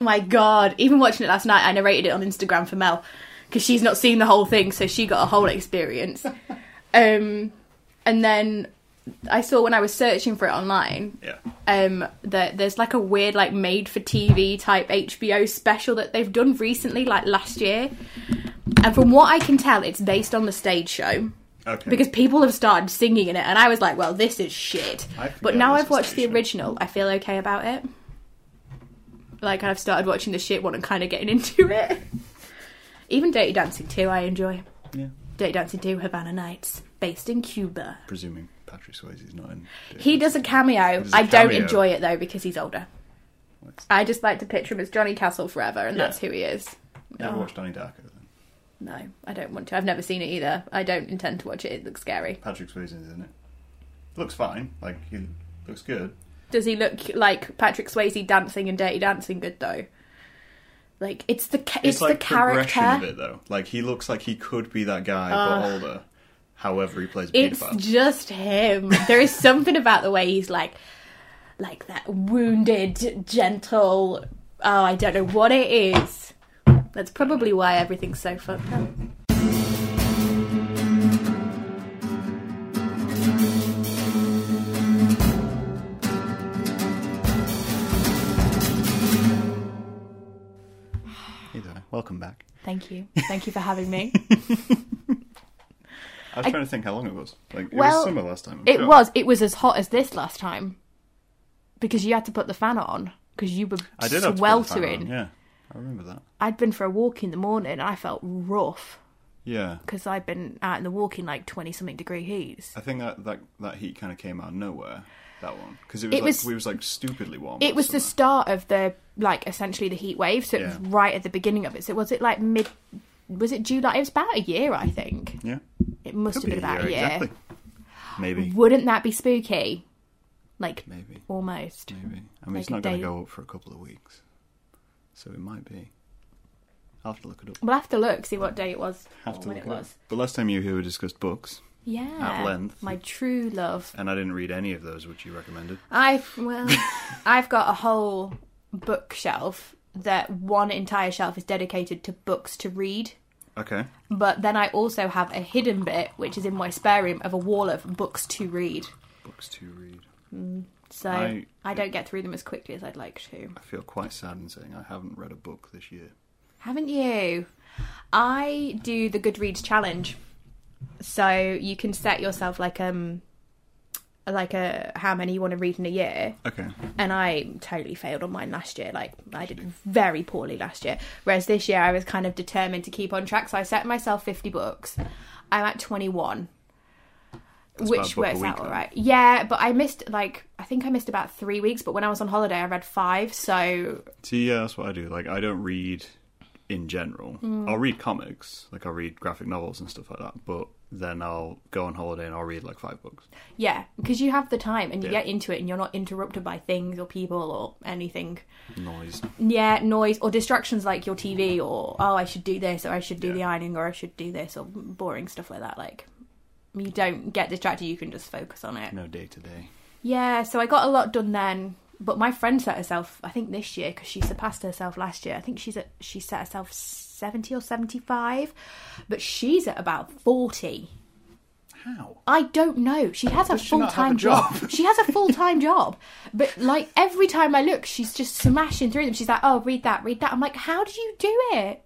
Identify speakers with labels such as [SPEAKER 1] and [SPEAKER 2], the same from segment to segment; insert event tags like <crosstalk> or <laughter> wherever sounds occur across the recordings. [SPEAKER 1] my god! Even watching it last night, I narrated it on Instagram for Mel because she's not seen the whole thing, so she got a whole experience. um, and then I saw when I was searching for it online
[SPEAKER 2] Yeah.
[SPEAKER 1] um, that there's like a weird like made for TV type HBO special that they've done recently, like last year. And from what I can tell, it's based on the stage show
[SPEAKER 2] Okay.
[SPEAKER 1] because people have started singing in it, and I was like, "Well, this is shit."
[SPEAKER 2] I
[SPEAKER 1] But
[SPEAKER 2] forgot
[SPEAKER 1] now
[SPEAKER 2] this
[SPEAKER 1] I've watched the
[SPEAKER 2] station.
[SPEAKER 1] original, I feel okay about it. Like I've started watching the shit one and kind of getting <laughs> into it. Even Dirty Dancing 2, I enjoy.
[SPEAKER 2] Yeah.
[SPEAKER 1] Dirty Dancing 2, Havana Nights, based in Cuba.
[SPEAKER 2] Presuming Patrick Swayze's not in.
[SPEAKER 1] He does a cameo.
[SPEAKER 2] does a
[SPEAKER 1] I don't
[SPEAKER 2] cameo.
[SPEAKER 1] enjoy it though because he's older. I just like to picture him as Johnny Castle forever, and
[SPEAKER 2] Yeah.
[SPEAKER 1] that's who he is.
[SPEAKER 2] Never
[SPEAKER 1] Oh.
[SPEAKER 2] watched Donnie Darko then.
[SPEAKER 1] No, I don't want to. I've never seen it either. I don't intend to watch it. It looks scary.
[SPEAKER 2] Patrick Swayze's in it. Looks fine. Like he looks good.
[SPEAKER 1] Does he look like Patrick Swayze dancing and Dirty Dancing good though? Like it's the ca- it's,
[SPEAKER 2] like
[SPEAKER 1] the character.
[SPEAKER 2] progression of it though. Like he looks like he could be that guy but older. However, he plays a
[SPEAKER 1] It's
[SPEAKER 2] paedophile.
[SPEAKER 1] just him. There is something about the way he's like, like that wounded, gentle. Oh, I don't know what it is. That's probably why everything's so fucked up.
[SPEAKER 2] Hey there. Welcome back.
[SPEAKER 1] Thank you. Thank you for having me.
[SPEAKER 2] I was trying to think how long it was. Like it
[SPEAKER 1] Well,
[SPEAKER 2] was summer last time.
[SPEAKER 1] <laughs>
[SPEAKER 2] I'm
[SPEAKER 1] It
[SPEAKER 2] sure.
[SPEAKER 1] was. It was as hot as this last time because you had to put the fan on because you were
[SPEAKER 2] I did have to put the fan
[SPEAKER 1] sweltering.
[SPEAKER 2] on, Yeah, I remember that.
[SPEAKER 1] I'd been for a walk in the morning and I felt rough
[SPEAKER 2] Yeah,
[SPEAKER 1] because I'd been out in the walk in like 20 something degree heats.
[SPEAKER 2] I think that that, that heat kind of came out of nowhere. That one because it was
[SPEAKER 1] It
[SPEAKER 2] like
[SPEAKER 1] was-
[SPEAKER 2] we was like stupidly warm.
[SPEAKER 1] It was the
[SPEAKER 2] summer.
[SPEAKER 1] start of the like essentially the heat wave, so it
[SPEAKER 2] Yeah.
[SPEAKER 1] was right at the beginning of it. So was it like mid? Was it July? It was about a year, I think.
[SPEAKER 2] yeah.
[SPEAKER 1] It must have
[SPEAKER 2] Could
[SPEAKER 1] been
[SPEAKER 2] be a
[SPEAKER 1] about
[SPEAKER 2] year,
[SPEAKER 1] a year.
[SPEAKER 2] exactly. Maybe,
[SPEAKER 1] Wouldn't that be spooky? Like
[SPEAKER 2] maybe,
[SPEAKER 1] almost.
[SPEAKER 2] maybe. I mean,
[SPEAKER 1] Like
[SPEAKER 2] it's
[SPEAKER 1] a
[SPEAKER 2] not going
[SPEAKER 1] day.
[SPEAKER 2] to go up for a couple of weeks, so it might be. I'll have to look it up.
[SPEAKER 1] We'll have to look see what day it was.
[SPEAKER 2] Have
[SPEAKER 1] or
[SPEAKER 2] to
[SPEAKER 1] when
[SPEAKER 2] look
[SPEAKER 1] it was.
[SPEAKER 2] up. But last time you were here, we discussed books,
[SPEAKER 1] Yeah.
[SPEAKER 2] length.
[SPEAKER 1] My true love.
[SPEAKER 2] and I didn't read any of those which you recommended.
[SPEAKER 1] I've well, <laughs> I've got a whole bookshelf that one entire shelf is dedicated to books to read.
[SPEAKER 2] Okay,
[SPEAKER 1] But then I also have a hidden bit, which is in my spare room, of a wall of books to read.
[SPEAKER 2] books to read.
[SPEAKER 1] So I,
[SPEAKER 2] I-
[SPEAKER 1] don't get through them as quickly as I'd like to.
[SPEAKER 2] I feel quite sad in saying I haven't read a book this year.
[SPEAKER 1] Haven't you? I do the Goodreads challenge. So you can set yourself like um like a how many you want to read in a year.
[SPEAKER 2] Okay,
[SPEAKER 1] and I totally failed on mine last year. Like I did very poorly last year. Whereas this year I was kind of determined to keep on track, so I set myself fifty books. I'm at twenty one,
[SPEAKER 2] about a
[SPEAKER 1] which
[SPEAKER 2] book a
[SPEAKER 1] works
[SPEAKER 2] week
[SPEAKER 1] out all
[SPEAKER 2] then.
[SPEAKER 1] right. Yeah, but I missed like I think I missed about three weeks. But when I was on holiday, I read five. So
[SPEAKER 2] See, yeah, that's what I do. Like, I don't read in general.
[SPEAKER 1] Mm.
[SPEAKER 2] I'll read comics, like I'll read graphic novels and stuff like that. But then I'll go on holiday and I'll read like five books.
[SPEAKER 1] yeah, because you have the time and you
[SPEAKER 2] Yeah.
[SPEAKER 1] get into it, and you're not interrupted by things or people or anything.
[SPEAKER 2] Noise.
[SPEAKER 1] yeah, noise or distractions like your TV or oh, I should do this or I should do
[SPEAKER 2] Yeah.
[SPEAKER 1] the ironing or I should do this or boring stuff like that. Like you don't get distracted, you can just focus on it.
[SPEAKER 2] No day to day.
[SPEAKER 1] Yeah, so I got a lot done then. But my friend set herself, I think this year, because she surpassed herself last year. I think she's at she set herself seventy or seventy five, but she's at about forty.
[SPEAKER 2] How?
[SPEAKER 1] I don't know. She has a
[SPEAKER 2] Does she
[SPEAKER 1] full
[SPEAKER 2] not have a
[SPEAKER 1] time job.
[SPEAKER 2] job?
[SPEAKER 1] She has a full time job. But like every time I look, she's just smashing through them. She's like, "Oh, read that, read that." I'm like, "How did you do it?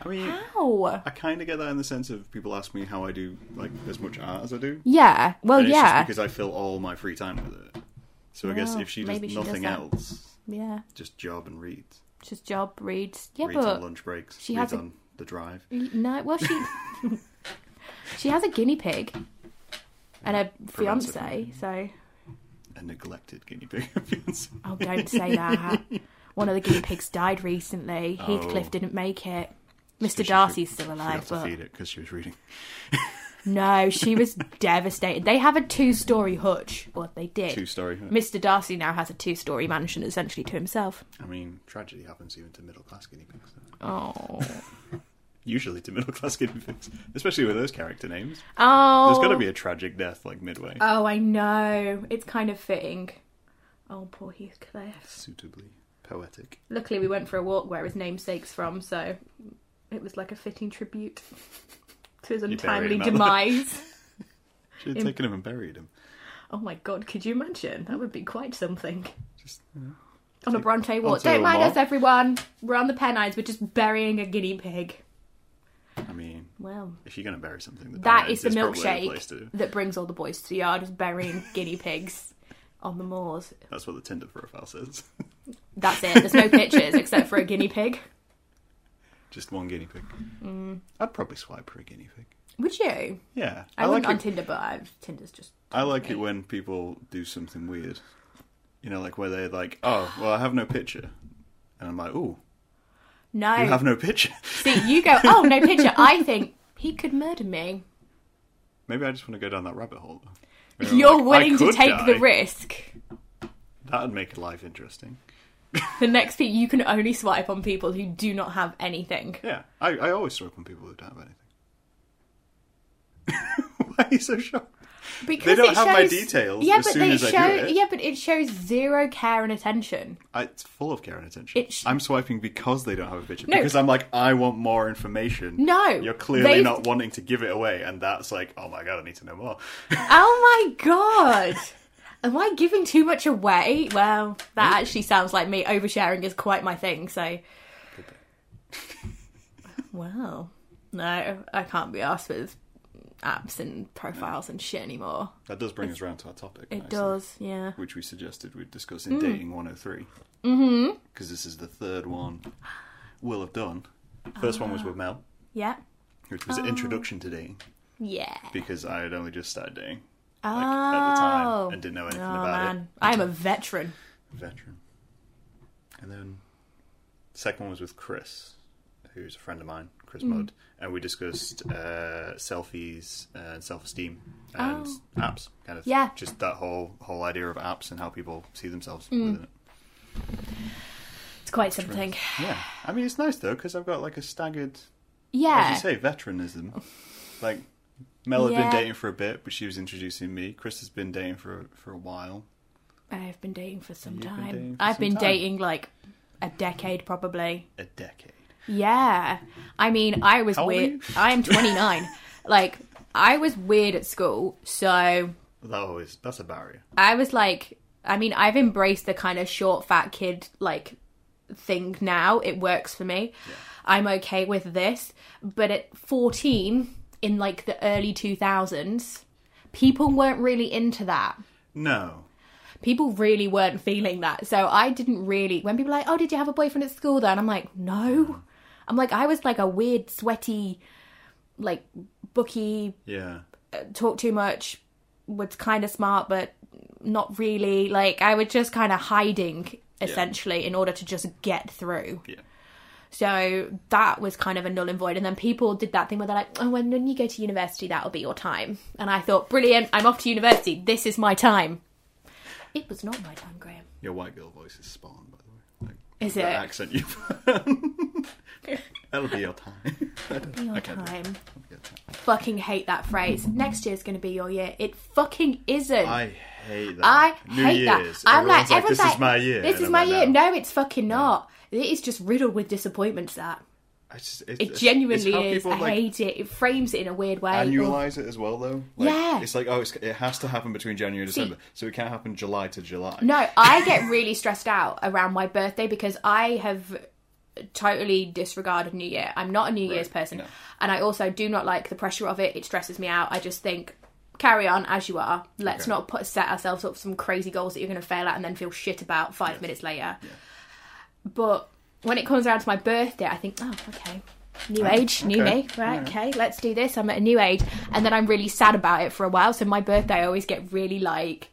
[SPEAKER 2] I mean,
[SPEAKER 1] How?"
[SPEAKER 2] I kind of get that in the sense of people ask me how I do like as much art as I do.
[SPEAKER 1] Yeah. Well,
[SPEAKER 2] And it's
[SPEAKER 1] yeah.
[SPEAKER 2] just because I fill all my free time with it. So I guess
[SPEAKER 1] Oh,
[SPEAKER 2] if she does
[SPEAKER 1] maybe she does
[SPEAKER 2] nothing
[SPEAKER 1] that.
[SPEAKER 2] else,
[SPEAKER 1] yeah.
[SPEAKER 2] just job and reads.
[SPEAKER 1] Just job reads. Yeah,
[SPEAKER 2] reads on
[SPEAKER 1] but
[SPEAKER 2] lunch breaks.
[SPEAKER 1] she
[SPEAKER 2] reads
[SPEAKER 1] has Mm. a-
[SPEAKER 2] on the drive.
[SPEAKER 1] no. Well, she <laughs> she has a guinea pig and a
[SPEAKER 2] Prevents it.
[SPEAKER 1] fiance. So
[SPEAKER 2] A neglected guinea pig. <laughs> appearance.
[SPEAKER 1] oh, don't say that. One of the guinea pigs died recently. Heathcliff didn't make it. Mr.
[SPEAKER 2] Oh. She
[SPEAKER 1] Darcy's
[SPEAKER 2] for-
[SPEAKER 1] still
[SPEAKER 2] forgot
[SPEAKER 1] alive,
[SPEAKER 2] to
[SPEAKER 1] but
[SPEAKER 2] feed it because she was reading.
[SPEAKER 1] No, she was <laughs> devastated. They have a two-story hutch, or they did.
[SPEAKER 2] Two
[SPEAKER 1] <laughs>
[SPEAKER 2] story.
[SPEAKER 1] Mr. Darcy now has a two-story mansion essentially to himself.
[SPEAKER 2] I mean, tragedy happens even to middle class guinea pigs. though.
[SPEAKER 1] Oh,
[SPEAKER 2] Usually to <laughs> middle class guinea pigs, especially with those character names.
[SPEAKER 1] oh,
[SPEAKER 2] There's got to be a tragic death like midway,
[SPEAKER 1] Uh, Oh, I know. It's kind of fitting. Oh, poor Heathcliff.
[SPEAKER 2] suitably Poetic.
[SPEAKER 1] Luckily, we went for a walk where his namesake's from, so it was like a fitting tribute <laughs> to his
[SPEAKER 2] You buried
[SPEAKER 1] untimely
[SPEAKER 2] him out there.
[SPEAKER 1] demise. <laughs>
[SPEAKER 2] Should have
[SPEAKER 1] Im-
[SPEAKER 2] taken him and buried him.
[SPEAKER 1] oh my god, could you imagine? That would be quite something.
[SPEAKER 2] Just you know,
[SPEAKER 1] On a Bronte walk.
[SPEAKER 2] onto the
[SPEAKER 1] Don't mind
[SPEAKER 2] wall.
[SPEAKER 1] us, everyone. We're on the Pennines. We're just burying a guinea pig.
[SPEAKER 2] I mean,
[SPEAKER 1] Well,
[SPEAKER 2] if you're gonna bury something, the
[SPEAKER 1] that
[SPEAKER 2] Pennines
[SPEAKER 1] is the
[SPEAKER 2] probably place
[SPEAKER 1] milkshake
[SPEAKER 2] to do.
[SPEAKER 1] that brings all the boys to the yard, is burying <laughs> guinea pigs on the moors.
[SPEAKER 2] That's what the Tinder profile says. <laughs>
[SPEAKER 1] That's it. There's no pictures except for a guinea pig.
[SPEAKER 2] Just one guinea pig.
[SPEAKER 1] Mm.
[SPEAKER 2] I'd probably swipe for a guinea pig.
[SPEAKER 1] Would you?
[SPEAKER 2] Yeah,
[SPEAKER 1] I,
[SPEAKER 2] like
[SPEAKER 1] wouldn't
[SPEAKER 2] it.
[SPEAKER 1] on Tinder, but I've, Tinder's just.
[SPEAKER 2] I like it when people do something weird. You know, like where they're like, "Oh, well, I have no picture," and I'm like, "Ooh,
[SPEAKER 1] No.
[SPEAKER 2] you have no picture." <laughs>
[SPEAKER 1] See, you go, oh, no picture. I think he could murder me.
[SPEAKER 2] Maybe I just want to go down that rabbit hole. Where
[SPEAKER 1] <laughs>
[SPEAKER 2] I'm
[SPEAKER 1] You're
[SPEAKER 2] like, I
[SPEAKER 1] willing to
[SPEAKER 2] could
[SPEAKER 1] take the
[SPEAKER 2] die.
[SPEAKER 1] risk.
[SPEAKER 2] That'd make life interesting.
[SPEAKER 1] The next people you can only swipe on people who do not have anything.
[SPEAKER 2] Yeah, I, I always swipe on people who don't have anything. <laughs> Why are you so shocked?
[SPEAKER 1] Because
[SPEAKER 2] They don't
[SPEAKER 1] it
[SPEAKER 2] have my
[SPEAKER 1] shows-
[SPEAKER 2] details
[SPEAKER 1] Yeah,
[SPEAKER 2] as
[SPEAKER 1] but
[SPEAKER 2] soon
[SPEAKER 1] they
[SPEAKER 2] as I
[SPEAKER 1] show.
[SPEAKER 2] do it.
[SPEAKER 1] Yeah, but it shows zero care and attention.
[SPEAKER 2] I, it's full of care and attention.
[SPEAKER 1] It's-
[SPEAKER 2] I'm swiping because they don't have a picture.
[SPEAKER 1] No.
[SPEAKER 2] Because I'm like, I want more information.
[SPEAKER 1] No,
[SPEAKER 2] You're clearly
[SPEAKER 1] they've-
[SPEAKER 2] not wanting to give it away, and that's like, oh my god, I need to know more.
[SPEAKER 1] Oh my god. Am I giving too much away? Well, that actually sounds like me. Oversharing is quite my thing, so. well, no, I can't be asked with apps and profiles and shit anymore.
[SPEAKER 2] that does bring us round to our topic.
[SPEAKER 1] It
[SPEAKER 2] nicely,
[SPEAKER 1] does, Mm. yeah.
[SPEAKER 2] Which we suggested we'd discuss in Dating 103. Mm-hmm. Because this is the third one we'll have done. First one was
[SPEAKER 1] Ah.
[SPEAKER 2] with Mel,
[SPEAKER 1] Yeah.
[SPEAKER 2] which
[SPEAKER 1] Ah.
[SPEAKER 2] was an introduction to dating,
[SPEAKER 1] Yeah.
[SPEAKER 2] because I had only just started dating.
[SPEAKER 1] oh.
[SPEAKER 2] like, at the time and didn't know anything
[SPEAKER 1] oh,
[SPEAKER 2] about
[SPEAKER 1] man. I'm a veteran.
[SPEAKER 2] it. Veteran. And then the second one was with Chris, who's a friend of mine, Chris
[SPEAKER 1] Mm.
[SPEAKER 2] Mudd, and we discussed uh, selfies and self esteem and
[SPEAKER 1] Oh.
[SPEAKER 2] apps, kind of.
[SPEAKER 1] Yeah.
[SPEAKER 2] Just that whole whole idea of apps and how people see themselves
[SPEAKER 1] Mm.
[SPEAKER 2] within it.
[SPEAKER 1] It's quite something.
[SPEAKER 2] Yeah. I mean, it's nice though, because I've got like a staggered,
[SPEAKER 1] Yeah.
[SPEAKER 2] as you say, veteranism. Like, Mel had
[SPEAKER 1] Yeah.
[SPEAKER 2] been dating for a bit, but she was introducing me. Chris has been dating for, for a while.
[SPEAKER 1] I've been dating for some
[SPEAKER 2] You've been
[SPEAKER 1] time.
[SPEAKER 2] dating for
[SPEAKER 1] I've
[SPEAKER 2] some
[SPEAKER 1] been
[SPEAKER 2] time.
[SPEAKER 1] dating like a decade probably.
[SPEAKER 2] A decade.
[SPEAKER 1] Yeah. I mean, I was
[SPEAKER 2] How old are
[SPEAKER 1] weird.
[SPEAKER 2] you?
[SPEAKER 1] I am
[SPEAKER 2] <laughs>
[SPEAKER 1] 29. like, I was weird at school. So
[SPEAKER 2] That always, that's a barrier.
[SPEAKER 1] I was like, I mean, I've embraced the kind of short, fat kid, like, thing now. It works for me. I'm okay with this. But at 14, in like the early 2000s, people weren't really into that.
[SPEAKER 2] No.
[SPEAKER 1] People really weren't feeling that. So I didn't really. When people are like, oh, did you have a boyfriend at school then? I'm like, no. I'm like, I was like a weird, sweaty, like, booky,
[SPEAKER 2] Yeah.
[SPEAKER 1] talk too much, was kind of smart, but not really. Like, I was just kind of hiding, essentially, in order to just get through.
[SPEAKER 2] Yeah.
[SPEAKER 1] So that was kind of a null and void. And then people did that thing where they're like, oh, when, when you go to university, that'll be your time. And I thought, brilliant, I'm off to university. This is my time. It was not my time, Graham.
[SPEAKER 2] Your white girl voice is spot on, by the way. Like,
[SPEAKER 1] Is
[SPEAKER 2] the
[SPEAKER 1] it?
[SPEAKER 2] accent you <laughs> That'll be
[SPEAKER 1] <laughs>
[SPEAKER 2] your time.
[SPEAKER 1] Be Your
[SPEAKER 2] Okay.
[SPEAKER 1] time.
[SPEAKER 2] That'll be your time.
[SPEAKER 1] Fucking hate that phrase. Next year's going to be your year. It fucking isn't.
[SPEAKER 2] I hate that.
[SPEAKER 1] I
[SPEAKER 2] New
[SPEAKER 1] hate
[SPEAKER 2] Year's.
[SPEAKER 1] that. I'm like,
[SPEAKER 2] Everyone's like,
[SPEAKER 1] everyone's
[SPEAKER 2] this
[SPEAKER 1] like,
[SPEAKER 2] is my year.
[SPEAKER 1] This
[SPEAKER 2] and
[SPEAKER 1] is
[SPEAKER 2] I'm
[SPEAKER 1] my
[SPEAKER 2] like,
[SPEAKER 1] year. No, it's fucking not. It is just riddled with disappointments. That
[SPEAKER 2] I just, it's,
[SPEAKER 1] it
[SPEAKER 2] it's-
[SPEAKER 1] genuinely
[SPEAKER 2] it's how
[SPEAKER 1] is.
[SPEAKER 2] People,
[SPEAKER 1] I
[SPEAKER 2] like,
[SPEAKER 1] hate it. It frames it in a weird way. Ugh.
[SPEAKER 2] Annualize it as well, though. Like,
[SPEAKER 1] Yeah.
[SPEAKER 2] It's like, oh, it's, it has to happen between January and
[SPEAKER 1] See-
[SPEAKER 2] December, so it can't happen July to July.
[SPEAKER 1] No, I get really stressed out around my birthday because I have totally disregarded New Year. I'm not a New Year's person.
[SPEAKER 2] no.
[SPEAKER 1] And I also do not like the pressure of it. It stresses me out. I just think, carry on as you are. Let's
[SPEAKER 2] Okay.
[SPEAKER 1] not put set ourselves up some crazy goals that you're going to fail at and then feel shit about five minutes later. But when it comes around to my birthday, I think, oh, okay. New age, new
[SPEAKER 2] okay.
[SPEAKER 1] me, right?
[SPEAKER 2] Alright.
[SPEAKER 1] Okay, let's do this. I'm at a new age, and then I'm really sad about it for a while. So my birthday, I always get really like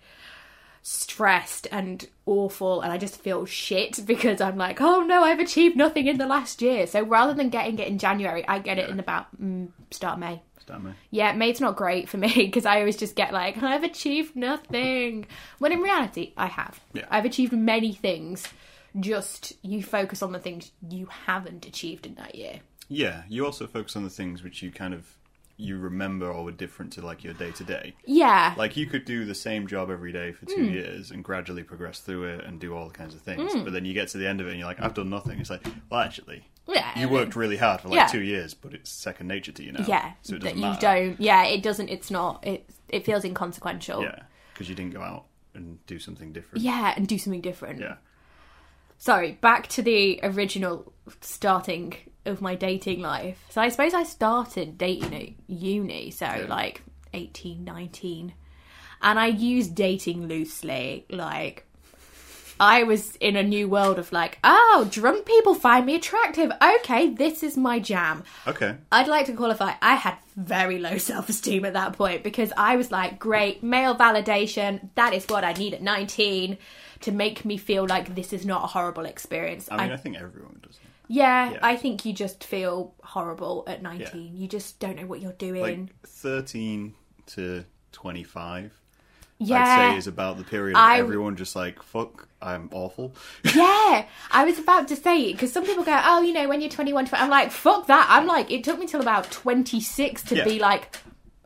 [SPEAKER 1] stressed and awful and I just feel shit <laughs> because I'm like, oh no, I've achieved nothing in the last year. So rather than getting it in January, I get it in about mm, start May.
[SPEAKER 2] Damn it.
[SPEAKER 1] Yeah, May's not great for me <laughs> because I always just get like, I've achieved nothing. When in reality, I have.
[SPEAKER 2] Yeah.
[SPEAKER 1] I've achieved many things. Just you focus on the things you haven't achieved in that year.
[SPEAKER 2] Yeah, you also focus on the things which you kind of you remember or were different to like your day to day.
[SPEAKER 1] Yeah.
[SPEAKER 2] Like you could do the same job every day for two
[SPEAKER 1] Hmm.
[SPEAKER 2] years and gradually progress through it and do all kinds of things. But then you get to the end of it and you're like, I've done nothing. It's like, well, actually,
[SPEAKER 1] yeah.
[SPEAKER 2] you worked really hard for like
[SPEAKER 1] Yeah.
[SPEAKER 2] two years, but it's second nature to you now.
[SPEAKER 1] Yeah.
[SPEAKER 2] so it
[SPEAKER 1] that
[SPEAKER 2] doesn't
[SPEAKER 1] you
[SPEAKER 2] matter.
[SPEAKER 1] don't. Yeah, it doesn't. It's not. It it feels inconsequential.
[SPEAKER 2] Yeah, because you didn't go out and do something different.
[SPEAKER 1] Yeah, and do something different.
[SPEAKER 2] Yeah.
[SPEAKER 1] Sorry, back to the original starting of my dating life. So I suppose I started dating at uni, so like 18, 19. And I used dating loosely. Like, I was in a new world of like, oh, drunk people find me attractive. Okay, this is my jam.
[SPEAKER 2] Okay.
[SPEAKER 1] I'd like to qualify. I had very low self esteem at that point because I was like, great, male validation. That is what I need at 19 to make me feel like this is not a horrible experience.
[SPEAKER 2] I mean,
[SPEAKER 1] I-
[SPEAKER 2] I think everyone does. it.
[SPEAKER 1] yeah,
[SPEAKER 2] yeah.
[SPEAKER 1] I think you just feel horrible at 19. You just don't know what you're
[SPEAKER 2] Like
[SPEAKER 1] doing.
[SPEAKER 2] thirteen to twenty-five. I'd
[SPEAKER 1] yeah.
[SPEAKER 2] say is about the period
[SPEAKER 1] I-
[SPEAKER 2] where everyone just like fuck. I'm awful.
[SPEAKER 1] yeah. I was about to say it because some people go, oh, you know, when you're 21, 20. I'm like, fuck that. I'm like, it took me till about 26 to
[SPEAKER 2] Yeah.
[SPEAKER 1] be like,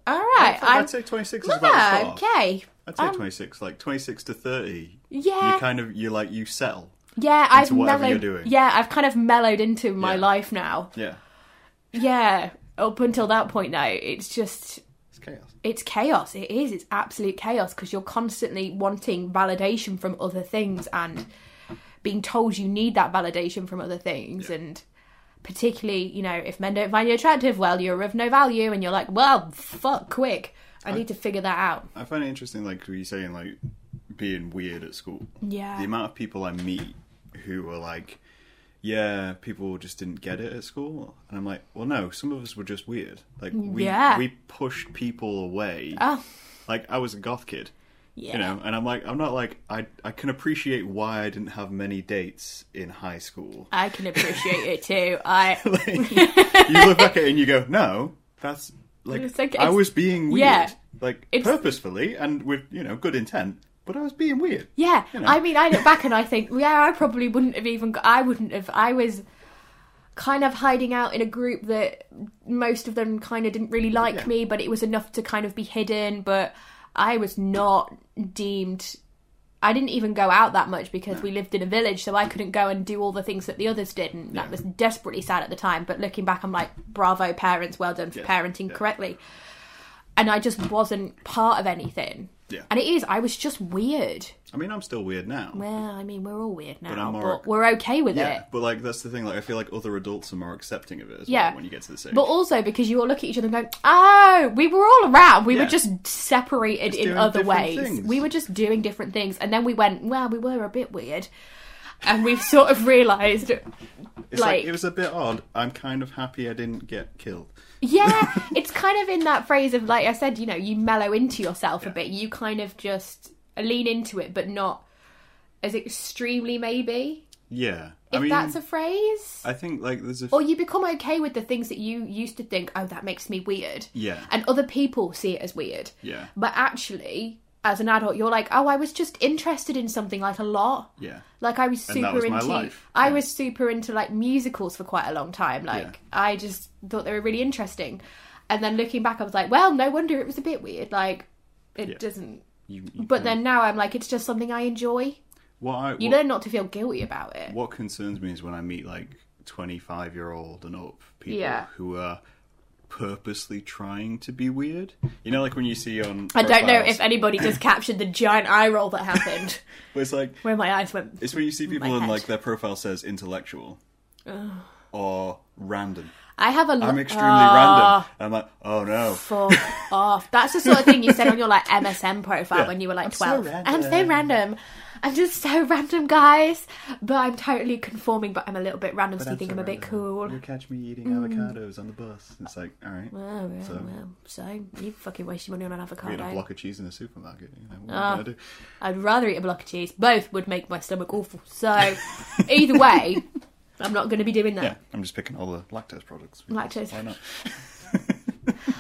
[SPEAKER 1] all right, I'm.
[SPEAKER 2] <laughs> I'd say twenty-six is about the
[SPEAKER 1] yeah, um
[SPEAKER 2] cutoff.
[SPEAKER 1] okay.
[SPEAKER 2] I'd say twenty-six, like twenty-six to thirty.
[SPEAKER 1] Yeah.
[SPEAKER 2] You kind of you like you settle.
[SPEAKER 1] Yeah, I've
[SPEAKER 2] whatever
[SPEAKER 1] mellowed.
[SPEAKER 2] you're doing.
[SPEAKER 1] Yeah, I've kind of mellowed into my
[SPEAKER 2] Yeah.
[SPEAKER 1] life now.
[SPEAKER 2] Yeah.
[SPEAKER 1] Yeah, up until that point though, it's just
[SPEAKER 2] It's chaos.
[SPEAKER 1] it's chaos. It is. It's absolute chaos because you're constantly wanting validation from other things and being told you need that validation from other things and particularly, you know, if men don't find you attractive, well, you're of no value and you're like, well, fuck, quick. I need to figure that out.
[SPEAKER 2] I find it interesting, like what you're saying, like being weird at school.
[SPEAKER 1] Yeah.
[SPEAKER 2] The amount of people I meet who are like, "Yeah, people just didn't get it at school," and I'm like, "Well, no, some of us were just weird. Like we
[SPEAKER 1] Yeah.
[SPEAKER 2] we pushed people away.
[SPEAKER 1] Oh.
[SPEAKER 2] Like I was a goth kid."
[SPEAKER 1] Yeah.
[SPEAKER 2] You know, and I'm like, I'm not like I. I can appreciate why I didn't have many dates in high school.
[SPEAKER 1] I can appreciate it too. I
[SPEAKER 2] <laughs> Like, you look back at it and you go, no, that's like
[SPEAKER 1] It's like-
[SPEAKER 2] I
[SPEAKER 1] it's-
[SPEAKER 2] was being weird,
[SPEAKER 1] yeah.
[SPEAKER 2] like
[SPEAKER 1] It's-
[SPEAKER 2] purposefully and with you know good intent, but I was being weird.
[SPEAKER 1] Yeah,
[SPEAKER 2] You know.
[SPEAKER 1] I mean, I look back and I think, yeah, I probably wouldn't have even. Got, I wouldn't have. I was kind of hiding out in a group that most of them kind of didn't really like
[SPEAKER 2] Yeah.
[SPEAKER 1] me, but it was enough to kind of be hidden. But I was not deemed. I didn't even go out that much because we lived in a village, so I couldn't go and do all the things that the others did, and that
[SPEAKER 2] Yeah.
[SPEAKER 1] was desperately sad at the time. But looking back, I'm like, bravo, parents, well done for
[SPEAKER 2] Yeah.
[SPEAKER 1] parenting
[SPEAKER 2] Yeah.
[SPEAKER 1] correctly. And I just wasn't part of anything.
[SPEAKER 2] Yeah.
[SPEAKER 1] And it is, I was just weird.
[SPEAKER 2] I mean, I'm still weird now.
[SPEAKER 1] Well, I mean, we're all weird now, but,
[SPEAKER 2] I'm more-
[SPEAKER 1] we're okay with
[SPEAKER 2] yeah,
[SPEAKER 1] it.
[SPEAKER 2] but like that's the thing. Like I feel like other adults are more accepting of it. As
[SPEAKER 1] Yeah.
[SPEAKER 2] well when you get to this age,
[SPEAKER 1] But also because you all look at each other and go, "Oh, we were all around. We were
[SPEAKER 2] Yeah.
[SPEAKER 1] just separated in
[SPEAKER 2] doing
[SPEAKER 1] other
[SPEAKER 2] different
[SPEAKER 1] ways.
[SPEAKER 2] things."
[SPEAKER 1] We were just doing different things." And then we went, "Well, we were a bit weird," and we've sort of realised,
[SPEAKER 2] it's like,
[SPEAKER 1] like-
[SPEAKER 2] it was a bit odd. I'm kind of happy I didn't get killed. <laughs>
[SPEAKER 1] yeah, it's kind of in that phrase of like I said, you know, you mellow into yourself a bit. You kind of just lean into it, but not as extremely, maybe.
[SPEAKER 2] Yeah,
[SPEAKER 1] If
[SPEAKER 2] I mean,
[SPEAKER 1] that's a Oh, phrase.
[SPEAKER 2] I think like there's a
[SPEAKER 1] or you become okay with the things that you used to think oh that makes me weird
[SPEAKER 2] Yeah.
[SPEAKER 1] and other people see it as weird
[SPEAKER 2] Yeah.
[SPEAKER 1] but actually as an adult you're like oh i was just interested in something like a lot
[SPEAKER 2] yeah.
[SPEAKER 1] like i was super
[SPEAKER 2] And that was
[SPEAKER 1] into
[SPEAKER 2] my life.
[SPEAKER 1] i
[SPEAKER 2] Yeah.
[SPEAKER 1] was super into like musicals for quite a long time like i just thought they were really interesting and then looking back i was like well no wonder it was a bit weird like it
[SPEAKER 2] Yeah.
[SPEAKER 1] doesn't
[SPEAKER 2] You, you
[SPEAKER 1] but
[SPEAKER 2] can-
[SPEAKER 1] then now i'm like it's just something i enjoy
[SPEAKER 2] what I
[SPEAKER 1] you
[SPEAKER 2] what-
[SPEAKER 1] learn not to feel guilty about it
[SPEAKER 2] what concerns me is when I meet like 25 year old and up people
[SPEAKER 1] Yeah.
[SPEAKER 2] who are purposely trying to be weird. You know, like when you see on.
[SPEAKER 1] I don't know
[SPEAKER 2] profiles,
[SPEAKER 1] if anybody
[SPEAKER 2] <coughs>
[SPEAKER 1] just captured the giant eye roll that
[SPEAKER 2] <laughs>
[SPEAKER 1] happened.
[SPEAKER 2] but It's like.
[SPEAKER 1] where my eyes went.
[SPEAKER 2] It's when you see people
[SPEAKER 1] My
[SPEAKER 2] and
[SPEAKER 1] head.
[SPEAKER 2] like their profile says intellectual or random.
[SPEAKER 1] I have a. lo-
[SPEAKER 2] I'm extremely
[SPEAKER 1] Ah,
[SPEAKER 2] random. And I'm like, oh no.
[SPEAKER 1] Fuck off. That's the sort of thing you said on your like MSN profile
[SPEAKER 2] Yeah.
[SPEAKER 1] when you were like
[SPEAKER 2] I'm so
[SPEAKER 1] 12. I'm so
[SPEAKER 2] random.
[SPEAKER 1] random. I'm just so random, guys. But I'm totally conforming, but I'm a little bit random, so you think I'm a bit cool.
[SPEAKER 2] You'll catch me eating avocados on the bus. It's like, all right.
[SPEAKER 1] Oh, yeah,
[SPEAKER 2] So-
[SPEAKER 1] well, so you fucking waste your money on an
[SPEAKER 2] we had a
[SPEAKER 1] avocado.
[SPEAKER 2] block of cheese in the supermarket. You know, what am I gonna do?
[SPEAKER 1] I'd rather eat a block of cheese. Both would make my stomach awful. So either
[SPEAKER 2] <laughs>
[SPEAKER 1] way, I'm not going to be doing that.
[SPEAKER 2] Yeah, I'm just picking all the lactose products. because
[SPEAKER 1] Lactose.
[SPEAKER 2] Why not?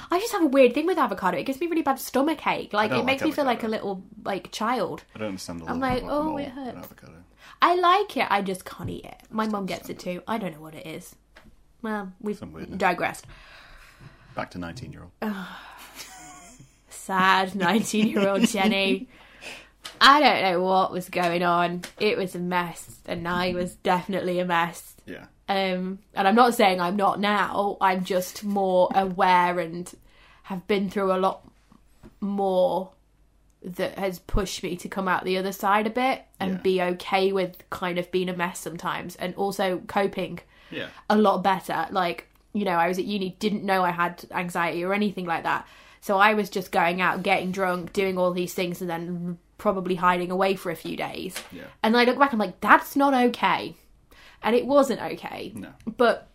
[SPEAKER 1] I just have a weird thing with avocado. It gives me really bad stomach ache. Like
[SPEAKER 2] don't
[SPEAKER 1] it makes
[SPEAKER 2] like
[SPEAKER 1] me feel like a
[SPEAKER 2] avocado.
[SPEAKER 1] little like child.
[SPEAKER 2] I don't understand the
[SPEAKER 1] I'm
[SPEAKER 2] love
[SPEAKER 1] like,
[SPEAKER 2] of
[SPEAKER 1] oh,
[SPEAKER 2] guacamole
[SPEAKER 1] it
[SPEAKER 2] and
[SPEAKER 1] hurts.
[SPEAKER 2] Avocado.
[SPEAKER 1] I like it. I just can't eat it. My mum gets it too. I don't know what it is. Well, we've
[SPEAKER 2] Some weirdness.
[SPEAKER 1] digressed.
[SPEAKER 2] Back to 19 year old.
[SPEAKER 1] Uh, sad 19 year old Jenny. I don't know what was going on. It was a mess, and I was definitely a mess.
[SPEAKER 2] Yeah.
[SPEAKER 1] Um, and I'm not saying I'm not now, I'm just more aware and have been through a lot more that has pushed me to come out the other side a bit and
[SPEAKER 2] Yeah.
[SPEAKER 1] be okay with kind of being a mess sometimes and also coping
[SPEAKER 2] Yeah.
[SPEAKER 1] a lot better. Like, you know, I was at uni, didn't know I had anxiety or anything like that. So I was just going out, getting drunk, doing all these things, and then probably hiding away for a few days.
[SPEAKER 2] Yeah.
[SPEAKER 1] And I look back, I'm like, that's not okay. And it wasn't okay.
[SPEAKER 2] No.
[SPEAKER 1] But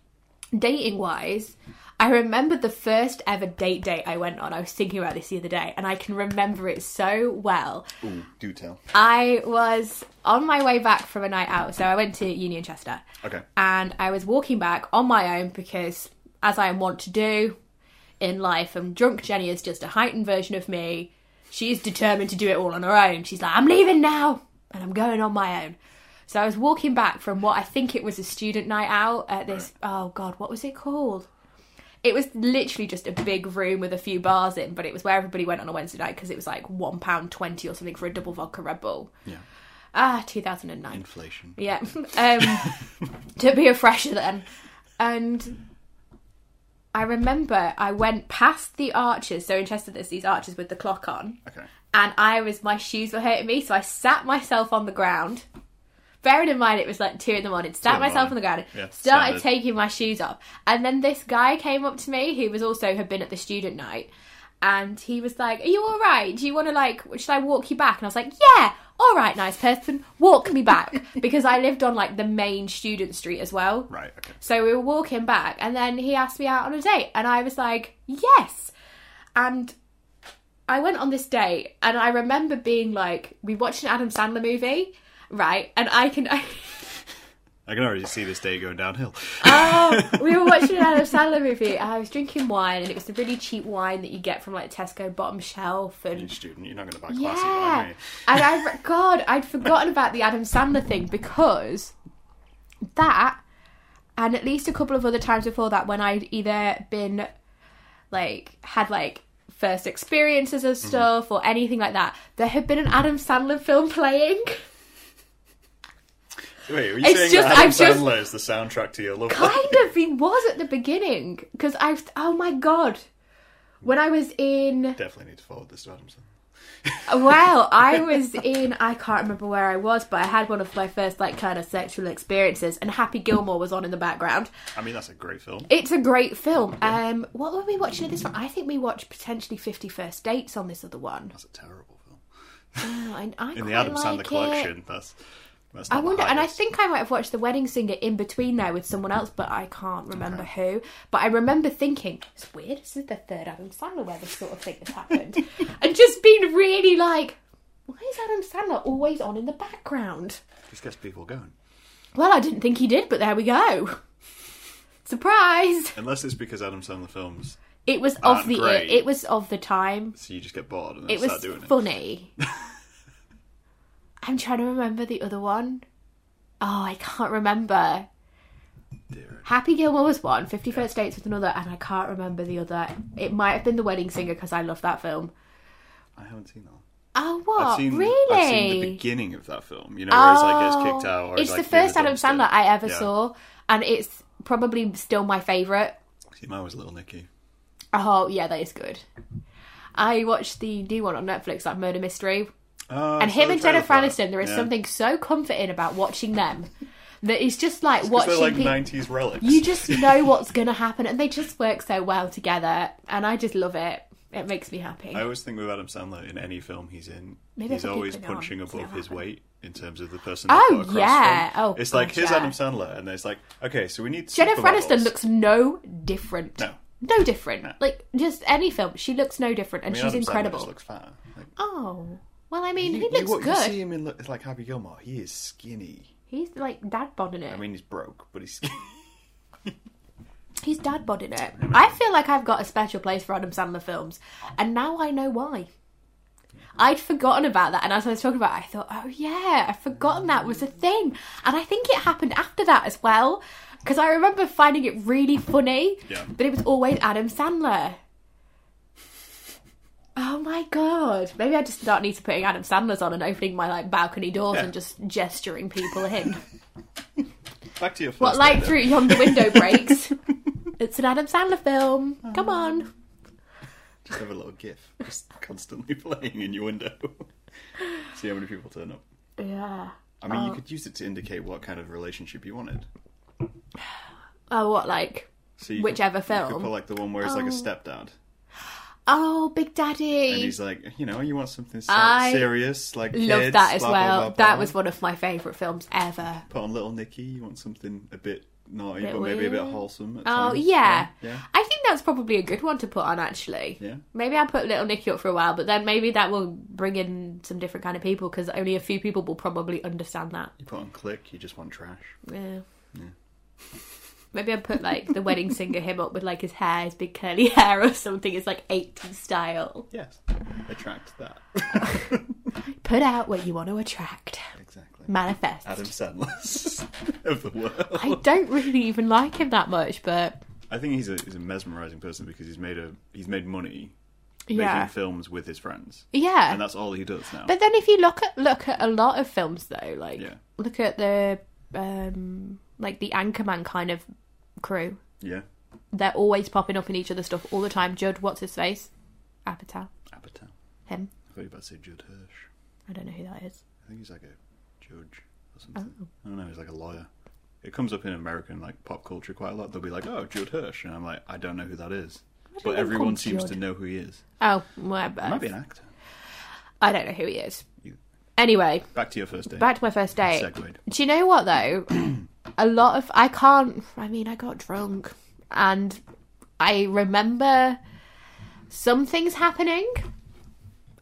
[SPEAKER 1] dating wise, I remember the first ever date date I went on. I was thinking about this the other day, and I can remember it so well.
[SPEAKER 2] Ooh, do tell.
[SPEAKER 1] I was on my way back from a night out, so I went to Union Chester
[SPEAKER 2] Okay.
[SPEAKER 1] and I was walking back on my own because, as I am wont to do in life, and drunk Jenny is just a heightened version of me. She's determined to do it all on her own. She's like, I'm leaving now, and I'm going on my own. So I was walking back from what I think it was a student night out at this. Oh God, what was it called? It was literally just a big room with a few bars in, but it was where everybody went on a Wednesday night because it was like one pound twenty or something for a double vodka Red Bull.
[SPEAKER 2] Yeah.
[SPEAKER 1] Ah, two thousand and nine.
[SPEAKER 2] Inflation.
[SPEAKER 1] Yeah. Um, to be a fresher then. And I remember I went past the arches. So in Chester, there's these arches with the clock on.
[SPEAKER 2] Okay.
[SPEAKER 1] And I was, my shoes were hurting me. So I sat myself on the ground. Bearing in mind it was like two in the morning, sat
[SPEAKER 2] in the
[SPEAKER 1] myself on the
[SPEAKER 2] morning.
[SPEAKER 1] ground,
[SPEAKER 2] Yeah,
[SPEAKER 1] started
[SPEAKER 2] standard.
[SPEAKER 1] taking my shoes off. And then this guy came up to me who was also had been at the student night. And he was like, Are you alright? Do you want to, like, should I walk you back? And I was like, Yeah, alright, nice person, walk me
[SPEAKER 2] <laughs>
[SPEAKER 1] back. because I lived on, like, the main student street as well.
[SPEAKER 2] Right. Okay.
[SPEAKER 1] So we were walking back, and then he asked me out on a date, and I was like, yes. And I went on this date, and I remember being like, we watched an Adam Sandler movie, right? And I can. <laughs> I,
[SPEAKER 2] I can already see this day
[SPEAKER 1] <laughs>
[SPEAKER 2] going downhill.
[SPEAKER 1] oh, we were watching an Adam Sandler movie, and I was drinking wine, and it was the really cheap wine that you get from like Tesco bottom shelf, and
[SPEAKER 2] You student, you're not going to buy classy wine, are
[SPEAKER 1] Yeah,
[SPEAKER 2] you?
[SPEAKER 1] and I God, I'd forgotten about the Adam Sandler thing because that, and at least a couple of other times before that, when I'd either been like had like first experiences of stuff or anything like that, there had been an Adam Sandler film <laughs> playing.
[SPEAKER 2] Wait, are you
[SPEAKER 1] It's
[SPEAKER 2] saying
[SPEAKER 1] just-
[SPEAKER 2] that Adam
[SPEAKER 1] I've just-
[SPEAKER 2] Sandler is the soundtrack to your love
[SPEAKER 1] kind
[SPEAKER 2] life?
[SPEAKER 1] of, it was at the beginning because I. Oh my God. When I was in,
[SPEAKER 2] Definitely need to forward this to Adam Sandler.
[SPEAKER 1] well, I was in, I can't remember where I was, but I had one of my first, like, kind of sexual experiences, and Happy Gilmore was on in the background.
[SPEAKER 2] I mean, that's a great film.
[SPEAKER 1] It's a great film. Um, what were we watching at this one? I think we watched potentially Fifty First Dates on this other one.
[SPEAKER 2] That's a terrible film.
[SPEAKER 1] Oh, I, I
[SPEAKER 2] In
[SPEAKER 1] quite
[SPEAKER 2] the Adam
[SPEAKER 1] like
[SPEAKER 2] Sandler
[SPEAKER 1] it.
[SPEAKER 2] collection, that's that's. Not
[SPEAKER 1] I
[SPEAKER 2] the
[SPEAKER 1] wonder, and I
[SPEAKER 2] highest.
[SPEAKER 1] think I might have watched The Wedding Singer in between there with someone else, but I can't remember who. But I remember thinking, it's weird, this is the third Adam Sandler where this sort of thing has
[SPEAKER 2] <laughs>
[SPEAKER 1] happened. and just being really like, why is Adam Sandler always on in the background?
[SPEAKER 2] this gets people going.
[SPEAKER 1] Well, I didn't think he did, but there we go. Surprise!
[SPEAKER 2] Unless it's because Adam Sandler films,
[SPEAKER 1] It was of
[SPEAKER 2] Aren't
[SPEAKER 1] the
[SPEAKER 2] great.
[SPEAKER 1] it was of the time.
[SPEAKER 2] so you just get bored and then
[SPEAKER 1] It
[SPEAKER 2] start
[SPEAKER 1] was
[SPEAKER 2] doing it. <laughs>
[SPEAKER 1] funny. I'm trying to remember the other one. Oh, I can't remember.
[SPEAKER 2] Dear.
[SPEAKER 1] Happy Gilmore was one, Fifty First Dates was another, and I can't remember the other. It might have been The Wedding Singer because I love that film.
[SPEAKER 2] I haven't seen that. one.
[SPEAKER 1] Oh, what?
[SPEAKER 2] I've seen,
[SPEAKER 1] really? Oh,
[SPEAKER 2] I've seen the beginning of that film. You know, where his like gets kicked out. Or
[SPEAKER 1] it's
[SPEAKER 2] he's,
[SPEAKER 1] the
[SPEAKER 2] like, through
[SPEAKER 1] first Adam
[SPEAKER 2] dumpster.
[SPEAKER 1] Sandler I ever
[SPEAKER 2] Yeah.
[SPEAKER 1] saw, and it's probably still my favourite.
[SPEAKER 2] See, mine was Little Nicky.
[SPEAKER 1] Oh yeah, that is good. I watched the new one on Netflix, like Murder Mystery,
[SPEAKER 2] Oh,
[SPEAKER 1] and
[SPEAKER 2] I saw
[SPEAKER 1] him
[SPEAKER 2] the
[SPEAKER 1] and
[SPEAKER 2] trailer
[SPEAKER 1] Jennifer
[SPEAKER 2] for that.
[SPEAKER 1] Aniston. There is
[SPEAKER 2] Yeah.
[SPEAKER 1] something so comforting about watching them that it's just like
[SPEAKER 2] 'Cause
[SPEAKER 1] watching
[SPEAKER 2] they're like
[SPEAKER 1] people.
[SPEAKER 2] '90s relics.
[SPEAKER 1] You just know what's going to happen, and they just work so well together, and I just love it. It makes me happy.
[SPEAKER 2] I always think with Adam Sandler in any film he's in,
[SPEAKER 1] Maybe I
[SPEAKER 2] he's
[SPEAKER 1] could keep
[SPEAKER 2] always
[SPEAKER 1] putting it on.
[SPEAKER 2] punching
[SPEAKER 1] See what
[SPEAKER 2] above his
[SPEAKER 1] happens.
[SPEAKER 2] weight in terms of the person.
[SPEAKER 1] Oh,
[SPEAKER 2] they've got across
[SPEAKER 1] yeah.
[SPEAKER 2] From.
[SPEAKER 1] Oh,
[SPEAKER 2] it's like
[SPEAKER 1] God,
[SPEAKER 2] here's
[SPEAKER 1] yeah.
[SPEAKER 2] Adam Sandler, and it's like okay, so we need
[SPEAKER 1] Jennifer
[SPEAKER 2] supermodels.
[SPEAKER 1] Aniston looks no different.
[SPEAKER 2] No.
[SPEAKER 1] No different. Like just any film, she looks no different, and
[SPEAKER 2] I mean,
[SPEAKER 1] she's
[SPEAKER 2] Adam Sandler
[SPEAKER 1] incredible.
[SPEAKER 2] just looks fat. Like,
[SPEAKER 1] Oh well, I mean,
[SPEAKER 2] you,
[SPEAKER 1] he
[SPEAKER 2] you-
[SPEAKER 1] looks
[SPEAKER 2] what- you
[SPEAKER 1] good.
[SPEAKER 2] see him in look- it's like Happy Gilmore. He is skinny.
[SPEAKER 1] He's like dad bodding it.
[SPEAKER 2] I mean, he's broke, but he's skinny. <laughs>
[SPEAKER 1] He's dad bodding it. I feel like I've got a special place for Adam Sandler films, and now I know why. I'd forgotten about that, and as I was talking about it, I thought, oh yeah, I've forgotten that was a thing. And I think it happened after that as well. Because I remember finding it really funny
[SPEAKER 2] Yeah.
[SPEAKER 1] that it was always Adam Sandler. Oh my god! Maybe I just start need to putting Adam Sandler's on and opening my like balcony doors
[SPEAKER 2] Yeah.
[SPEAKER 1] and just gesturing people in.
[SPEAKER 2] Back to your first.
[SPEAKER 1] What like
[SPEAKER 2] idea.
[SPEAKER 1] through yonder window
[SPEAKER 2] <laughs>
[SPEAKER 1] breaks? it's an Adam Sandler film. Come
[SPEAKER 2] Uh-huh.
[SPEAKER 1] on.
[SPEAKER 2] Just <laughs> have a little GIF just constantly <laughs> playing in your window. See how many people turn up.
[SPEAKER 1] Yeah.
[SPEAKER 2] I mean, you could use it to indicate what kind of relationship you wanted.
[SPEAKER 1] Oh, what like?
[SPEAKER 2] So you
[SPEAKER 1] Whichever
[SPEAKER 2] could, You
[SPEAKER 1] film.
[SPEAKER 2] could put like the one where it's like a stepdad,
[SPEAKER 1] Oh, Big Daddy.
[SPEAKER 2] and he's like, you know, you want something se-
[SPEAKER 1] I
[SPEAKER 2] serious, like
[SPEAKER 1] Love
[SPEAKER 2] kids,
[SPEAKER 1] that as
[SPEAKER 2] blah, blah,
[SPEAKER 1] well.
[SPEAKER 2] blah,
[SPEAKER 1] That
[SPEAKER 2] blah.
[SPEAKER 1] was one of my favourite films ever.
[SPEAKER 2] Put on Little Nicky. You want something a bit naughty,
[SPEAKER 1] Bit
[SPEAKER 2] but maybe a bit
[SPEAKER 1] weird.
[SPEAKER 2] wholesome. At
[SPEAKER 1] Oh
[SPEAKER 2] times.
[SPEAKER 1] yeah.
[SPEAKER 2] yeah,
[SPEAKER 1] I think that's probably a good one to put on actually.
[SPEAKER 2] yeah.
[SPEAKER 1] Maybe I put Little Nicky up for a while, but then maybe that will bring in some different kind of people because only a few people will probably understand that.
[SPEAKER 2] You put on Click. You just want trash.
[SPEAKER 1] Yeah. Maybe I put like the wedding singer him up with like his hair, his big curly <laughs> hair or something. It's like 80s style.
[SPEAKER 2] Yes, attract that.
[SPEAKER 1] Put out what you want to attract.
[SPEAKER 2] exactly.
[SPEAKER 1] Manifest.
[SPEAKER 2] Adam Sandler's <laughs> of the world.
[SPEAKER 1] I don't really even like him that much, but
[SPEAKER 2] I think he's a he's a mesmerizing person because he's made a he's made money
[SPEAKER 1] yeah.
[SPEAKER 2] making films with his friends,
[SPEAKER 1] Yeah.
[SPEAKER 2] and uh, that's all he does now.
[SPEAKER 1] But then if you look at look at a lot of films though, like
[SPEAKER 2] Yeah.
[SPEAKER 1] look at the um like the Anchorman kind of crew.
[SPEAKER 2] yeah,
[SPEAKER 1] They're always popping up in each other's stuff all the time. Judd, what's his face? Apatow.
[SPEAKER 2] Apatow. I
[SPEAKER 1] Him.
[SPEAKER 2] thought you were about to say Judd Hirsch.
[SPEAKER 1] I don't know who that is.
[SPEAKER 2] I think he's like a judge or something.
[SPEAKER 1] Oh.
[SPEAKER 2] I don't know. He's like a lawyer. It comes up in American like pop culture quite a lot. They'll be like, "Oh, Judd Hirsch," and I'm like, "I don't know who that is,"
[SPEAKER 1] know
[SPEAKER 2] but
[SPEAKER 1] if
[SPEAKER 2] everyone
[SPEAKER 1] called
[SPEAKER 2] seems to
[SPEAKER 1] Judd.
[SPEAKER 2] know who he is.
[SPEAKER 1] Oh, well,
[SPEAKER 2] Might be an actor.
[SPEAKER 1] I don't know who he is.
[SPEAKER 2] You-
[SPEAKER 1] Anyway,
[SPEAKER 2] Back to your first date.
[SPEAKER 1] back to my first date.
[SPEAKER 2] Segued.
[SPEAKER 1] Do you know what though? a lot of I can't. I mean, I got drunk, and I remember some things happening,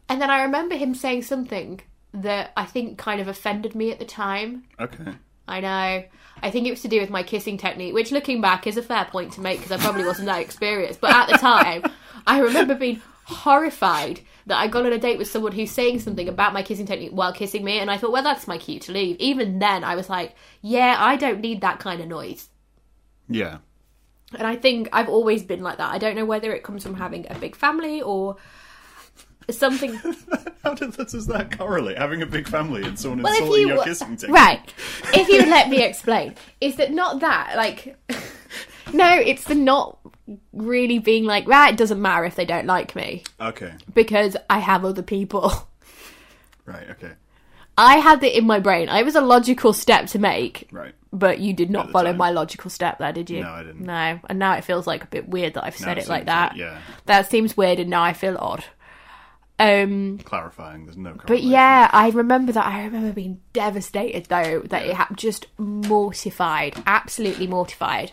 [SPEAKER 1] and then I remember him saying something that I think kind of offended me at the time.
[SPEAKER 2] Okay.
[SPEAKER 1] I know. I think it was to do with my kissing technique, which looking back is a fair point to make because I probably wasn't that experienced. But at the time, I remember being horrified that I got on a date with someone who's saying something about my kissing technique while kissing me, and I thought, well, that's my cue to leave. Even then, I was like, yeah, I don't need that kind of noise.
[SPEAKER 2] Yeah. <laughs>
[SPEAKER 1] And I think I've always been like that. I don't know whether it comes from having a big family or something.
[SPEAKER 2] How does, does that correlate? Having a big family and someone
[SPEAKER 1] Well,
[SPEAKER 2] insulting your
[SPEAKER 1] were-
[SPEAKER 2] kissing technique.
[SPEAKER 1] <laughs> Right. If you would let me explain, is that not that like? <laughs> no, it's the not really being like right. It doesn't matter if they don't like me
[SPEAKER 2] Okay.
[SPEAKER 1] because I have other people. <laughs>
[SPEAKER 2] Right. Okay.
[SPEAKER 1] I had it in my brain. It was a logical step to make,
[SPEAKER 2] Right.
[SPEAKER 1] but you did
[SPEAKER 2] At
[SPEAKER 1] not
[SPEAKER 2] the
[SPEAKER 1] follow
[SPEAKER 2] time.
[SPEAKER 1] my logical step there, did you?
[SPEAKER 2] No, I didn't.
[SPEAKER 1] No, and now it feels like a bit weird that I've said
[SPEAKER 2] Now
[SPEAKER 1] it like
[SPEAKER 2] seems
[SPEAKER 1] that.
[SPEAKER 2] Yeah.
[SPEAKER 1] That seems weird, and now I feel odd. Um,
[SPEAKER 2] Clarifying. There's no.
[SPEAKER 1] But yeah, I remember that. I remember being devastated though that it happened, just mortified, absolutely mortified,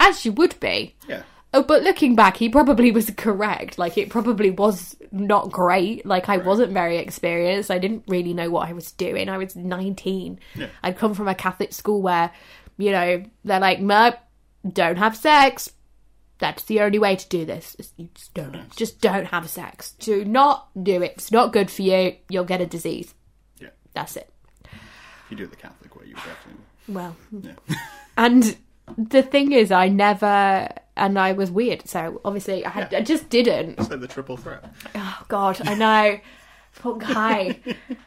[SPEAKER 1] as you would be.
[SPEAKER 2] Yeah.
[SPEAKER 1] Oh, but looking back, he probably was correct. Like it probably was not great. Like I wasn't very experienced. I didn't really know what I was doing. I was nineteen.
[SPEAKER 2] Yeah.
[SPEAKER 1] I'd come from a Catholic school where, you know, they're like, no, don't have sex. That's the only way to do this. It's- You just don't. Just don't have sex. Do not do it. It's not good for you. You'll get a disease.
[SPEAKER 2] Yeah.
[SPEAKER 1] That's it.
[SPEAKER 2] If you do it the Catholic way, you definitely.
[SPEAKER 1] Well,
[SPEAKER 2] <laughs> Yeah.
[SPEAKER 1] and the thing is, I never, and I was weird. So obviously, I, had,
[SPEAKER 2] Yeah.
[SPEAKER 1] I just didn't.
[SPEAKER 2] it's like the triple threat.
[SPEAKER 1] Oh God, I know. Poor guy.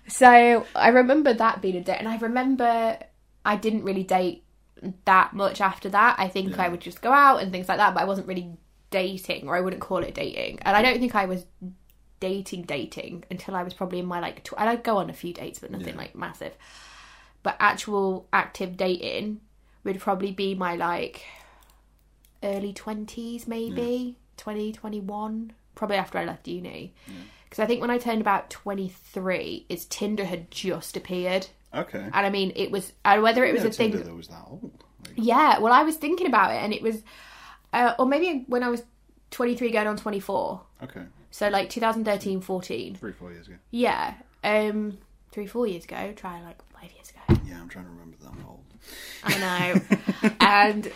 [SPEAKER 1] so I remember that being a date, and I remember I didn't really date that much after that. I think I would just go out and things like that, but I wasn't really dating, or I wouldn't call it dating. And I don't think I was dating dating until I was probably in my like. Tw- and I'd go on a few dates, but nothing like massive. But actual active dating would probably be my like early
[SPEAKER 2] Hmm.
[SPEAKER 1] 20s maybe twenty twenty one, 20 21 probably after i left uni
[SPEAKER 2] Hmm.
[SPEAKER 1] because i think when i turned about 23 is tinder had just appeared
[SPEAKER 2] Okay.
[SPEAKER 1] and i mean it was and whether it was
[SPEAKER 2] Yeah,
[SPEAKER 1] a thing
[SPEAKER 2] Tinder though was that old. Like,
[SPEAKER 1] yeah well i was thinking about it and it was uh, or maybe when i was 23 going on 24
[SPEAKER 2] okay,
[SPEAKER 1] so like 2013 14
[SPEAKER 2] three four years ago.
[SPEAKER 1] yeah um three four years ago try like five years ago
[SPEAKER 2] Yeah, I'm trying to remember that I'm old.
[SPEAKER 1] I know. and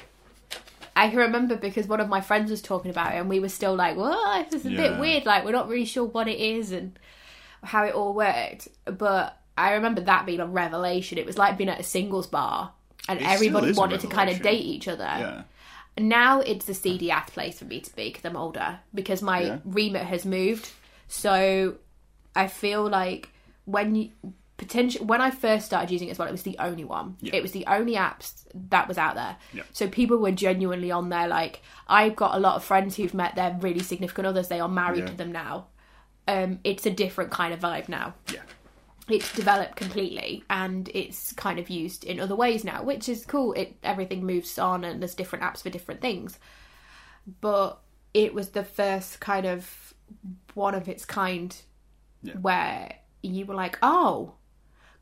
[SPEAKER 1] I can remember because one of my friends was talking about it, and we were still like, "Well, this is a
[SPEAKER 2] Yeah.
[SPEAKER 1] bit weird. Like, we're not really sure what it is and how it all worked." But I remember that being a revelation. It was like being at a singles bar and
[SPEAKER 2] It still
[SPEAKER 1] everybody
[SPEAKER 2] is a
[SPEAKER 1] wanted to kind of
[SPEAKER 2] revelation.
[SPEAKER 1] date each other.
[SPEAKER 2] yeah.
[SPEAKER 1] Now it's the CDF place for me to be because I'm older because my
[SPEAKER 2] Yeah.
[SPEAKER 1] remit has moved. So I feel like when you potential when I first started using it as well, it was the only one.
[SPEAKER 2] Yeah.
[SPEAKER 1] It was the only apps that was out there.
[SPEAKER 2] Yeah.
[SPEAKER 1] So people were genuinely on there. Like I've got a lot of friends who've met their really significant others. They are married
[SPEAKER 2] Yeah.
[SPEAKER 1] to them now. Um, it's a different kind of vibe now
[SPEAKER 2] Yeah.
[SPEAKER 1] it's developed completely and it's kind of used in other ways now, which is cool. It everything moves on and there's different apps for different things. But it was the first kind of one of its kind
[SPEAKER 2] Yeah.
[SPEAKER 1] where you were like, "Oh,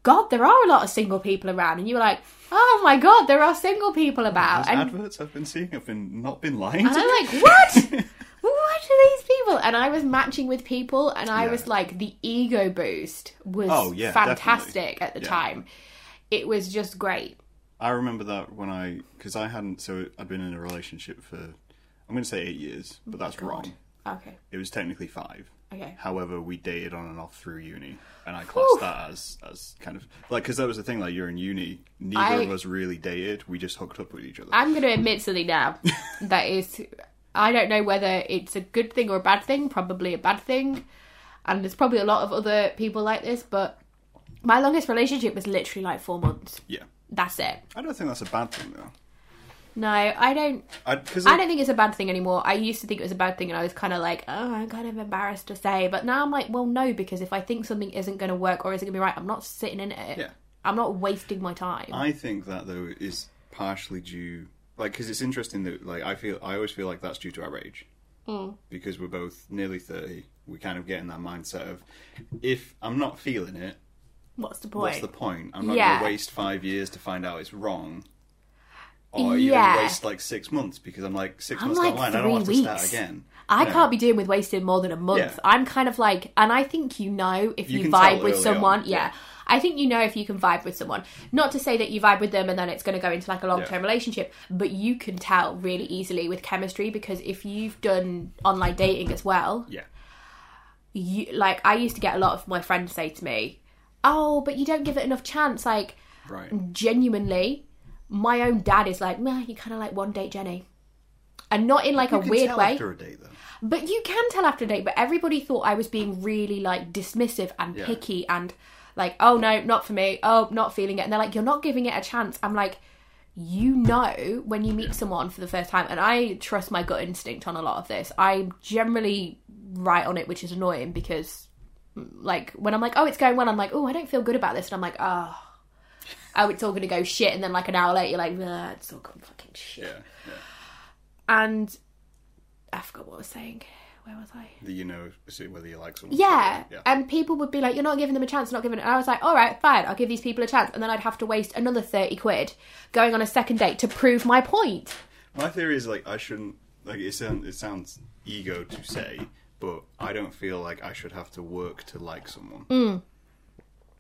[SPEAKER 1] god, there are a lot of single people around." And you were like, "Oh my god, there are single people about."
[SPEAKER 2] Those
[SPEAKER 1] And
[SPEAKER 2] adverts I've been seeing have been not been lying.
[SPEAKER 1] and
[SPEAKER 2] to
[SPEAKER 1] I'm
[SPEAKER 2] <laughs>
[SPEAKER 1] like, what? what are these people? And I was matching with people, and I
[SPEAKER 2] Yeah.
[SPEAKER 1] was like, the ego boost was
[SPEAKER 2] Oh, yeah,
[SPEAKER 1] fantastic at the
[SPEAKER 2] Yeah.
[SPEAKER 1] time. It was just great.
[SPEAKER 2] I remember that when I because I hadn't so I'd been in a relationship for I'm going to say eight years, but that's wrong.
[SPEAKER 1] Okay,
[SPEAKER 2] It was technically five.
[SPEAKER 1] okay,
[SPEAKER 2] However, we dated on and off through uni, and I classed
[SPEAKER 1] Whew.
[SPEAKER 2] that as as kind of like because that was the thing. Like you're in uni, neither
[SPEAKER 1] I-
[SPEAKER 2] of us really dated. We just hooked up with each other.
[SPEAKER 1] I'm going to admit something
[SPEAKER 2] <laughs>
[SPEAKER 1] now. that is, I don't know whether it's a good thing or a bad thing. Probably a bad thing. And there's probably a lot of other people like this, but my longest relationship was literally like four months.
[SPEAKER 2] yeah,
[SPEAKER 1] That's it.
[SPEAKER 2] I don't think that's a bad thing though.
[SPEAKER 1] No, I don't.
[SPEAKER 2] I because
[SPEAKER 1] I don't think it's a bad thing anymore. I used to think it was a bad thing, and I was kind of like, oh, I'm kind of embarrassed to say. But now I'm like, well, no, because if I think something isn't going to work or isn't going to be right, I'm not sitting in it.
[SPEAKER 2] Yeah.
[SPEAKER 1] I'm not wasting my time.
[SPEAKER 2] I think that though is partially due, like, because it's interesting that, like, I feel I always feel like that's due to our age,
[SPEAKER 1] Mm.
[SPEAKER 2] because we're both nearly thirty. We kind of get in that mindset of, if I'm not feeling it,
[SPEAKER 1] What's the
[SPEAKER 2] what's
[SPEAKER 1] point?
[SPEAKER 2] the point? I'm not
[SPEAKER 1] Yeah.
[SPEAKER 2] going to waste five years to find out it's wrong, or
[SPEAKER 1] Yeah.
[SPEAKER 2] even waste like six months because I'm like 6
[SPEAKER 1] I'm
[SPEAKER 2] months
[SPEAKER 1] like
[SPEAKER 2] down the line, I don't want
[SPEAKER 1] three
[SPEAKER 2] to start
[SPEAKER 1] weeks.
[SPEAKER 2] again.
[SPEAKER 1] I
[SPEAKER 2] Yeah.
[SPEAKER 1] can't be doing with wasting more than a month.
[SPEAKER 2] Yeah.
[SPEAKER 1] I'm kind of like, and I think you know if
[SPEAKER 2] You
[SPEAKER 1] you,
[SPEAKER 2] can
[SPEAKER 1] vibe
[SPEAKER 2] tell
[SPEAKER 1] with
[SPEAKER 2] early
[SPEAKER 1] someone.
[SPEAKER 2] on,
[SPEAKER 1] Yeah. I think you know if you can vibe with someone. Not to say that you vibe with them and then it's going to go into like a long term
[SPEAKER 2] Yeah.
[SPEAKER 1] relationship, but you can tell really easily with chemistry because if you've done online dating as well,
[SPEAKER 2] Yeah,
[SPEAKER 1] you like I used to get a lot of my friends say to me, "Oh, but you don't give it enough chance." Like
[SPEAKER 2] right.
[SPEAKER 1] genuinely, my own dad is like, "Nah, you kind of like one date Jenny," and not in like a
[SPEAKER 2] You can
[SPEAKER 1] weird
[SPEAKER 2] tell
[SPEAKER 1] way.
[SPEAKER 2] after a date though.
[SPEAKER 1] But you can tell after a date. But everybody thought I was being really like dismissive and
[SPEAKER 2] Yeah.
[SPEAKER 1] picky and like, "Oh no, not for me. Oh, not feeling it." And they're like, "You're not giving it a chance." I'm like. You know when you meet someone for the first time, and I trust my gut instinct on a lot of this. I'm generally right on it, which is annoying because like when I'm like, oh, it's going well, I'm like, oh, I don't feel good about this, and I'm like, oh, oh, it's all gonna go shit, and then like an hour later, you're like, nah, it's all gone fucking shit.
[SPEAKER 2] Yeah, yeah.
[SPEAKER 1] And I forgot what I was saying. Where was I?
[SPEAKER 2] That you know see whether you like someone.
[SPEAKER 1] Yeah.
[SPEAKER 2] yeah.
[SPEAKER 1] and people would be like, "You're not giving them a chance, not giving." And I was like, "All right, fine, I'll give these people a chance," and then I'd have to waste another thirty quid going on a second date to prove my point.
[SPEAKER 2] My theory is like I shouldn't like it sounds it sounds ego to say, but I don't feel like I should have to work to like someone.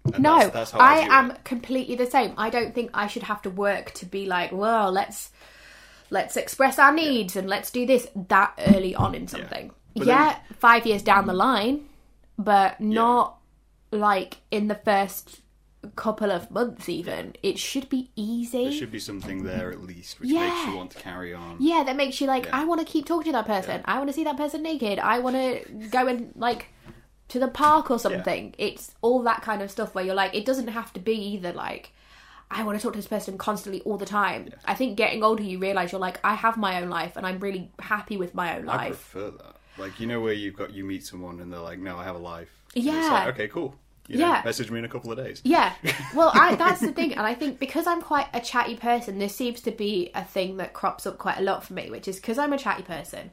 [SPEAKER 2] And
[SPEAKER 1] No,
[SPEAKER 2] that's, that's how
[SPEAKER 1] I,
[SPEAKER 2] I, view
[SPEAKER 1] am
[SPEAKER 2] It.
[SPEAKER 1] completely the same. I don't think I should have to work to be like, well, let's let's express our needs and let's do this that early on in something. Yeah,
[SPEAKER 2] But then-
[SPEAKER 1] five years down the line, but not like in the first couple of months. Even it should be easy.
[SPEAKER 2] There should be something there at least, which makes
[SPEAKER 1] Mm. Yeah.
[SPEAKER 2] you want to carry on.
[SPEAKER 1] yeah, that makes you like,
[SPEAKER 2] Yeah.
[SPEAKER 1] I want to keep talking to that person. I want to see that person naked. I want to go and like to the park or something. It's all that kind of stuff where you're like, it doesn't have to be either like I want to talk to this person constantly all the time. I think getting older, you realize you're like, I have my own life, and I'm really happy with my own
[SPEAKER 2] I
[SPEAKER 1] life.
[SPEAKER 2] prefer that. Like you know where you've got you meet someone and they're like, no, I have a life. And It's
[SPEAKER 1] Yeah.
[SPEAKER 2] like, okay, cool. You
[SPEAKER 1] Yeah.
[SPEAKER 2] Know, message me in a couple of days.
[SPEAKER 1] Yeah. Well,
[SPEAKER 2] <laughs>
[SPEAKER 1] I, that's the thing, and I think because I'm quite a chatty person, this seems to be a thing that crops up quite a lot for me, which is because I'm a chatty person.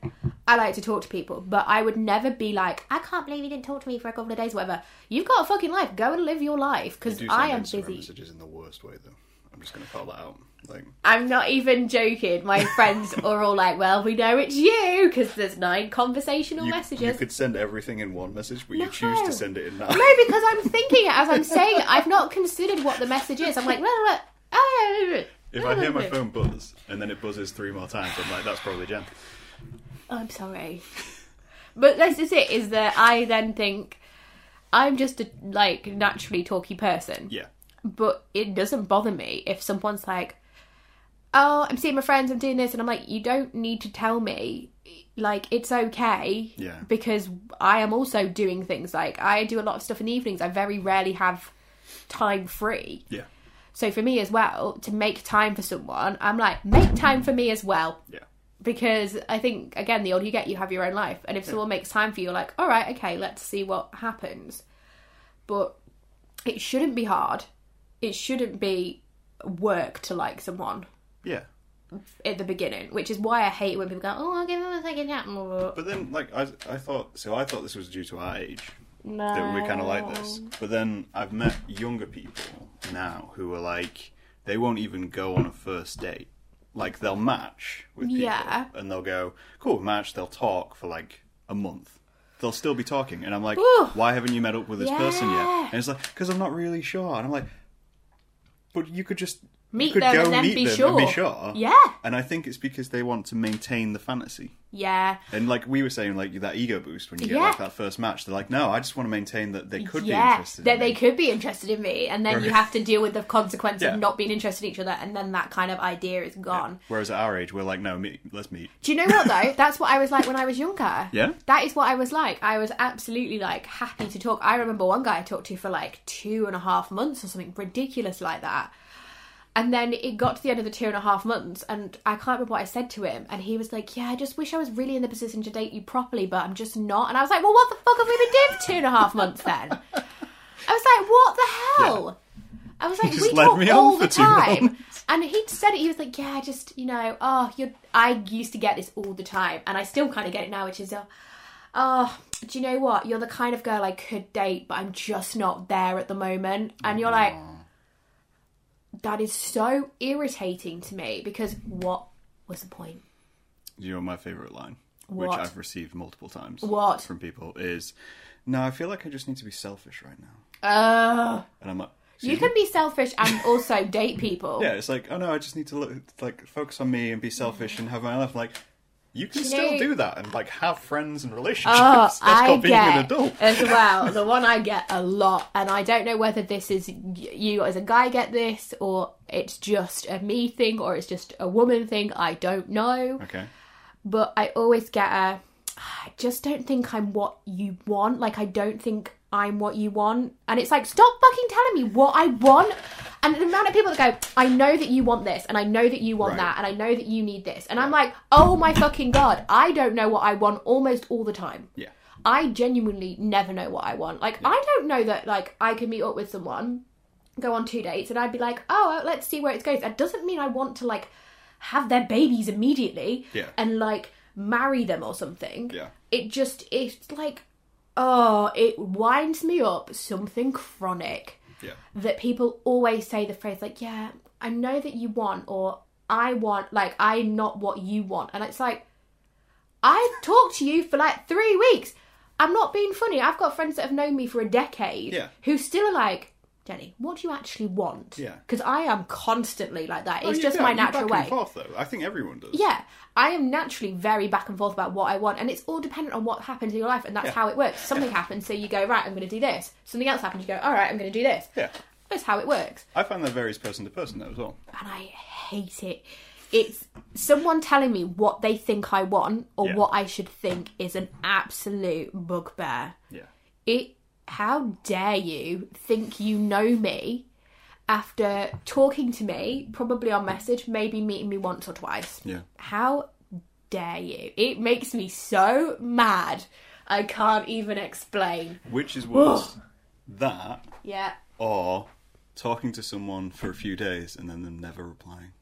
[SPEAKER 1] I like to talk to people, but I would never be like, I can't believe you didn't talk to me for a couple of days, whatever. You've got a fucking life. Go and live your life because
[SPEAKER 2] Do
[SPEAKER 1] I
[SPEAKER 2] send
[SPEAKER 1] am
[SPEAKER 2] Instagram
[SPEAKER 1] busy.
[SPEAKER 2] messages in the worst way though. I'm just gonna call that out. Like
[SPEAKER 1] I'm not even joking. My
[SPEAKER 2] <laughs>
[SPEAKER 1] friends are all like, well, we know it's you because there's nine conversational
[SPEAKER 2] you, you
[SPEAKER 1] messages.
[SPEAKER 2] could send everything in one message, but
[SPEAKER 1] No.
[SPEAKER 2] you choose to send it in nine.
[SPEAKER 1] No, because I'm thinking it as I'm saying it. I've not considered what the message is. I'm like, well, look, oh,
[SPEAKER 2] If I hear my phone buzz and then it buzzes three more times, I'm like, that's probably Jen.
[SPEAKER 1] I'm sorry. But this is it, is that I then think I'm just a like naturally talky person.
[SPEAKER 2] Yeah.
[SPEAKER 1] But it doesn't bother me if someone's like, oh, I'm seeing my friends, I'm doing this, and I'm like, you don't need to tell me. Like, it's okay.
[SPEAKER 2] Yeah.
[SPEAKER 1] Because I am also doing things. Like, I do a lot of stuff in the evenings. I very rarely have time free.
[SPEAKER 2] Yeah.
[SPEAKER 1] So for me as well, to make time for someone, I'm like, make time for me as well.
[SPEAKER 2] Yeah.
[SPEAKER 1] Because I think again, the older you get, you have your own life, and if someone makes time for you, you're like, all right, okay, let's see what happens. But it shouldn't be hard. It shouldn't be work to like someone
[SPEAKER 2] Yeah.
[SPEAKER 1] at the beginning, which is why I hate when people go, "Oh, I'll give them a second chat." No,
[SPEAKER 2] But then, like, I, I thought, so I thought this was due to our age that we're kind of
[SPEAKER 1] Oh.
[SPEAKER 2] like this. But then I've met younger people now who are like, they won't even go on a first date. Like, they'll match with people.
[SPEAKER 1] Yeah.
[SPEAKER 2] And they'll go, cool, match. They'll talk for like a month. They'll still be talking. And I'm like,
[SPEAKER 1] Ooh.
[SPEAKER 2] why haven't you met up with this person yet?
[SPEAKER 1] Yeah.
[SPEAKER 2] And it's like, because I'm not really sure. And I'm like, but you could just
[SPEAKER 1] Meet
[SPEAKER 2] you could
[SPEAKER 1] them
[SPEAKER 2] go
[SPEAKER 1] and then
[SPEAKER 2] meet
[SPEAKER 1] be
[SPEAKER 2] them
[SPEAKER 1] sure.
[SPEAKER 2] and be sure.
[SPEAKER 1] Yeah,
[SPEAKER 2] And I think it's because they want to maintain the fantasy.
[SPEAKER 1] yeah,
[SPEAKER 2] And like we were saying, like that ego boost when you get
[SPEAKER 1] Yeah.
[SPEAKER 2] like that first match, they're like, no, I just want to maintain that they could be
[SPEAKER 1] yeah.
[SPEAKER 2] interested.
[SPEAKER 1] That
[SPEAKER 2] in
[SPEAKER 1] they
[SPEAKER 2] me.
[SPEAKER 1] could be interested in me, and then you
[SPEAKER 2] Right.
[SPEAKER 1] have to deal with the consequence
[SPEAKER 2] Yeah.
[SPEAKER 1] of not being interested in each other, and then that kind of idea is gone.
[SPEAKER 2] Whereas at our age, we're like, no, meet, let's meet.
[SPEAKER 1] Do you know what though? That's what I was like when I was younger.
[SPEAKER 2] Yeah?
[SPEAKER 1] That is what I was like. I was absolutely like happy to talk. I remember one guy I talked to for like two and a half months or something ridiculous like that. And then it got to the end of the two and a half months, and I can't remember what I said to him. And he was like, Yeah, I just wish I was really in the position to date you properly, but I'm just not. And I was like, Well, what the fuck have we been doing for two and a half months then? I was like, What the hell? I was like,
[SPEAKER 2] just
[SPEAKER 1] We
[SPEAKER 2] led
[SPEAKER 1] talk
[SPEAKER 2] me on
[SPEAKER 1] all
[SPEAKER 2] for
[SPEAKER 1] the
[SPEAKER 2] two
[SPEAKER 1] time.
[SPEAKER 2] months.
[SPEAKER 1] And he said it. He was like, "Yeah, just you know, oh, you're." I used to get this all the time, and I still kind of get it now, which is, uh, oh, do you know what? You're the kind of girl I could date, but I'm just not there at the moment. And you're like, that is so irritating to me because what was the point?
[SPEAKER 2] You know my favorite line, which
[SPEAKER 1] What?
[SPEAKER 2] I've received multiple times
[SPEAKER 1] What?
[SPEAKER 2] from people is, no, I feel like I just need to be selfish right now.
[SPEAKER 1] Ugh.
[SPEAKER 2] And I'm like,
[SPEAKER 1] You
[SPEAKER 2] "Excuse
[SPEAKER 1] can
[SPEAKER 2] me?"
[SPEAKER 1] be selfish and also date people.
[SPEAKER 2] yeah, it's like, oh no, I just need to look, like focus on me and be selfish and have my life. Like, you can still
[SPEAKER 1] know-
[SPEAKER 2] do that and like have friends and relationships.
[SPEAKER 1] Oh,
[SPEAKER 2] <laughs> That's
[SPEAKER 1] I
[SPEAKER 2] called being
[SPEAKER 1] get
[SPEAKER 2] an adult.
[SPEAKER 1] as well. The one I get a lot, and I don't know whether this is y- you as a guy get this, or it's just a me thing, or it's just a woman thing. I don't know,
[SPEAKER 2] Okay.
[SPEAKER 1] but I always get a. "Ah, I just don't think I'm what you want. Like I don't think I'm what you want, and it's like stop fucking telling me what I want. And the amount of people that go, I know that you want this, and I know that you want
[SPEAKER 2] Right.
[SPEAKER 1] that, and I know that you need this, and I'm like, oh my fucking god, I don't know what I want almost all the time.
[SPEAKER 2] Yeah.
[SPEAKER 1] I genuinely never know what I want. Like, I don't know that, like, I can meet up with someone, go on two dates, and I'd be like, oh, well, let's see where it goes. That doesn't mean I want to, like, have their babies immediately
[SPEAKER 2] Yeah.
[SPEAKER 1] and, like, marry them or something.
[SPEAKER 2] Yeah.
[SPEAKER 1] It just, it's like, oh, it winds me up something chronic
[SPEAKER 2] Yeah.
[SPEAKER 1] that people always say the phrase like yeah i know that you want or i want like i'm not what you want and it's like i've talked to you for like three weeks i'm not being funny i've got friends that have known me for a decade
[SPEAKER 2] Yeah.
[SPEAKER 1] who still are like jenny what do you actually want
[SPEAKER 2] Yeah. Oh,
[SPEAKER 1] because i am constantly like that it's
[SPEAKER 2] You-
[SPEAKER 1] just
[SPEAKER 2] yeah,
[SPEAKER 1] my
[SPEAKER 2] you
[SPEAKER 1] natural
[SPEAKER 2] back
[SPEAKER 1] way
[SPEAKER 2] And forth, though. I think everyone does.
[SPEAKER 1] yeah, I am naturally very back and forth about what I want, and it's all dependent on what happens in your life, and that's how it works. Something happens, so you go right. I'm going to do this. Something else happens, you go all right. I'm going to do this.
[SPEAKER 2] Yeah.
[SPEAKER 1] that's how it works,
[SPEAKER 2] I find that varies person to person though as well.
[SPEAKER 1] and I hate it. It's someone telling me what they think I want or
[SPEAKER 2] Yeah.
[SPEAKER 1] what I should think is an absolute bugbear.
[SPEAKER 2] Yeah.
[SPEAKER 1] It. How dare you think you know me after talking to me, probably on message, maybe meeting me once or twice.
[SPEAKER 2] Yeah.
[SPEAKER 1] How dare you? It makes me so mad. I can't even explain.
[SPEAKER 2] Which is worse, that
[SPEAKER 1] Yeah.
[SPEAKER 2] or talking to someone for a few days and then them never replying.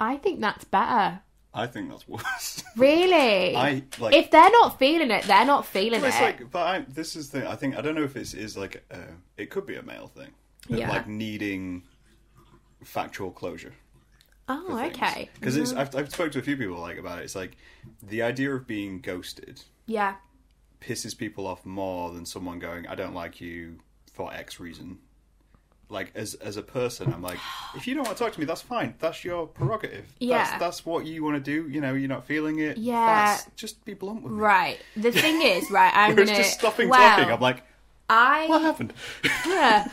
[SPEAKER 1] I think that's better.
[SPEAKER 2] I think that's worse. <laughs>
[SPEAKER 1] Really?
[SPEAKER 2] I like.
[SPEAKER 1] if they're not feeling it, they're not feeling
[SPEAKER 2] it's
[SPEAKER 1] it.
[SPEAKER 2] like, but I, this is the. I think I don't know if it's is like. Uh, it could be a male thing. of,
[SPEAKER 1] Yeah.
[SPEAKER 2] Like needing factual closure.
[SPEAKER 1] oh, okay.
[SPEAKER 2] Because it's. I've, I've spoke to a few people like about it. It's like the idea of being ghosted
[SPEAKER 1] Yeah.
[SPEAKER 2] pisses people off more than someone going, "I don't like you for X reason." Like as as a person, I'm like, if you don't want to talk to me, that's fine. That's your prerogative.
[SPEAKER 1] Yeah.
[SPEAKER 2] that's, that's what you want to do. You know, you're not feeling it.
[SPEAKER 1] Yeah.
[SPEAKER 2] that's, just be blunt with me.
[SPEAKER 1] Right. The
[SPEAKER 2] <laughs>
[SPEAKER 1] thing is, right, I'm
[SPEAKER 2] Whereas
[SPEAKER 1] gonna
[SPEAKER 2] just stopping
[SPEAKER 1] well,
[SPEAKER 2] talking, I'm like,
[SPEAKER 1] I
[SPEAKER 2] what happened?
[SPEAKER 1] <laughs> Yeah.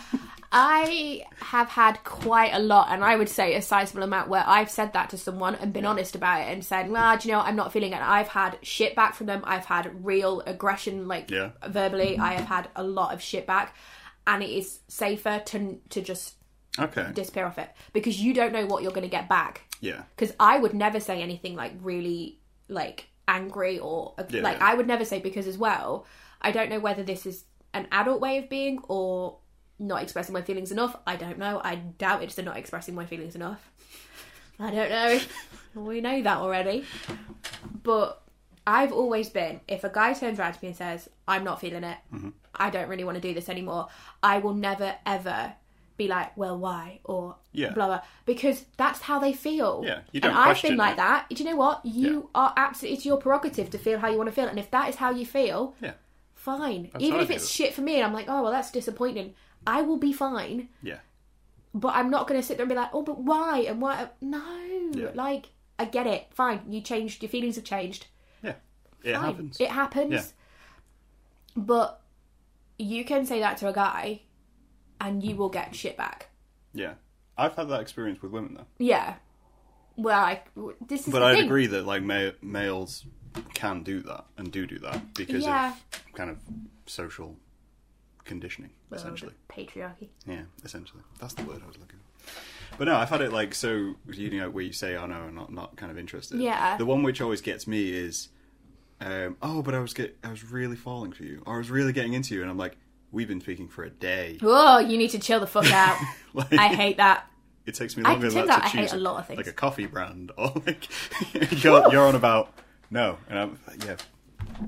[SPEAKER 1] I have had quite a lot, and I would say a sizable amount, where I've said that to someone and been honest about it and said, well, do you know what? I'm not feeling it. And I've had shit back from them. I've had real aggression, like
[SPEAKER 2] Yeah.
[SPEAKER 1] verbally. I have had a lot of shit back, and it is safer to to just
[SPEAKER 2] <laughs> Okay.
[SPEAKER 1] disappear off it because you don't know what you're going to get back
[SPEAKER 2] Yeah.
[SPEAKER 1] because I would never say anything like really like angry or
[SPEAKER 2] Yeah,
[SPEAKER 1] like
[SPEAKER 2] yeah.
[SPEAKER 1] I would never say because as well I don't know whether this is an adult way of being or not expressing my feelings enough. I don't know. I doubt it's the not expressing my feelings enough. I don't know. <laughs> we know that already. But I've always been if a guy turns around to me and says I'm not feeling it,
[SPEAKER 2] Mm-hmm.
[SPEAKER 1] I don't really want to do this anymore. I will never ever be like, well, why or
[SPEAKER 2] Yeah.
[SPEAKER 1] blah blah because that's how they feel.
[SPEAKER 2] Yeah, you don't
[SPEAKER 1] and I've
[SPEAKER 2] question
[SPEAKER 1] been like
[SPEAKER 2] it.
[SPEAKER 1] that. Do you know what? You are absolutely it's your prerogative to feel how you want to feel, and if that is how you feel,
[SPEAKER 2] Yeah.
[SPEAKER 1] fine.
[SPEAKER 2] That's
[SPEAKER 1] Even
[SPEAKER 2] how I
[SPEAKER 1] if it's
[SPEAKER 2] feel.
[SPEAKER 1] shit for me, and I'm like, oh well, that's disappointing. I will be fine,
[SPEAKER 2] Yeah.
[SPEAKER 1] but I'm not going to sit there and be like, oh, but why and why? No,
[SPEAKER 2] Yeah.
[SPEAKER 1] like I get it. Fine, you changed. Your feelings have changed.
[SPEAKER 2] Yeah. It
[SPEAKER 1] Fine.
[SPEAKER 2] happens.
[SPEAKER 1] It happens.
[SPEAKER 2] Yeah.
[SPEAKER 1] But you can say that to a guy, and you will get shit back.
[SPEAKER 2] yeah. I've had that experience with women though.
[SPEAKER 1] Yeah. Well, I, this is
[SPEAKER 2] But
[SPEAKER 1] the
[SPEAKER 2] I'd
[SPEAKER 1] thing.
[SPEAKER 2] agree that like ma- males can do that and do do that because
[SPEAKER 1] Yeah.
[SPEAKER 2] of kind of social conditioning essentially.
[SPEAKER 1] patriarchy.
[SPEAKER 2] Yeah, essentially. That's the word I was looking for. But no, I've had it like so you know where you say oh no, I'm not not kind of interested.
[SPEAKER 1] Yeah.
[SPEAKER 2] The one which always gets me is um, oh, but I was get I was really falling for you. Or I was really getting into you and I'm like we've been speaking for a day. <laughs>
[SPEAKER 1] Whoa, you need to chill the fuck out.
[SPEAKER 2] Like,
[SPEAKER 1] I hate that.
[SPEAKER 2] it takes me
[SPEAKER 1] I-
[SPEAKER 2] longer than
[SPEAKER 1] turns
[SPEAKER 2] that
[SPEAKER 1] out
[SPEAKER 2] to
[SPEAKER 1] I hate
[SPEAKER 2] choose
[SPEAKER 1] a lot of things.
[SPEAKER 2] like a coffee brand or like <laughs> you're, you're on about no and I'm yeah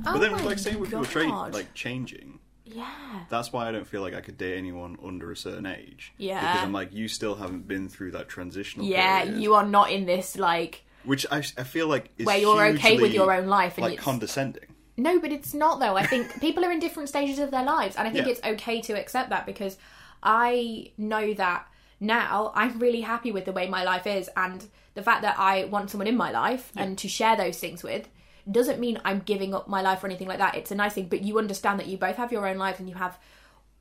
[SPEAKER 2] but then
[SPEAKER 1] Oh my
[SPEAKER 2] like same with people tra-
[SPEAKER 1] God.
[SPEAKER 2] like changing
[SPEAKER 1] Yeah.
[SPEAKER 2] that's why I don't feel like I could date anyone under a certain age
[SPEAKER 1] Yeah.
[SPEAKER 2] because I'm like you still haven't been through that transitional
[SPEAKER 1] Yeah,
[SPEAKER 2] period,
[SPEAKER 1] you are not in this, like.
[SPEAKER 2] which I, I feel like is
[SPEAKER 1] Where you're okay with
[SPEAKER 2] hugely,
[SPEAKER 1] your own life and
[SPEAKER 2] like
[SPEAKER 1] it's-
[SPEAKER 2] condescending
[SPEAKER 1] No, but it's not, though. I think people are in different stages of their lives, and I think
[SPEAKER 2] Yeah.
[SPEAKER 1] it's okay to accept that because I know that now I'm really happy with the way my life is, and the fact that I want someone in my life and to share those things with doesn't mean I'm giving up my life or anything like that. It's a nice thing, but you understand that you both have your own lives and you have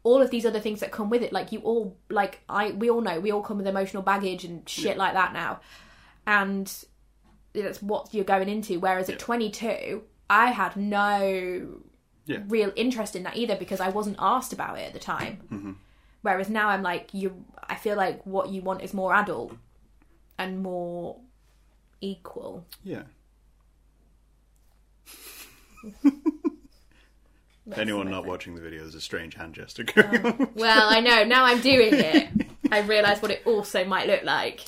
[SPEAKER 1] all of these other things that come with it like you all like i we all know we all come with emotional baggage and shit like that now and that's what you're going into whereas at 22 i had no
[SPEAKER 2] Yeah.
[SPEAKER 1] real interest in that either because i wasn't asked about it at the time
[SPEAKER 2] Mm-hmm.
[SPEAKER 1] whereas now i'm like you i feel like what you want is more adult and more equal
[SPEAKER 2] yeah anyone not watching the video there's a strange hand gesture going on <laughs>
[SPEAKER 1] Well, I know. Now I'm doing it. I realise what it also might look like.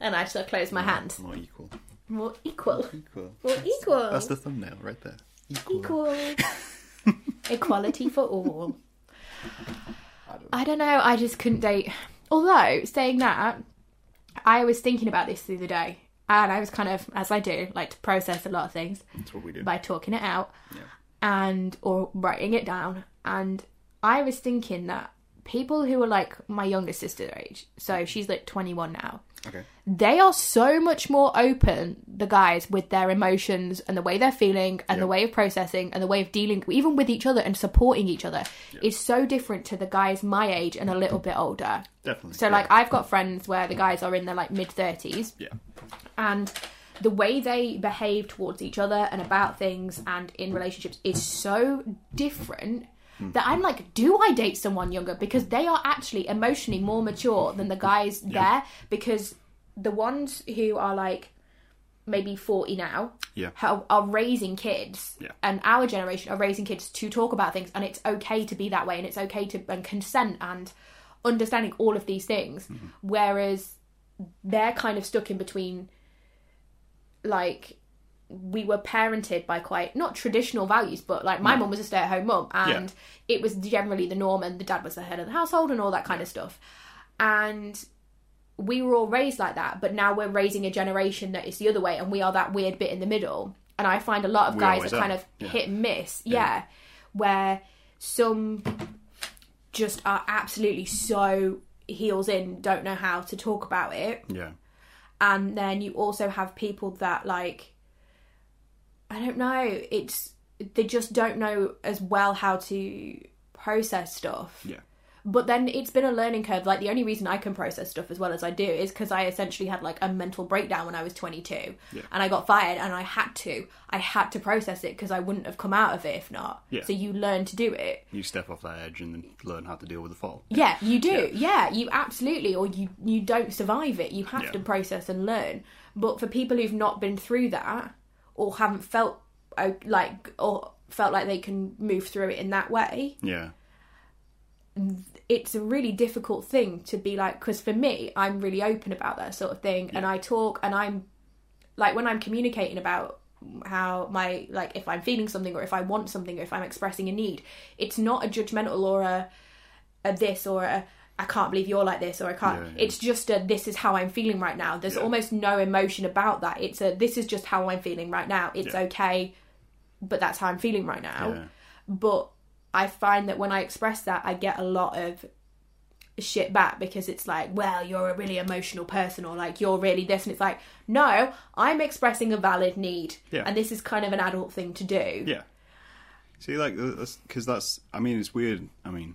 [SPEAKER 1] And I shall close my hands.
[SPEAKER 2] more equal
[SPEAKER 1] More equal.
[SPEAKER 2] equal
[SPEAKER 1] More equal.
[SPEAKER 2] Mm. That's the thumbnail right there. Equal. <laughs>
[SPEAKER 1] equal. Equality for all.
[SPEAKER 2] I don't know.
[SPEAKER 1] I don't know. I just couldn't date. Although, saying that, I was thinking about this the other day. And I was kind of, as I do, like to process a lot of things
[SPEAKER 2] That's what we do.
[SPEAKER 1] by talking it out.
[SPEAKER 2] Yeah.
[SPEAKER 1] and or writing it down and i was thinking that people who are like my younger sister age
[SPEAKER 2] Mm-hmm.
[SPEAKER 1] so she's like 21 now
[SPEAKER 2] Okay.
[SPEAKER 1] they are so much more open the guys with their emotions and the way they're feeling and the
[SPEAKER 2] Yeah.
[SPEAKER 1] way of processing and the way of dealing even with each other and supporting each other is so different to the guys my age and a little bit older
[SPEAKER 2] Definitely.
[SPEAKER 1] so
[SPEAKER 2] yeah.
[SPEAKER 1] like i've got friends where the guys are in their like mid 30s
[SPEAKER 2] Yeah.
[SPEAKER 1] and the way they behave towards each other and about things and in relationships is so different that I'm like, do I date someone younger? Because they are actually emotionally more mature than the guys there. Because the ones who are like maybe 40 now
[SPEAKER 2] Yeah.
[SPEAKER 1] ha- are raising kids
[SPEAKER 2] Yeah.
[SPEAKER 1] and our generation are raising kids to talk about things and it's okay to be that way and it's okay to and consent and understanding all of these things
[SPEAKER 2] Mm-hmm.
[SPEAKER 1] whereas they're kind of stuck in between like we were parented by quite not traditional values but like
[SPEAKER 2] Mm.
[SPEAKER 1] my mum was a stay-at-home mum and it was generally the norm and the dad was the head of the household and all that kind of stuff and we were all raised like that but now we're raising a generation that is the other way and we are that weird bit in the middle and i find a lot of
[SPEAKER 2] We
[SPEAKER 1] guys
[SPEAKER 2] always
[SPEAKER 1] are kind
[SPEAKER 2] are.
[SPEAKER 1] of
[SPEAKER 2] Yeah.
[SPEAKER 1] hit and miss yeah where some just are absolutely so heels in don't know how to talk about it
[SPEAKER 2] Yeah.
[SPEAKER 1] and then you also have people that like i don't know it's they just don't know as well how to process stuff
[SPEAKER 2] Yeah.
[SPEAKER 1] But then it's been a learning curve. Like the only reason I can process stuff as well as I do is because I essentially had like a mental breakdown when I was 22,
[SPEAKER 2] Yeah.
[SPEAKER 1] and I got fired, and I had to, I had to process it because I wouldn't have come out of it if not.
[SPEAKER 2] Yeah.
[SPEAKER 1] So you learn to do it.
[SPEAKER 2] You step off that edge and then learn how to deal with the fall.
[SPEAKER 1] Yeah, you do. Yeah, you absolutely, or you you don't survive it. You have
[SPEAKER 2] Yeah.
[SPEAKER 1] to process and learn. But for people who've not been through that or haven't felt uh, like or felt like they can move through it in that way,
[SPEAKER 2] Yeah.
[SPEAKER 1] it's a really difficult thing to be like. Because for me, I'm really open about that sort of thing, and I talk, and I'm like when I'm communicating about how my like if I'm feeling something or if I want something or if I'm expressing a need, it's not a judgmental or a a this or a I can't believe you're like this or I can't.
[SPEAKER 2] Yeah, yeah.
[SPEAKER 1] It's just a this is how I'm feeling right now. There's
[SPEAKER 2] Yeah.
[SPEAKER 1] almost no emotion about that. It's a this is just how I'm feeling right now. It's
[SPEAKER 2] Yeah.
[SPEAKER 1] okay, but that's how I'm feeling right now.
[SPEAKER 2] Yeah.
[SPEAKER 1] But I find that when I express that, I get a lot of shit back because it's like, well, you're a really emotional person or like you're really this. And it's like, no, I'm expressing a valid need.
[SPEAKER 2] Yeah.
[SPEAKER 1] And this is kind of an adult thing to do.
[SPEAKER 2] Yeah. See, like, because that's, I mean, it's weird. I mean,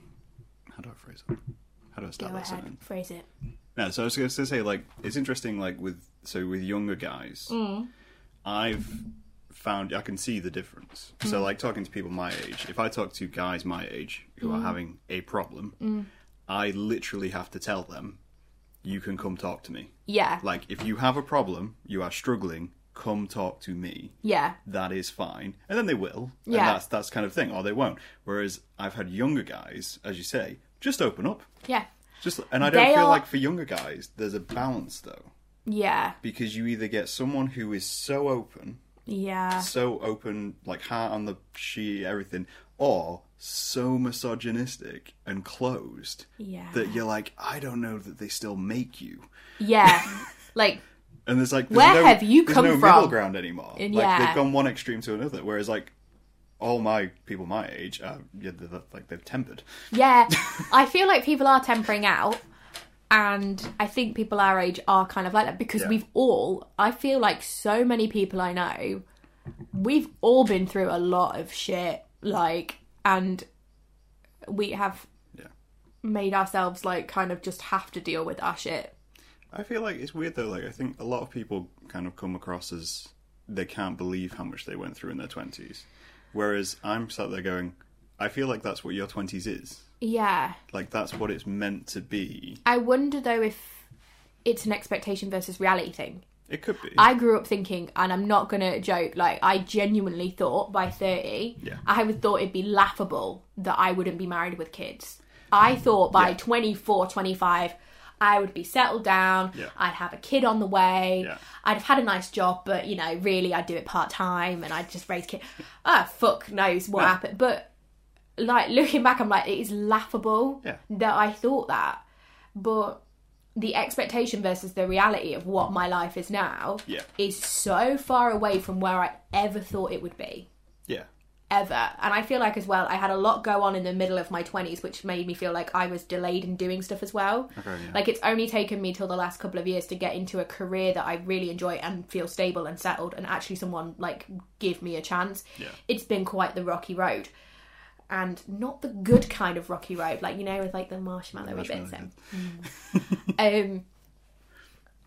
[SPEAKER 2] how do I phrase it? How do I start
[SPEAKER 1] Go
[SPEAKER 2] that
[SPEAKER 1] ahead,
[SPEAKER 2] sentence?
[SPEAKER 1] phrase it.
[SPEAKER 2] No, so I was going to say, like, it's interesting, like, with, so with younger guys,
[SPEAKER 1] Mm.
[SPEAKER 2] I've found, I can see the difference.
[SPEAKER 1] Mm.
[SPEAKER 2] So, like, talking to people my age, if I talk to guys my age who
[SPEAKER 1] Mm.
[SPEAKER 2] are having a problem, I literally have to tell them, you can come talk to me.
[SPEAKER 1] Yeah.
[SPEAKER 2] Like, if you have a problem, you are struggling, come talk to me
[SPEAKER 1] yeah.
[SPEAKER 2] that is fine, and then they will, and
[SPEAKER 1] Yeah.
[SPEAKER 2] that's that's kind of thing, or they won't. Whereas I've had younger guys, as you say, just open up,
[SPEAKER 1] Yeah.
[SPEAKER 2] just, and I don't
[SPEAKER 1] They
[SPEAKER 2] feel
[SPEAKER 1] are-
[SPEAKER 2] like for younger guys, there's a balance though,
[SPEAKER 1] Yeah.
[SPEAKER 2] because you either get someone who is so open,
[SPEAKER 1] Yeah.
[SPEAKER 2] so open, like heart on the she everything, or so misogynistic and closed
[SPEAKER 1] Yeah.
[SPEAKER 2] that you're like, I don't know that they still make you.
[SPEAKER 1] Yeah. like,
[SPEAKER 2] And there's like, there's
[SPEAKER 1] Where
[SPEAKER 2] no,
[SPEAKER 1] have you
[SPEAKER 2] there's
[SPEAKER 1] come
[SPEAKER 2] no
[SPEAKER 1] from?
[SPEAKER 2] middle ground anymore. Like
[SPEAKER 1] yeah.
[SPEAKER 2] they've gone one extreme to another. Whereas like all my people my age, uh, yeah, they're, they're- like they've tempered.
[SPEAKER 1] yeah.
[SPEAKER 2] <laughs>
[SPEAKER 1] I feel like people are tempering out. And I think people our age are kind of like that because
[SPEAKER 2] Yeah.
[SPEAKER 1] we've all, I feel like so many people I know, we've all been through a lot of shit. Like, and we have
[SPEAKER 2] Yeah,
[SPEAKER 1] made ourselves like kind of just have to deal with our shit.
[SPEAKER 2] I feel like it's weird though. Like I think a lot of people kind of come across as they can't believe how much they went through in their twenties. Whereas I'm sat there going, I feel like that's what your twenties is.
[SPEAKER 1] Yeah.
[SPEAKER 2] Like that's what it's meant to be.
[SPEAKER 1] I wonder though if it's an expectation versus reality thing.
[SPEAKER 2] It could be.
[SPEAKER 1] I grew up thinking, and I'm not gonna joke, like I genuinely thought by 30,
[SPEAKER 2] Yeah.
[SPEAKER 1] I would thought it'd be laughable that I wouldn't be married with kids. I thought by
[SPEAKER 2] Yeah.
[SPEAKER 1] 24, 25, I would be settled down,
[SPEAKER 2] Yeah.
[SPEAKER 1] I'd have a kid on the way,
[SPEAKER 2] Yeah.
[SPEAKER 1] I'd have had a nice job, but you know, really I'd do it part time and I'd just raise kids. Ah, fuck knows what happened. But like looking back, I'm like, it is laughable
[SPEAKER 2] Yeah.
[SPEAKER 1] that I thought that. But the expectation versus the reality of what my life is now
[SPEAKER 2] Yeah.
[SPEAKER 1] is so far away from where I ever thought it would be.
[SPEAKER 2] yeah.
[SPEAKER 1] Ever. And I feel like, as well, I had a lot go on in the middle of my 20s, which made me feel like I was delayed in doing stuff as well.
[SPEAKER 2] Okay, yeah.
[SPEAKER 1] Like, it's only taken me till the last couple of years to get into a career that I really enjoy and feel stable and settled, and actually, someone like give me a chance.
[SPEAKER 2] Yeah.
[SPEAKER 1] It's been quite the rocky road. And not the good kind of rocky road, like you know, with like the marshmallowy bits.
[SPEAKER 2] Marshmallow
[SPEAKER 1] in. <laughs> Um,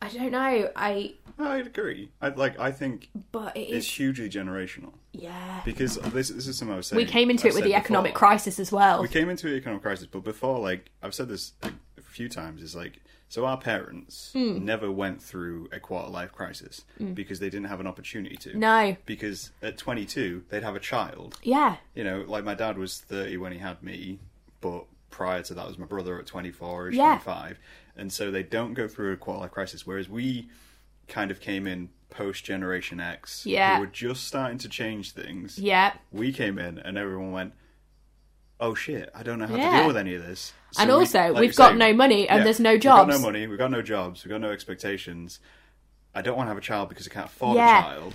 [SPEAKER 1] I don't know. I
[SPEAKER 2] I agree. I like. I think
[SPEAKER 1] but it
[SPEAKER 2] it's
[SPEAKER 1] is
[SPEAKER 2] hugely generational
[SPEAKER 1] yeah.
[SPEAKER 2] because this, this is something I was saying.
[SPEAKER 1] We came into
[SPEAKER 2] I've
[SPEAKER 1] it with
[SPEAKER 2] said
[SPEAKER 1] the economic
[SPEAKER 2] before.
[SPEAKER 1] crisis as well.
[SPEAKER 2] we came into the economic crisis, but before, like I've said this a few times, is like so our parents
[SPEAKER 1] Hmm.
[SPEAKER 2] never went through a quarter life crisis because they didn't have an opportunity to.
[SPEAKER 1] No.
[SPEAKER 2] Because at 22, they'd have a child.
[SPEAKER 1] Yeah.
[SPEAKER 2] You know, like my dad was 30 when he had me, but prior to that was my brother at 24 ish,
[SPEAKER 1] Yeah.
[SPEAKER 2] 25. And so they don't go through a quarter life crisis, whereas we kind of came in post Generation X.
[SPEAKER 1] Yeah.
[SPEAKER 2] We were just starting to change things
[SPEAKER 1] Yeah.
[SPEAKER 2] we came in and everyone went, "Oh shit, I don't know how to
[SPEAKER 1] Yeah.
[SPEAKER 2] deal with any of this." So
[SPEAKER 1] and
[SPEAKER 2] we-
[SPEAKER 1] also,
[SPEAKER 2] like you
[SPEAKER 1] we've got
[SPEAKER 2] say,
[SPEAKER 1] no money and
[SPEAKER 2] yeah,
[SPEAKER 1] there's no
[SPEAKER 2] we've got
[SPEAKER 1] jobs.
[SPEAKER 2] no money. We've got no jobs. We've got no expectations. I don't want to have a child because I can't afford
[SPEAKER 1] Yeah.
[SPEAKER 2] a child.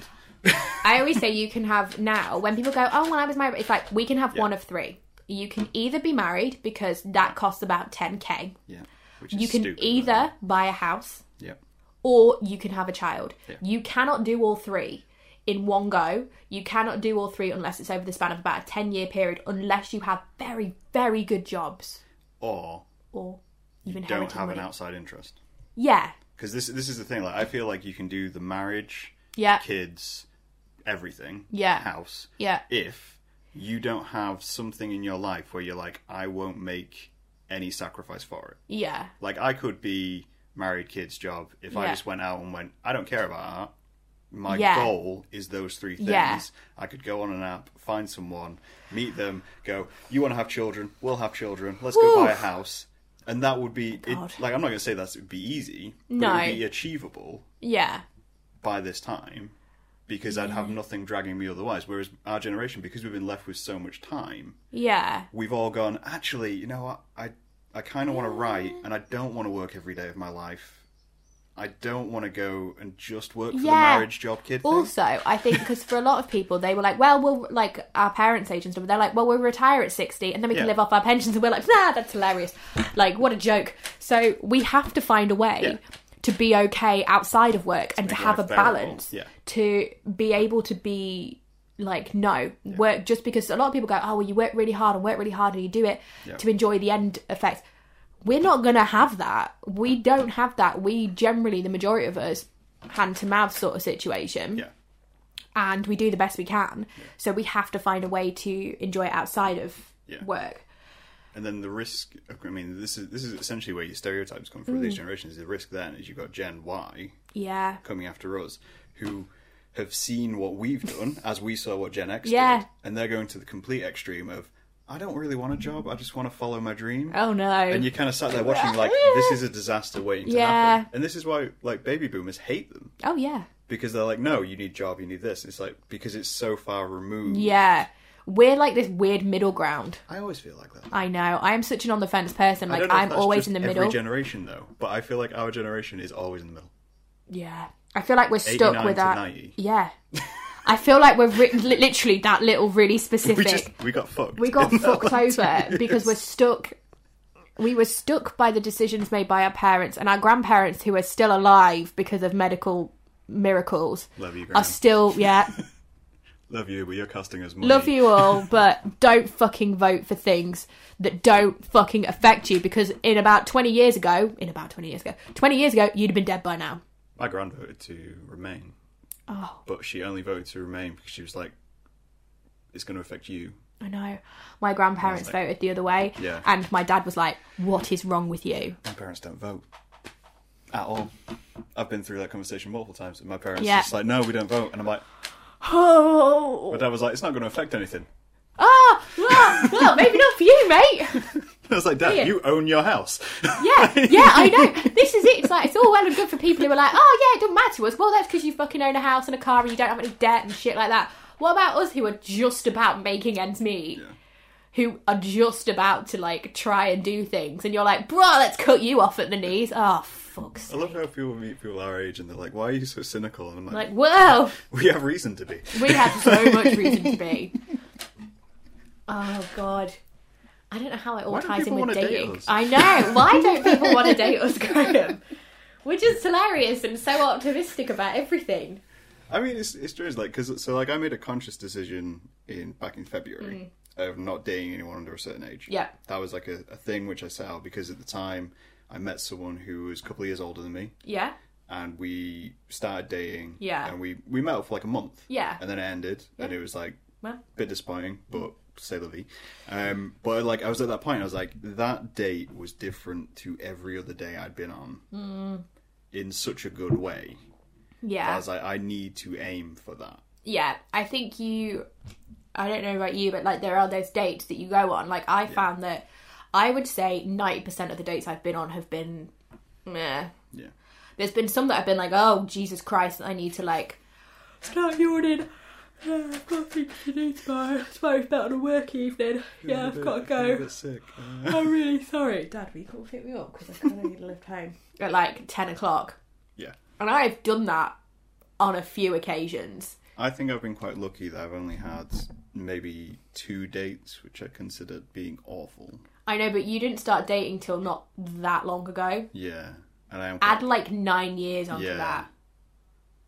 [SPEAKER 1] I always say you can have now when people go, "Oh, when I was married," it's like we can have one of three. You can either be married because that costs about 10k.
[SPEAKER 2] Yeah, which is
[SPEAKER 1] You can
[SPEAKER 2] stupid,
[SPEAKER 1] either
[SPEAKER 2] really.
[SPEAKER 1] buy a house
[SPEAKER 2] Yeah,
[SPEAKER 1] or you can have a child. You cannot do all three in one go. You cannot do all three unless it's over the span of about a 10 year period unless you have very very good jobs.
[SPEAKER 2] or
[SPEAKER 1] or you've
[SPEAKER 2] you
[SPEAKER 1] inherited
[SPEAKER 2] don't have an
[SPEAKER 1] money.
[SPEAKER 2] outside interest.
[SPEAKER 1] Yeah,
[SPEAKER 2] Because this this is the thing. Like I feel like you can do the marriage,
[SPEAKER 1] yeah,
[SPEAKER 2] kids, everything,
[SPEAKER 1] Yeah.
[SPEAKER 2] house,
[SPEAKER 1] yeah,
[SPEAKER 2] if you don't have something in your life where you're like, I won't make any sacrifice for it.
[SPEAKER 1] yeah,
[SPEAKER 2] Like I could be married, kids, job. If I
[SPEAKER 1] Yeah.
[SPEAKER 2] just went out and went, I don't care about art. My
[SPEAKER 1] Yeah.
[SPEAKER 2] goal is those three things.
[SPEAKER 1] Yeah.
[SPEAKER 2] I could go on an app, find someone, meet them, go. You want to have children? We'll have children. Let's go buy a
[SPEAKER 1] Woof.
[SPEAKER 2] house, and that would be it,
[SPEAKER 1] Oh God.
[SPEAKER 2] like I'm not going to say that would be easy, but
[SPEAKER 1] No.
[SPEAKER 2] it would be achievable
[SPEAKER 1] yeah,
[SPEAKER 2] by this time because I'd have nothing dragging me otherwise. Whereas our generation, because we've been left with so much time,
[SPEAKER 1] yeah,
[SPEAKER 2] we've all gone, actually, you know what? I, I kind of want to write and I don't want to work every day of my life. I don't want to go and just work for the
[SPEAKER 1] Yeah.
[SPEAKER 2] marriage job kid. Thing.
[SPEAKER 1] Also, I
[SPEAKER 2] <laughs>
[SPEAKER 1] think because for a lot of people, they were like, "Well, we'll like our parents' age and stuff." They're like, "Well, we'll retire at sixty, and then we can
[SPEAKER 2] Yeah.
[SPEAKER 1] live off our pensions." And we're like, "Nah, that's hilarious! Like, what a joke!" So we have to find a way
[SPEAKER 2] Yeah.
[SPEAKER 1] to be okay outside of work and to
[SPEAKER 2] make
[SPEAKER 1] have a
[SPEAKER 2] life bearable.
[SPEAKER 1] balance.
[SPEAKER 2] Yeah.
[SPEAKER 1] To be able to be like, no, work just because a lot of people go, "Oh, well, you work really hard and work really hard and you do it to enjoy the end effect." We're not gonna have that. We don't have that. We generally, the majority of us, hand to mouth sort of situation
[SPEAKER 2] yeah.
[SPEAKER 1] and we do the best we can. So we have to find a way to enjoy it outside of
[SPEAKER 2] Yeah.
[SPEAKER 1] work.
[SPEAKER 2] And then the risk. I mean, this is this is essentially where your stereotypes come from. with These
[SPEAKER 1] Mm.
[SPEAKER 2] generations. The risk then is you've got Gen Y
[SPEAKER 1] Yeah.
[SPEAKER 2] coming after us who have seen what we've done as we saw what Gen X
[SPEAKER 1] Yeah.
[SPEAKER 2] did, and they're going to the complete extreme of I don't really want a job, I just want to follow my dream.
[SPEAKER 1] Oh no.
[SPEAKER 2] And you kind of sat there watching, like, this is a disaster waiting to
[SPEAKER 1] Yeah.
[SPEAKER 2] happen. And this is why, like, baby boomers hate them
[SPEAKER 1] oh yeah.
[SPEAKER 2] because they're like, no, you need job, you need this. It's like because it's so far removed.
[SPEAKER 1] Yeah. We're like this weird middle ground.
[SPEAKER 2] I always feel like that.
[SPEAKER 1] I know. I am such an on the fence person.
[SPEAKER 2] I
[SPEAKER 1] Like
[SPEAKER 2] don't know if
[SPEAKER 1] I'm
[SPEAKER 2] that's
[SPEAKER 1] always
[SPEAKER 2] just
[SPEAKER 1] in the
[SPEAKER 2] Every
[SPEAKER 1] middle.
[SPEAKER 2] generation, though, but I feel like our generation is always in the middle.
[SPEAKER 1] yeah. I feel like we're stuck
[SPEAKER 2] 89
[SPEAKER 1] with
[SPEAKER 2] to
[SPEAKER 1] that.
[SPEAKER 2] 90.
[SPEAKER 1] Yeah. I feel like we're ri- li- literally that little really
[SPEAKER 2] <laughs> We
[SPEAKER 1] specific.
[SPEAKER 2] just we got fucked.
[SPEAKER 1] we got
[SPEAKER 2] in that
[SPEAKER 1] fucked
[SPEAKER 2] last
[SPEAKER 1] over
[SPEAKER 2] two
[SPEAKER 1] because
[SPEAKER 2] years.
[SPEAKER 1] we're stuck we were stuck by the decisions made by our parents and our grandparents who are still alive because of medical miracles
[SPEAKER 2] Love you, Graham.
[SPEAKER 1] are still yeah
[SPEAKER 2] Love you, but you're costing us money.
[SPEAKER 1] love you all but don't fucking vote for things that don't fucking affect you because in about 20 years ago in about 20 years ago 20 years ago you'd have been dead by now
[SPEAKER 2] My grand voted to remain.
[SPEAKER 1] Oh.
[SPEAKER 2] But she only voted to remain because she was like, it's going to affect you.
[SPEAKER 1] I know. My grandparents
[SPEAKER 2] Honestly.
[SPEAKER 1] voted the other way,
[SPEAKER 2] Yeah.
[SPEAKER 1] and my dad was like, "What is wrong with you?"
[SPEAKER 2] My parents don't vote at all. I've been through that conversation multiple times, and my parents
[SPEAKER 1] Yeah.
[SPEAKER 2] just like, no, we don't vote. And I'm like,
[SPEAKER 1] Oh,
[SPEAKER 2] my dad was like, it's not going to affect anything. <laughs>
[SPEAKER 1] ah, ah, well, maybe not for you, mate. <laughs>
[SPEAKER 2] I was like, Dad,
[SPEAKER 1] Yeah.
[SPEAKER 2] you own your house. <laughs>
[SPEAKER 1] Yeah, yeah, I know. This is it. It's like it's all well and good for people who are like, oh yeah, it doesn't matter to us. Well, that's because you fucking own a house and a car and you don't have any debt and shit like that. What about us who are just about making ends meet? Who are just about to like try and do things, and you're like, bruh, let's cut you off at the knees. Oh, fuck's
[SPEAKER 2] I
[SPEAKER 1] sake.
[SPEAKER 2] love how people meet people our age and they're like, why are you so cynical? And I'm like,
[SPEAKER 1] Like, whoa,
[SPEAKER 2] we have reason to be.
[SPEAKER 1] we have so
[SPEAKER 2] <laughs>
[SPEAKER 1] much reason to be. Oh, God. I don't know how it all
[SPEAKER 2] Why don't
[SPEAKER 1] ties in
[SPEAKER 2] people
[SPEAKER 1] with
[SPEAKER 2] wanna date
[SPEAKER 1] dating.
[SPEAKER 2] us?
[SPEAKER 1] I know. Why don't people want to date us, <laughs> Graham? We're just hilarious and so optimistic about everything.
[SPEAKER 2] I mean, it's, it's strange, like, because, so, like, I made a conscious decision in back in February of not dating anyone under a certain age.
[SPEAKER 1] Mm-hmm. Yeah.
[SPEAKER 2] That was, like, a, a thing which I set out because at the time I met someone who was a couple of years older than me.
[SPEAKER 1] Yeah?
[SPEAKER 2] and we started dating.
[SPEAKER 1] Yeah.
[SPEAKER 2] And we we met up for like a month.
[SPEAKER 1] Yeah.
[SPEAKER 2] And then it ended, and it was like a
[SPEAKER 1] Well.
[SPEAKER 2] bit disappointing, but say lovey. Um, but like I was at that point, I was like, that date was different to every other day I'd been on,
[SPEAKER 1] Mm.
[SPEAKER 2] in such a good way. I
[SPEAKER 1] Yeah.
[SPEAKER 2] was like, I need to aim for that.
[SPEAKER 1] Yeah. I think you. I don't know about you, but like there are those dates that you go on. Like, I found that I would say 90% of the dates I've been on have been meh.
[SPEAKER 2] Yeah.
[SPEAKER 1] There's been some that I've been like, oh Jesus Christ, I need to like start yawning. <sighs> Yeah, I've got things to do tomorrow. Tomorrow's about a work evening. Yeah, <laughs> I've got to
[SPEAKER 2] <laughs>
[SPEAKER 1] go.
[SPEAKER 2] sick.
[SPEAKER 1] I'm really sorry, Dad. We can't pick me up because I kind of need to lift home <laughs> at like ten o'clock.
[SPEAKER 2] yeah.
[SPEAKER 1] And I've done that on a few occasions.
[SPEAKER 2] I think I've been quite lucky that I've only had maybe two dates, which I considered being awful.
[SPEAKER 1] I know, but you didn't start dating till not that long ago.
[SPEAKER 2] Yeah. And I am quite
[SPEAKER 1] Add like nine years onto
[SPEAKER 2] Yeah.
[SPEAKER 1] that.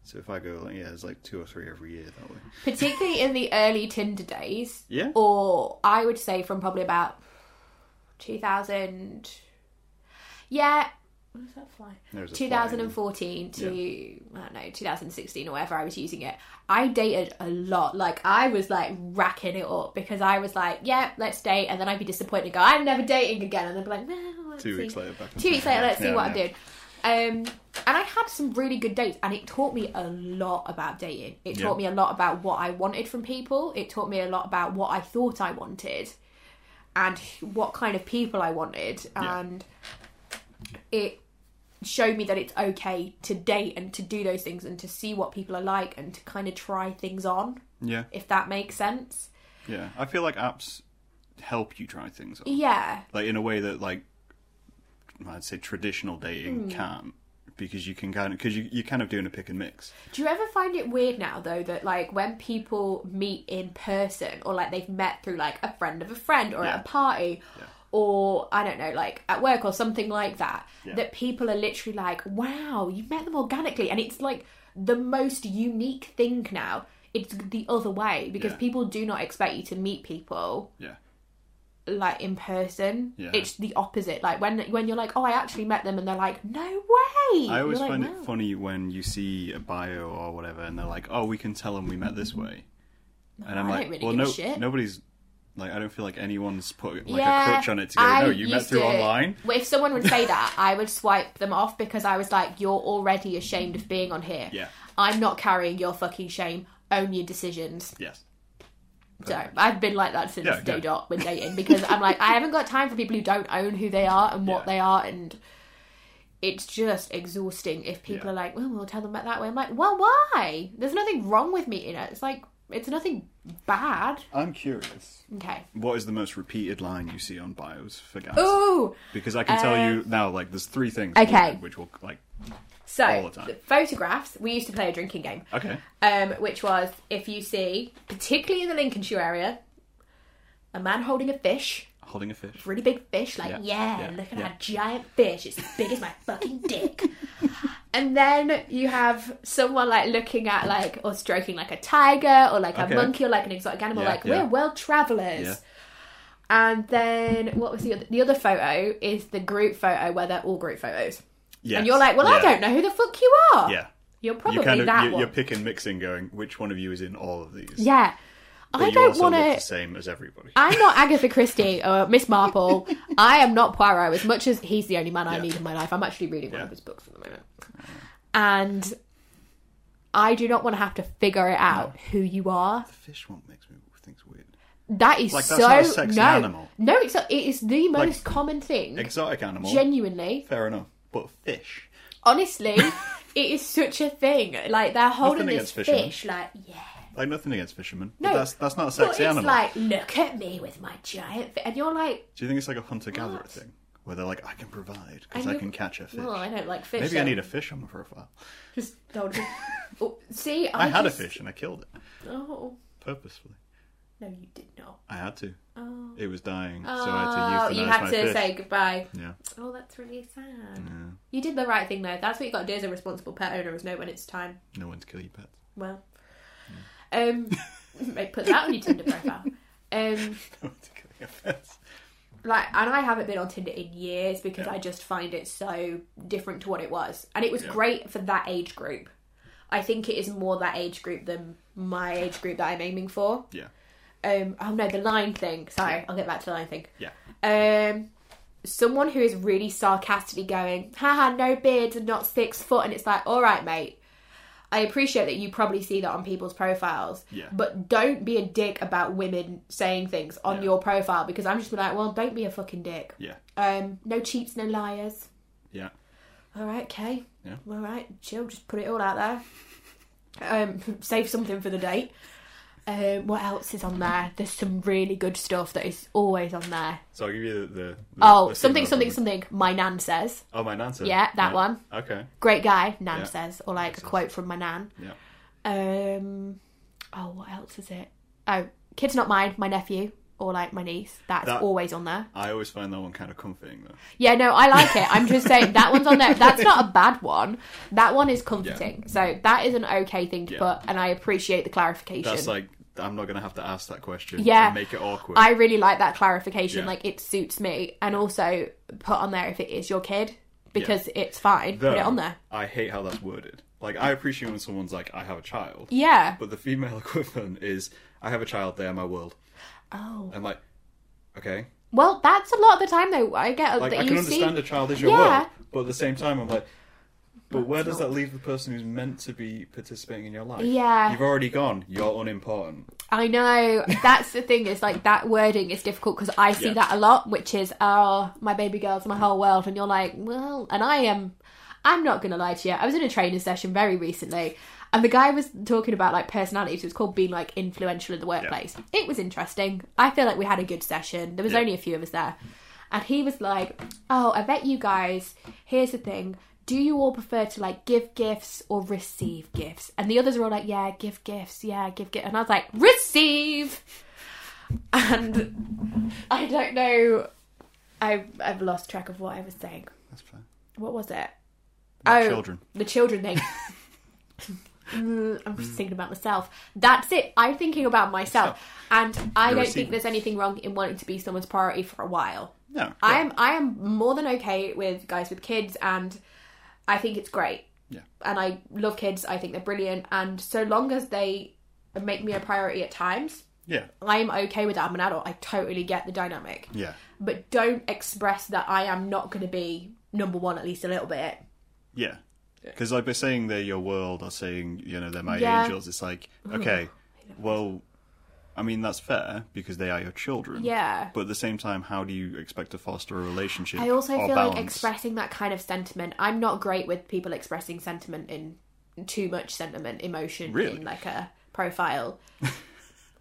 [SPEAKER 2] So if I go, like, yeah, there's like two or three every year that way.
[SPEAKER 1] particularly in the early Tinder days.
[SPEAKER 2] Yeah.
[SPEAKER 1] Or I would say from probably about 2000. Yeah. Was that fly?
[SPEAKER 2] There's a fly.
[SPEAKER 1] 2014 to I don't know 2016 or whatever I was using it. I dated a lot. Like I was like racking it up because I was like, yeah, let's date, and then I'd be disappointed and go, I'm never dating again, and then be like, well, let's
[SPEAKER 2] Two
[SPEAKER 1] see.
[SPEAKER 2] weeks later, back
[SPEAKER 1] Two weeks later, let's see
[SPEAKER 2] Yeah,
[SPEAKER 1] what
[SPEAKER 2] yeah.
[SPEAKER 1] I'm doing. Um, and I had some really good dates, and it taught me a lot about dating. It
[SPEAKER 2] Yeah.
[SPEAKER 1] taught me a lot about what I wanted from people. It taught me a lot about what I thought I wanted, and what kind of people I wanted,
[SPEAKER 2] Yeah.
[SPEAKER 1] and it showed me that it's okay to date and to do those things and to see what people are like and to kind of try things on,
[SPEAKER 2] Yeah,
[SPEAKER 1] if that makes sense.
[SPEAKER 2] yeah. I feel like apps help you try things, on.
[SPEAKER 1] Yeah,
[SPEAKER 2] like in a way that like I'd say traditional
[SPEAKER 1] Hmm.
[SPEAKER 2] dating can't, because you can kind of because you you're kind of doing a pick and mix.
[SPEAKER 1] Do you ever find it weird now though that like when people meet in person or like they've met through like a friend of a friend or at
[SPEAKER 2] Yeah.
[SPEAKER 1] a party or I don't know like at work or something like that
[SPEAKER 2] Yeah.
[SPEAKER 1] that people are literally like wow you met them organically and it's like the most unique thing now it's the other way because
[SPEAKER 2] Yeah.
[SPEAKER 1] people do not expect you to meet people
[SPEAKER 2] Yeah,
[SPEAKER 1] like in person
[SPEAKER 2] Yeah.
[SPEAKER 1] it's the opposite like when when you're like oh I actually met them and they're like no way
[SPEAKER 2] I always
[SPEAKER 1] You're like,
[SPEAKER 2] find
[SPEAKER 1] "Wow."
[SPEAKER 2] it funny when you see a bio or whatever, and they're like, "Oh, we can tell them we met this way," and I'm
[SPEAKER 1] Mm-hmm. I
[SPEAKER 2] like,
[SPEAKER 1] don't really
[SPEAKER 2] "Well,
[SPEAKER 1] give a
[SPEAKER 2] no,
[SPEAKER 1] shit."
[SPEAKER 2] nobody's like, I don't feel like anyone's put like
[SPEAKER 1] Yeah,
[SPEAKER 2] a crutch on it to go.
[SPEAKER 1] I
[SPEAKER 2] no, you met
[SPEAKER 1] used
[SPEAKER 2] through
[SPEAKER 1] to-
[SPEAKER 2] online.
[SPEAKER 1] Well, if someone would say that, I would swipe them off because I was like, "You're already ashamed of being on here.
[SPEAKER 2] Yeah.
[SPEAKER 1] I'm not carrying your fucking shame. Own your decisions."
[SPEAKER 2] Yes,
[SPEAKER 1] So I've been like that since
[SPEAKER 2] Yeah,
[SPEAKER 1] day
[SPEAKER 2] yeah.
[SPEAKER 1] dot with dating because I'm like, I haven't got time for people who don't own who they are and what
[SPEAKER 2] Yeah.
[SPEAKER 1] they are, and it's just exhausting if people
[SPEAKER 2] Yeah.
[SPEAKER 1] are like, "Well, we'll tell them about that way." I'm like, "Well, why? There's nothing wrong with meeting it. It's like it's nothing bad."
[SPEAKER 2] I'm curious.
[SPEAKER 1] Okay.
[SPEAKER 2] What is the most repeated line you see on bios for guys?
[SPEAKER 1] Ooh. uh,
[SPEAKER 2] Because I can tell you now, like, there's three things.
[SPEAKER 1] okay.
[SPEAKER 2] Which will like
[SPEAKER 1] So
[SPEAKER 2] All the time.
[SPEAKER 1] the photographs. We used to play a drinking game.
[SPEAKER 2] okay.
[SPEAKER 1] um, which was if you see, particularly in the Lincolnshire area, a man holding a fish,
[SPEAKER 2] Holding a fish.
[SPEAKER 1] really big fish, like,
[SPEAKER 2] Yeah,
[SPEAKER 1] yeah,
[SPEAKER 2] yeah,
[SPEAKER 1] look at
[SPEAKER 2] yeah.
[SPEAKER 1] that giant fish, it's as big as my fucking dick. <laughs> and then you have someone like looking at, like, or stroking like a tiger or like
[SPEAKER 2] Okay.
[SPEAKER 1] a monkey or like an exotic animal,
[SPEAKER 2] Yeah,
[SPEAKER 1] like,
[SPEAKER 2] yeah.
[SPEAKER 1] we're world travellers.
[SPEAKER 2] Yeah.
[SPEAKER 1] And then what was the other? The other photo is the group photo where they're all group photos,
[SPEAKER 2] Yes.
[SPEAKER 1] and you're like, "Well, I
[SPEAKER 2] Yeah.
[SPEAKER 1] don't know who the fuck you are."
[SPEAKER 2] Yeah.
[SPEAKER 1] you're probably
[SPEAKER 2] You kind of
[SPEAKER 1] that
[SPEAKER 2] you,
[SPEAKER 1] one.
[SPEAKER 2] you're pick and mixing, going which one of you is in all of these.
[SPEAKER 1] yeah,
[SPEAKER 2] But
[SPEAKER 1] I
[SPEAKER 2] you
[SPEAKER 1] don't
[SPEAKER 2] also
[SPEAKER 1] want
[SPEAKER 2] look
[SPEAKER 1] to.
[SPEAKER 2] the same as everybody.
[SPEAKER 1] I'm not Agatha Christie or Miss Marple. I am not Poirot. As much as he's the only man I
[SPEAKER 2] Yeah.
[SPEAKER 1] need in my life, I'm actually reading one
[SPEAKER 2] Yeah.
[SPEAKER 1] of his books at the moment, and I do not want to have to figure it out who you are.
[SPEAKER 2] The fish one makes me things weird.
[SPEAKER 1] That is
[SPEAKER 2] Like,
[SPEAKER 1] so
[SPEAKER 2] that's not a sexy
[SPEAKER 1] no,
[SPEAKER 2] animal.
[SPEAKER 1] no. It's a, it is the most common thing.
[SPEAKER 2] Exotic animal.
[SPEAKER 1] Genuinely,
[SPEAKER 2] Fair enough. But fish. <laughs>
[SPEAKER 1] honestly, it is such a thing. Like they're holding
[SPEAKER 2] Nothing
[SPEAKER 1] this
[SPEAKER 2] against fishermen.
[SPEAKER 1] fish, like yeah.
[SPEAKER 2] Like nothing against fishermen.
[SPEAKER 1] No,
[SPEAKER 2] but that's that's not a
[SPEAKER 1] But
[SPEAKER 2] sexy
[SPEAKER 1] it's
[SPEAKER 2] animal.
[SPEAKER 1] like, look at me with my giant, fi-. and you're like,
[SPEAKER 2] Do you think it's like a hunter gatherer
[SPEAKER 1] What?
[SPEAKER 2] thing where they're like, I can provide because
[SPEAKER 1] I
[SPEAKER 2] I
[SPEAKER 1] know-
[SPEAKER 2] can catch a fish.
[SPEAKER 1] well, I don't like fish.
[SPEAKER 2] Maybe I
[SPEAKER 1] so-
[SPEAKER 2] need a fish on my profile.
[SPEAKER 1] Just don't.
[SPEAKER 2] <laughs>
[SPEAKER 1] oh, see, I,
[SPEAKER 2] I had a
[SPEAKER 1] just-
[SPEAKER 2] fish and I killed it
[SPEAKER 1] Oh
[SPEAKER 2] purposefully.
[SPEAKER 1] no, you did not.
[SPEAKER 2] I had to.
[SPEAKER 1] Oh,
[SPEAKER 2] It was dying, so I had to euthanize
[SPEAKER 1] you had
[SPEAKER 2] my
[SPEAKER 1] to
[SPEAKER 2] fish.
[SPEAKER 1] say goodbye.
[SPEAKER 2] Yeah,
[SPEAKER 1] Oh, that's really sad. You did the right thing though. That's what you got to do as a responsible pet owner: is know when it's time.
[SPEAKER 2] no one's kill your pets. <laughs>
[SPEAKER 1] Well, um, <laughs> mate, put that on your Tinder
[SPEAKER 2] <laughs>
[SPEAKER 1] profile. Um,
[SPEAKER 2] No one's killing your pets.
[SPEAKER 1] like, and I haven't been on Tinder in years because I just find it so different to what it was, and it was
[SPEAKER 2] Yeah.
[SPEAKER 1] great for that age group. I think it is more that age group than my age group that I'm aiming for.
[SPEAKER 2] Yeah,
[SPEAKER 1] um oh no the line thing sorry i'll get back to the line thing
[SPEAKER 2] yeah.
[SPEAKER 1] um someone who is really sarcastically going haha no beards and not six foot and it's like all right mate i appreciate that you probably see that on people's profiles
[SPEAKER 2] Yeah.
[SPEAKER 1] but don't be a dick about women saying things on
[SPEAKER 2] Yeah.
[SPEAKER 1] your profile because i'm just like well don't be a fucking dick
[SPEAKER 2] Yeah,
[SPEAKER 1] um no cheats no liars
[SPEAKER 2] yeah.
[SPEAKER 1] all right okay
[SPEAKER 2] Yeah.
[SPEAKER 1] all right chill just put it all out there um <laughs> save something for the date um, what else is on there? There's some really good stuff that is always on there.
[SPEAKER 2] So I'll give you the. the, the
[SPEAKER 1] Oh,
[SPEAKER 2] the
[SPEAKER 1] something,
[SPEAKER 2] female
[SPEAKER 1] something,
[SPEAKER 2] one.
[SPEAKER 1] something. My nan says,
[SPEAKER 2] Oh, my nancer.
[SPEAKER 1] Yeah, that one.
[SPEAKER 2] Okay.
[SPEAKER 1] "Great guy," nan
[SPEAKER 2] Yeah.
[SPEAKER 1] says, or like a quote from my nan.
[SPEAKER 2] Yeah.
[SPEAKER 1] Um, oh, what else is it? Oh, kid's not mine. My nephew or like my niece. That's
[SPEAKER 2] That-
[SPEAKER 1] always on there.
[SPEAKER 2] I always find that one kind of comforting though.
[SPEAKER 1] Yeah, no, I like it. I'm just saying that one's on
[SPEAKER 2] <laughs>
[SPEAKER 1] there. That's not a bad one. That one is comforting. So that is an okay thing to
[SPEAKER 2] Yeah.
[SPEAKER 1] put, and I appreciate the clarification.
[SPEAKER 2] That's like I'm not going to have to ask that question.
[SPEAKER 1] Yeah.
[SPEAKER 2] and make it awkward.
[SPEAKER 1] I really like that clarification.
[SPEAKER 2] Yeah.
[SPEAKER 1] Like it suits me, and also put on there if it is your kid because it's fine.
[SPEAKER 2] Though,
[SPEAKER 1] put it on there.
[SPEAKER 2] I hate how that's worded. Like I appreciate when someone's like, "I have a child,"
[SPEAKER 1] Yeah.
[SPEAKER 2] but the female <laughs> equivalent is, "I have a child. They are my world."
[SPEAKER 1] Oh.
[SPEAKER 2] I'm like, okay,
[SPEAKER 1] Well, that's a lot of the time though. I get
[SPEAKER 2] like
[SPEAKER 1] that
[SPEAKER 2] I
[SPEAKER 1] you
[SPEAKER 2] can understand
[SPEAKER 1] see.
[SPEAKER 2] a child is your
[SPEAKER 1] Yeah.
[SPEAKER 2] world, but at the same time, I'm like, but where does
[SPEAKER 1] not-
[SPEAKER 2] that leave the person who's meant to be participating in your life?
[SPEAKER 1] Yeah.
[SPEAKER 2] you've already gone. You're unimportant.
[SPEAKER 1] I know that's the thing. Is like that wording is difficult because I see
[SPEAKER 2] Yeah.
[SPEAKER 1] that a lot, which is, "Oh, my baby girl's my whole world," and you're like, "Well," and I am. I'm not gonna lie to you. I was in a training session very recently, and the guy was talking about like personalities. It was called being like influential in the workplace. It was interesting. I feel like we had a good session. There was
[SPEAKER 2] Yeah.
[SPEAKER 1] only a few of us there, and he was like, "Oh, I bet you guys. Here's the thing." Do you all prefer to like give gifts or receive gifts? And the others were all like, yeah, give gifts, yeah, give gifts. And I was like, receive! <laughs> And I don't know. I've, I've lost track of what I was saying.
[SPEAKER 2] That's fine.
[SPEAKER 1] What was it? Oh,
[SPEAKER 2] children.
[SPEAKER 1] The children thing.
[SPEAKER 2] <laughs>
[SPEAKER 1] Mm, I'm just thinking about myself. That's it. I'm thinking about myself, and I
[SPEAKER 2] You're
[SPEAKER 1] don't
[SPEAKER 2] receiving.
[SPEAKER 1] think there's anything wrong in wanting to be someone's priority for a while.
[SPEAKER 2] No, yeah.
[SPEAKER 1] I am. I am more than okay with guys with kids, and I think it's great.
[SPEAKER 2] Yeah.
[SPEAKER 1] And I love kids. I think they're brilliant, and so long as they make me a priority at times,
[SPEAKER 2] yeah,
[SPEAKER 1] I'm okay with that. I'm an adult. I totally get the dynamic
[SPEAKER 2] yeah,
[SPEAKER 1] but don't express that I am not going to be number one at least a little bit.
[SPEAKER 2] yeah. Because like by saying they're your world or saying you know they're my
[SPEAKER 1] Yeah. Mm-hmm.
[SPEAKER 2] angels, it's like okay, well, I mean that's fair because they are your children.
[SPEAKER 1] Yeah.
[SPEAKER 2] But at the same time, how do you expect to foster a relationship?
[SPEAKER 1] I also
[SPEAKER 2] or
[SPEAKER 1] feel
[SPEAKER 2] balance?
[SPEAKER 1] like expressing that kind of sentiment. I'm not great with people expressing sentiment in too much sentiment, emotion
[SPEAKER 2] Really?
[SPEAKER 1] in like a profile. <laughs>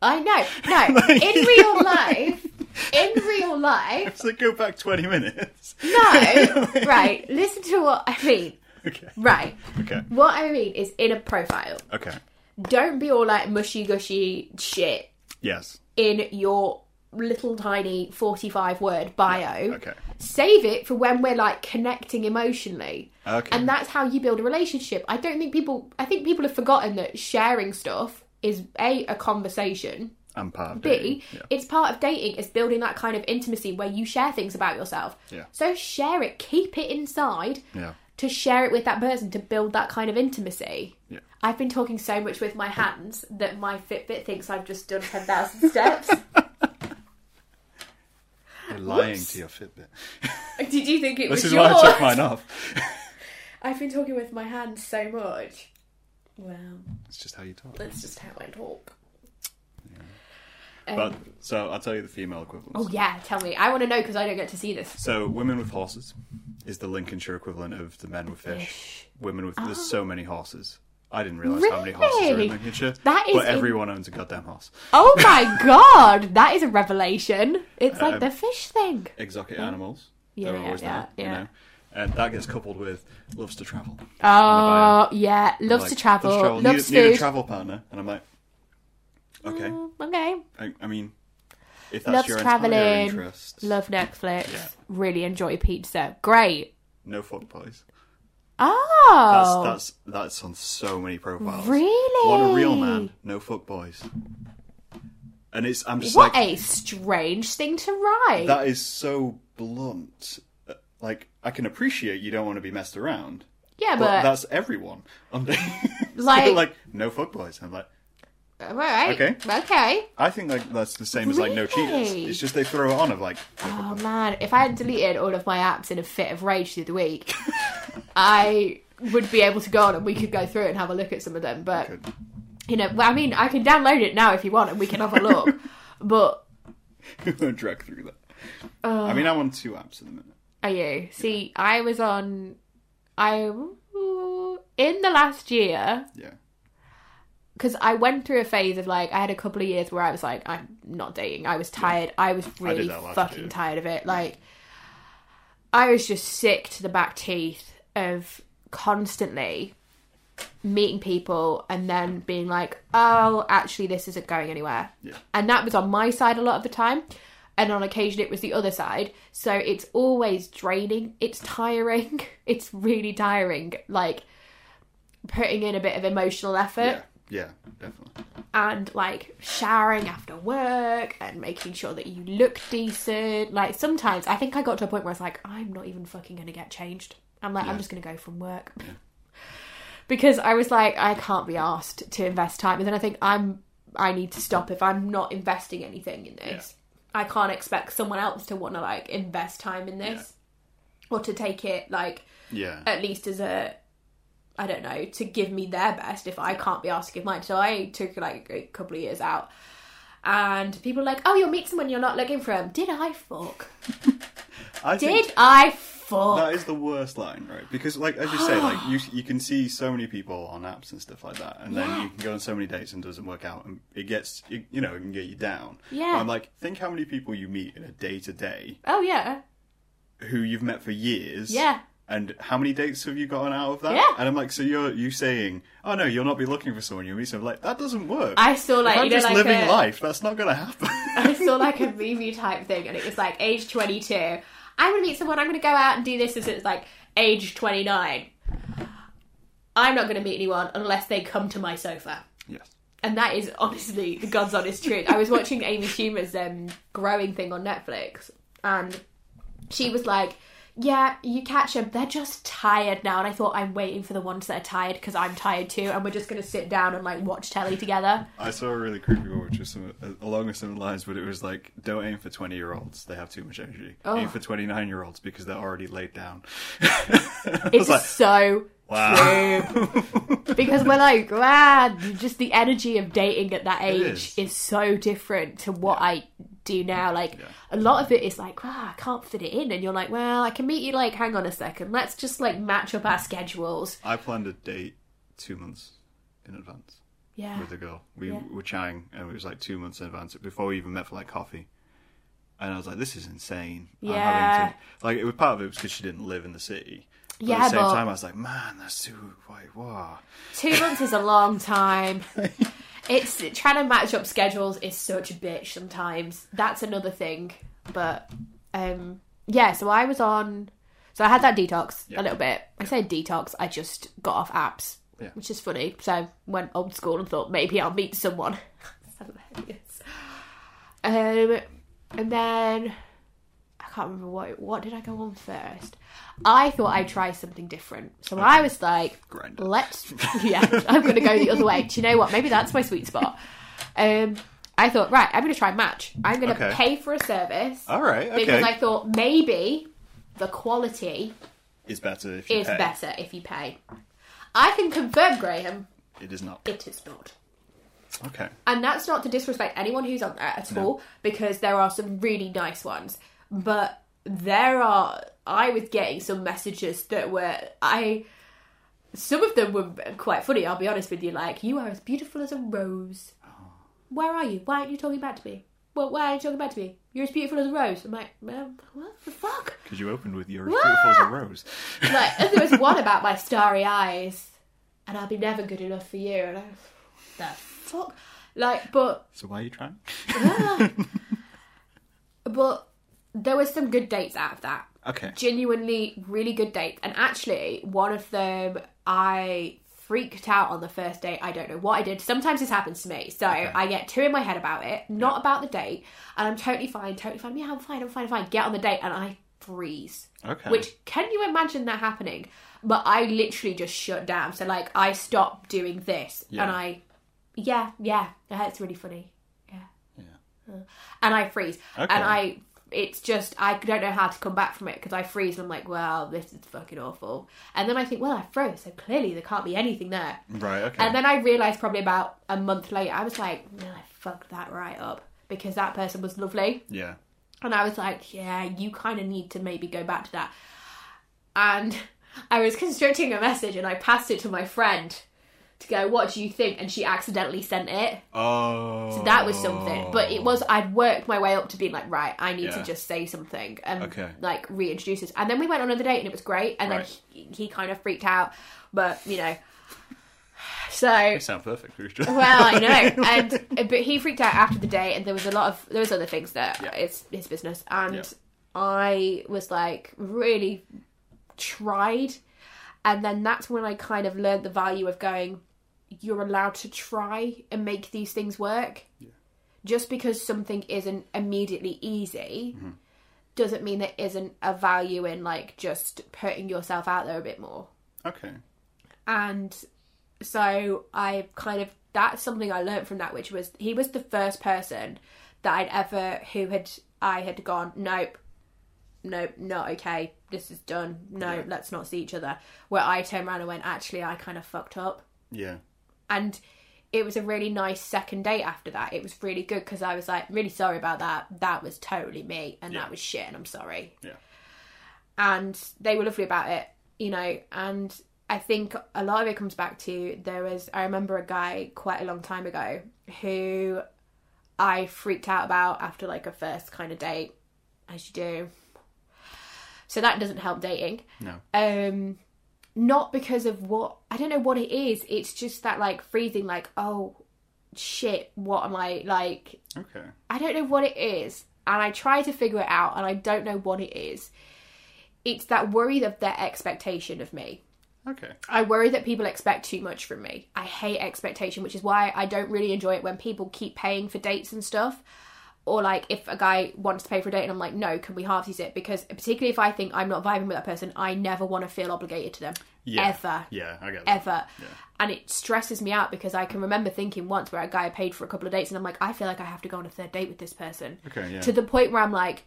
[SPEAKER 1] I know.
[SPEAKER 2] <laughs>
[SPEAKER 1] No, in real life, in real life,
[SPEAKER 2] <laughs> So go back twenty minutes. <laughs>
[SPEAKER 1] no. Right, listen to what I mean.
[SPEAKER 2] okay.
[SPEAKER 1] Right.
[SPEAKER 2] Okay.
[SPEAKER 1] What I mean is in a profile.
[SPEAKER 2] Okay.
[SPEAKER 1] Don't be all like mushy gushy shit
[SPEAKER 2] Yes.
[SPEAKER 1] in your little tiny 45 word bio.
[SPEAKER 2] Okay.
[SPEAKER 1] Save it for when we're like connecting emotionally.
[SPEAKER 2] Okay.
[SPEAKER 1] And that's how you build a relationship. I don't think people, I think people have forgotten that sharing stuff is A, a conversation,
[SPEAKER 2] I'm part of dating.
[SPEAKER 1] B,
[SPEAKER 2] Yeah.
[SPEAKER 1] it's part of dating, it's building that kind of intimacy where you share things about yourself.
[SPEAKER 2] Yeah.
[SPEAKER 1] So share it, keep it inside
[SPEAKER 2] Yeah.
[SPEAKER 1] to share it with that person to build that kind of intimacy.
[SPEAKER 2] Yeah.
[SPEAKER 1] I've been talking so much with my hands that my Fitbit thinks I've just done
[SPEAKER 2] <laughs>
[SPEAKER 1] 10,000 steps.
[SPEAKER 2] You're lying to your Fitbit.
[SPEAKER 1] Did you think it
[SPEAKER 2] This
[SPEAKER 1] was
[SPEAKER 2] is why I took
[SPEAKER 1] yours?
[SPEAKER 2] mine off.
[SPEAKER 1] I've been talking with my hands so much. Well,
[SPEAKER 2] it's just how you talk.
[SPEAKER 1] that's just how I talk. Um,
[SPEAKER 2] But Uh, so I'll tell you the female equivalent.
[SPEAKER 1] oh yeah, tell me. I want to know because I don't get to see this.
[SPEAKER 2] So women with horses is the Lincolnshire equivalent of the men with fish.
[SPEAKER 1] Fish. Ah.
[SPEAKER 2] Women with there's so many horses. I didn't realize how many horses are
[SPEAKER 1] Really?
[SPEAKER 2] in Lincolnshire.
[SPEAKER 1] That is
[SPEAKER 2] but
[SPEAKER 1] in-
[SPEAKER 2] everyone owns a goddamn horse.
[SPEAKER 1] Oh my <laughs> god, that is a revelation. It's like
[SPEAKER 2] Um,
[SPEAKER 1] the fish thing.
[SPEAKER 2] Exotic animals.
[SPEAKER 1] Yeah,
[SPEAKER 2] They're always
[SPEAKER 1] yeah,
[SPEAKER 2] there. you
[SPEAKER 1] yeah.
[SPEAKER 2] know? And that gets coupled with loves to travel.
[SPEAKER 1] Oh yeah, loves
[SPEAKER 2] Like,
[SPEAKER 1] to travel,
[SPEAKER 2] Loves, to
[SPEAKER 1] loves
[SPEAKER 2] need, need a
[SPEAKER 1] food.
[SPEAKER 2] travel partner, and I'm like, okay.
[SPEAKER 1] Mm, okay,
[SPEAKER 2] I, I mean, if that's
[SPEAKER 1] Loves
[SPEAKER 2] your entire
[SPEAKER 1] travelling.
[SPEAKER 2] interest,
[SPEAKER 1] love Netflix.
[SPEAKER 2] Yeah.
[SPEAKER 1] Really enjoy pizza. Great.
[SPEAKER 2] no fuck boys. That's
[SPEAKER 1] Oh,
[SPEAKER 2] that's that's on so many profiles.
[SPEAKER 1] Really?
[SPEAKER 2] What a real man. No fuck boys. And it's I'm just
[SPEAKER 1] what
[SPEAKER 2] like
[SPEAKER 1] a strange thing to write.
[SPEAKER 2] that is so blunt. Uh, Like I can appreciate you don't want to be messed around,
[SPEAKER 1] yeah,
[SPEAKER 2] but,
[SPEAKER 1] but,
[SPEAKER 2] that's everyone. I'm <laughs>
[SPEAKER 1] Like-
[SPEAKER 2] like, like no fuck boys. I'm like
[SPEAKER 1] all right.
[SPEAKER 2] Okay.
[SPEAKER 1] uh, Okay.
[SPEAKER 2] I think like that's the same as like no cheaters.
[SPEAKER 1] Really?
[SPEAKER 2] It's just they throw it on of like <laughs> no fuck
[SPEAKER 1] Oh man, if I had deleted all of my apps in a fit of rage through the
[SPEAKER 2] <laughs>
[SPEAKER 1] week, I would be able to go on and we could go through it and have a look at some of them. But
[SPEAKER 2] Good.
[SPEAKER 1] you know, well, I mean, I can download it now if you want and we can have a
[SPEAKER 2] <laughs>
[SPEAKER 1] look. but
[SPEAKER 2] We won't <laughs> drag through that. I mean, I'm on two apps at the minute.
[SPEAKER 1] are you? See, I was on, I in the last year
[SPEAKER 2] Yeah.
[SPEAKER 1] because I went through a phase of like I had a couple of years where I was like I'm not dating. I was tired. I was really
[SPEAKER 2] that last
[SPEAKER 1] fucking
[SPEAKER 2] year.
[SPEAKER 1] tired of it. Like I was just sick to the back teeth of constantly meeting people and then being like, "Oh, actually this isn't going anywhere."
[SPEAKER 2] Yeah.
[SPEAKER 1] And that was on my side a lot of the time. And on occasion, it was the other side. So it's always draining. It's <laughs> tiring. It's really tiring. Like putting in a bit of emotional effort
[SPEAKER 2] Yeah. Yeah, definitely.
[SPEAKER 1] and like showering after work and making sure that you look decent. Like sometimes I think I got to a point where I was like, I'm not even fucking gonna get changed. I'm like, I'm just gonna go from work. because I was like, I can't be asked to invest time. And then I think I'm I need to stop if I'm not investing anything in this. I can't expect someone else to wanna like invest time in this. Or to take it like
[SPEAKER 2] Yeah.
[SPEAKER 1] at least as a I don't know to give me their best if I can't be asked to give mine. So I took like a couple of years out, and people were like, "Oh, you'll meet someone you're not looking for." 'em." Did I fuck?
[SPEAKER 2] I think
[SPEAKER 1] Did I fuck?
[SPEAKER 2] that is the worst line, right? Because, like, as you say, like you you can see so many people on apps and stuff like that, and then
[SPEAKER 1] Yeah.
[SPEAKER 2] you can go on so many dates and it doesn't work out, and it gets it, you know it can get you down.
[SPEAKER 1] Yeah.
[SPEAKER 2] But I'm like, think how many people you meet in a day to day
[SPEAKER 1] Oh yeah,
[SPEAKER 2] who you've met for years.
[SPEAKER 1] Yeah.
[SPEAKER 2] And how many dates have you gotten out of that?
[SPEAKER 1] Yeah.
[SPEAKER 2] And I'm like, so you're you saying, oh no, you'll not be looking for someone you'll meet. someone like that doesn't work.
[SPEAKER 1] I saw like
[SPEAKER 2] if I'm
[SPEAKER 1] you know
[SPEAKER 2] just
[SPEAKER 1] like
[SPEAKER 2] living
[SPEAKER 1] a-
[SPEAKER 2] life. That's not gonna happen.
[SPEAKER 1] I saw like a movie type thing, and it was like age 22. I'm gonna meet someone. I'm gonna go out and do this. And so it's like age 29. I'm not gonna meet anyone unless they come to my sofa.
[SPEAKER 2] <laughs> yes.
[SPEAKER 1] and that is honestly the God's honest truth. I was watching Amy Schumer's um, growing thing on Netflix, and she was like, "Yeah, you catch them. They're just tired now." And I thought, I'm waiting for the ones that are tired because I'm tired too, and we're just gonna sit down and like watch telly together.
[SPEAKER 2] I saw a really creepy one, which was some, uh, along with some lines, but it was like, "Don't aim for twenty-year-olds; they have too much energy.
[SPEAKER 1] Oh.
[SPEAKER 2] Aim for twenty-nine-year-olds because they're already laid down." <laughs> I
[SPEAKER 1] It's
[SPEAKER 2] was like,
[SPEAKER 1] so
[SPEAKER 2] "Wow." <laughs>
[SPEAKER 1] true. because we're like, man, just the energy of dating at that age
[SPEAKER 2] is.
[SPEAKER 1] is. so different to what I do now. Like a lot of it is like, wow, I can't fit it in, and you're like, well, I can meet you. Like, hang on a second, let's just like match up our schedules.
[SPEAKER 2] I planned a date two months in advance
[SPEAKER 1] Yeah,
[SPEAKER 2] with a girl. We
[SPEAKER 1] Yeah.
[SPEAKER 2] were chatting, and it was like two months in advance before we even met for like coffee. And I was like, "This is insane." I'm having
[SPEAKER 1] Yeah.
[SPEAKER 2] to, like it was part of it was because she didn't live in the city. But at
[SPEAKER 1] Yeah,
[SPEAKER 2] the same
[SPEAKER 1] but-
[SPEAKER 2] time, I was like, "Man, that's too like wow."
[SPEAKER 1] two months is a long time. It's trying to match up schedules is such a bitch sometimes. That's another thing. But um yeah, so I was on so I had that detox
[SPEAKER 2] Yeah.
[SPEAKER 1] a little bit. I say detox, I just got off apps.
[SPEAKER 2] Yeah.
[SPEAKER 1] Which is funny. So went old school and thought maybe I'll meet someone. <laughs> Hilarious. Um and then I can't remember what what did I go on first. I thought I'd try something different. So I was like
[SPEAKER 2] Grindr. <laughs>
[SPEAKER 1] let's yeah i'm gonna go the other way do you know what maybe that's my sweet spot um i thought right i'm gonna try match i'm gonna
[SPEAKER 2] Okay.
[SPEAKER 1] pay for a service
[SPEAKER 2] All right, okay.
[SPEAKER 1] because i thought maybe the quality
[SPEAKER 2] It's better if you
[SPEAKER 1] is
[SPEAKER 2] pay.
[SPEAKER 1] better if you pay i can confirm graham
[SPEAKER 2] It is not.
[SPEAKER 1] it is not
[SPEAKER 2] Okay.
[SPEAKER 1] and that's not to disrespect anyone who's on there at all because there are some really nice ones but there are i was getting some messages that were i some of them were quite funny i'll be honest with you like you are as beautiful as a rose where are you why aren't you talking back to me well, why are you talking back to me? You're as beautiful as a rose. I'm like, um, what the fuck?
[SPEAKER 2] Because you opened with your as beautiful as a rose.
[SPEAKER 1] Like, and there was one about my starry eyes, and I'll be never good enough for you. And I, the fuck? Like, but
[SPEAKER 2] So why are you trying?
[SPEAKER 1] But there was some good dates out of that.
[SPEAKER 2] Okay.
[SPEAKER 1] Genuinely really good dates. And actually, one of them I freaked out on the first date. I don't know what I did. Sometimes this happens to me. So I get two in my head about it, not about the date. And I'm totally fine, totally fine. Yeah, I'm fine, I'm fine, I'm fine. Get on the date and I freeze.
[SPEAKER 2] Okay.
[SPEAKER 1] Which can you imagine that happening? But I literally just shut down. So like I stopped doing this
[SPEAKER 2] Yeah.
[SPEAKER 1] and I yeah, yeah. Yeah, It's really funny. Yeah.
[SPEAKER 2] Yeah.
[SPEAKER 1] Uh, And I freeze.
[SPEAKER 2] Okay.
[SPEAKER 1] And I it's just I don't know how to come back from it because I freeze and I'm like, well, this is fucking awful. And then I think, well, I froze, so clearly there can't be anything there.
[SPEAKER 2] Right. Okay.
[SPEAKER 1] And then I realised probably about a month later, I was like, no, I fucked that right up because that person was lovely.
[SPEAKER 2] yeah.
[SPEAKER 1] And I was like, yeah, you kind of need to maybe go back to that. And I was constructing a message and I passed it to my friend to go, what do you think? And she accidentally sent it.
[SPEAKER 2] Oh.
[SPEAKER 1] So that was something. But it was, I'd worked my way up to being like, right, I need
[SPEAKER 2] Yeah.
[SPEAKER 1] to just say something and
[SPEAKER 2] Okay.
[SPEAKER 1] like reintroduce us. And then we went on another date and it was great. And
[SPEAKER 2] Right.
[SPEAKER 1] then he, he kind of freaked out. But, you know. <sighs> So
[SPEAKER 2] You sound perfect.
[SPEAKER 1] <laughs> well, I know, and uh, but he freaked out after the day, and there was a lot of there was other things that
[SPEAKER 2] Yeah.
[SPEAKER 1] it's his business, and
[SPEAKER 2] Yeah.
[SPEAKER 1] I was like really tried, and then that's when I kind of learned the value of going. you're allowed to try and make these things work. Just because something isn't immediately easy
[SPEAKER 2] Mm-hmm.
[SPEAKER 1] doesn't mean there isn't a value in like just putting yourself out there a bit more.
[SPEAKER 2] <laughs> Okay.
[SPEAKER 1] And so I kind of that's something I learnt from that, which was he was the first person that I'd ever who had I had gone nope, nope, not okay. This is done. No,
[SPEAKER 2] Yeah.
[SPEAKER 1] let's not see each other. Where I turned around and went, actually, I kind of fucked up
[SPEAKER 2] Yeah.
[SPEAKER 1] and it was a really nice second date after that. It was really good because I was like, really sorry about that. That was totally me, and
[SPEAKER 2] Yeah.
[SPEAKER 1] that was shit, and I'm sorry.
[SPEAKER 2] Yeah.
[SPEAKER 1] And they were lovely about it, you know. And I think a lot of it comes back to there was. I remember a guy quite a long time ago who I freaked out about after like a first kind of date, as you do. So that doesn't help dating
[SPEAKER 2] No.
[SPEAKER 1] um not because of what i don't know what it is it's just that like freezing like oh shit what am i like
[SPEAKER 2] Okay.
[SPEAKER 1] i don't know what it is and i try to figure it out and i don't know what it is it's that worry of their expectation of me
[SPEAKER 2] Okay.
[SPEAKER 1] i worry that people expect too much from me i hate expectation which is why i don't really enjoy it when people keep paying for dates and stuff or like if a guy wants to pay for a date and i'm like no can we halfsies it because particularly if i think i'm not vibing with that person i never want to feel obligated to them
[SPEAKER 2] Yeah.
[SPEAKER 1] ever
[SPEAKER 2] Yeah, I get that.
[SPEAKER 1] ever. And it stresses me out because I can remember thinking once where a guy paid for a couple of dates and I'm like, I feel like I have to go on a third date with this person.
[SPEAKER 2] Okay, yeah.
[SPEAKER 1] To the point where I'm like,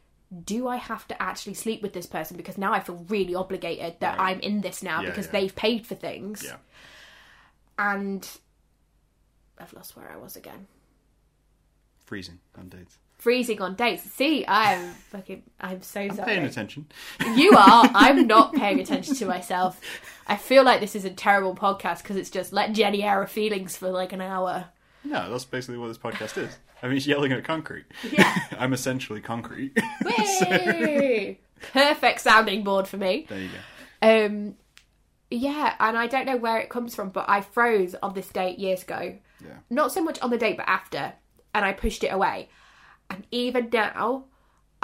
[SPEAKER 1] do I have to actually sleep with this person? Because now I feel really obligated that I'm in this now
[SPEAKER 2] Yeah,
[SPEAKER 1] because
[SPEAKER 2] yeah.
[SPEAKER 1] they've paid for things.
[SPEAKER 2] Yeah.
[SPEAKER 1] And I've lost where I was again.
[SPEAKER 2] Freezing on dates.
[SPEAKER 1] Freezing on dates. See, I'm fucking. I'm so sorry.
[SPEAKER 2] Paying attention.
[SPEAKER 1] You
[SPEAKER 2] <laughs>
[SPEAKER 1] are. I'm not paying attention to myself. I feel like this is a terrible podcast because it's just let Jenny air her feelings for like an
[SPEAKER 2] <laughs>
[SPEAKER 1] hour.
[SPEAKER 2] No, that's basically what this podcast is. I mean, it's yelling at concrete.
[SPEAKER 1] Yeah.
[SPEAKER 2] <laughs> I'm essentially concrete. <laughs>
[SPEAKER 1] Whee! Perfect sounding board for me.
[SPEAKER 2] there you go.
[SPEAKER 1] Um, yeah, and I don't know where it comes from, but I froze on this date years ago.
[SPEAKER 2] Yeah.
[SPEAKER 1] Not so much on the date, but after, and I pushed it away. And even now,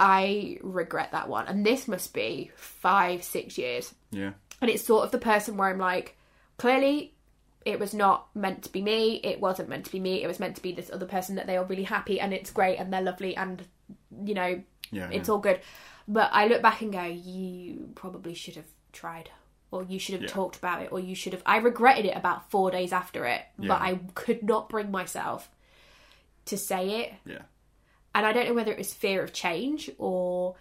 [SPEAKER 1] I regret that one. And this must be five, six years.
[SPEAKER 2] Yeah.
[SPEAKER 1] and it's sort of the person where I'm like, clearly it was not meant to be me. It wasn't meant to be me. It was meant to be this other person that they are really happy and it's great and they're lovely and you know
[SPEAKER 2] Yeah.
[SPEAKER 1] it's all good. But I look back and go, you probably should have tried or you should have
[SPEAKER 2] Yeah.
[SPEAKER 1] talked about it or you should have. I regretted it about four days after it,
[SPEAKER 2] Yeah.
[SPEAKER 1] but I could not bring myself to say it
[SPEAKER 2] yeah.
[SPEAKER 1] and I don't know whether it was fear of change or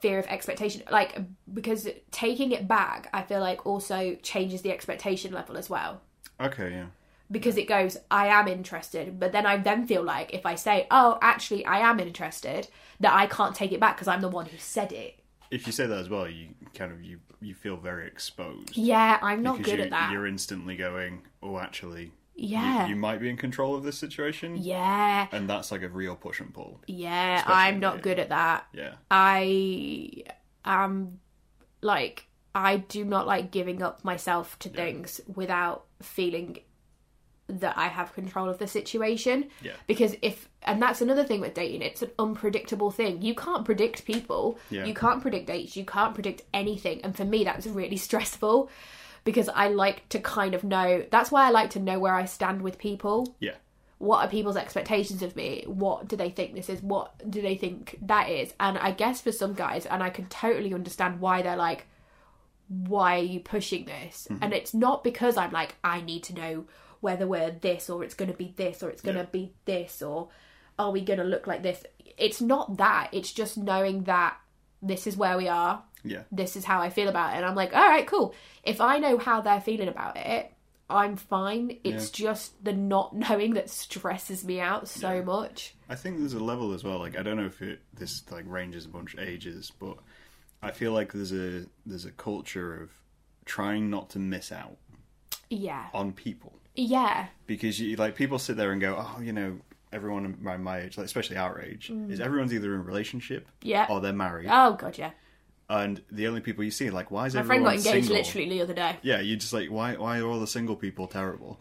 [SPEAKER 1] fear of expectation like because taking it back I feel like also changes the expectation level as well
[SPEAKER 2] Okay, yeah.
[SPEAKER 1] because it goes I am interested but then I then feel like if I say oh actually I am interested that I can't take it back because I'm the one who said it
[SPEAKER 2] If you say that as well, you kind of you you feel very exposed.
[SPEAKER 1] yeah I'm not
[SPEAKER 2] because
[SPEAKER 1] good
[SPEAKER 2] you,
[SPEAKER 1] at that
[SPEAKER 2] You're instantly going, oh, actually, you-
[SPEAKER 1] yeah
[SPEAKER 2] you, might be in control of this situation,
[SPEAKER 1] yeah
[SPEAKER 2] and that's like a real push and pull.
[SPEAKER 1] yeah
[SPEAKER 2] Especially
[SPEAKER 1] I'm not
[SPEAKER 2] me.
[SPEAKER 1] good at that
[SPEAKER 2] Yeah,
[SPEAKER 1] I am like I do not like giving up myself to things without feeling that I have control of the situation.
[SPEAKER 2] Yeah.
[SPEAKER 1] Because if and that's another thing with dating, it's an unpredictable thing. You can't predict people.
[SPEAKER 2] Yeah.
[SPEAKER 1] You can't predict dates. You can't predict anything. And for me that's really <laughs> stressful because I like to kind of know that's why I like to know where I stand with people
[SPEAKER 2] yeah,
[SPEAKER 1] what are people's expectations of me what do they think this is what do they think that is and i guess for some guys and i can totally understand why they're like why are you pushing this and it's not because i'm like i need to know whether we're this or it's going to be this or it's going to
[SPEAKER 2] Yeah.
[SPEAKER 1] be this or are we going to look like this it's not that it's just knowing that this is where we are
[SPEAKER 2] yeah,
[SPEAKER 1] this is how I feel about it. And I'm like, all right, cool. If I know how they're feeling about it, I'm fine. It's just the not <laughs> knowing that stresses me out so much.
[SPEAKER 2] I think there's a level as well. Like I don't know if it, this like ranges a bunch of ages, but I feel like there's a there's a culture of trying not to miss out
[SPEAKER 1] Yeah.
[SPEAKER 2] on people
[SPEAKER 1] Yeah.
[SPEAKER 2] because you like people sit there and go, oh, you know, everyone my my age, like especially our age, is everyone's either in a relationship
[SPEAKER 1] Mm. Yeah.
[SPEAKER 2] or they're married,
[SPEAKER 1] Oh, God, yeah.
[SPEAKER 2] and the only people you see like why is
[SPEAKER 1] My friend
[SPEAKER 2] everyone
[SPEAKER 1] got engaged
[SPEAKER 2] single?
[SPEAKER 1] literally the other day.
[SPEAKER 2] Yeah, you're just like why why are all the single people terrible?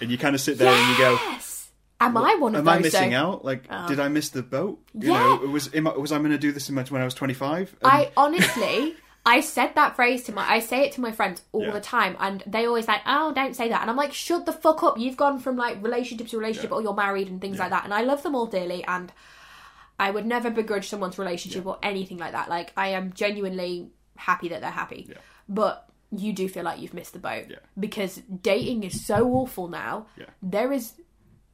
[SPEAKER 2] And you kind of sit there and you go,
[SPEAKER 1] Yes. Am I one of
[SPEAKER 2] Am
[SPEAKER 1] those?
[SPEAKER 2] I missing
[SPEAKER 1] though?
[SPEAKER 2] out? Like, did I miss the boat?
[SPEAKER 1] Oh.
[SPEAKER 2] You
[SPEAKER 1] Yeah.
[SPEAKER 2] Um, know, was am I- was I going to do this in my- when I was twenty five? <laughs>
[SPEAKER 1] I honestly, I said that phrase to my I say it to my friends all
[SPEAKER 2] Yeah.
[SPEAKER 1] the time and they always like, Oh, don't say that and I'm like, Shut the fuck up, you've gone from like relationship to relationship
[SPEAKER 2] Yeah.
[SPEAKER 1] or you're married and things
[SPEAKER 2] Yeah.
[SPEAKER 1] like that and I love them all dearly and I would never begrudge someone's relationship or anything like that. Like I am genuinely happy that they're happy.
[SPEAKER 2] Yeah.
[SPEAKER 1] But you do feel like you've missed the boat.
[SPEAKER 2] Yeah.
[SPEAKER 1] Because dating is so awful now.
[SPEAKER 2] Yeah.
[SPEAKER 1] There is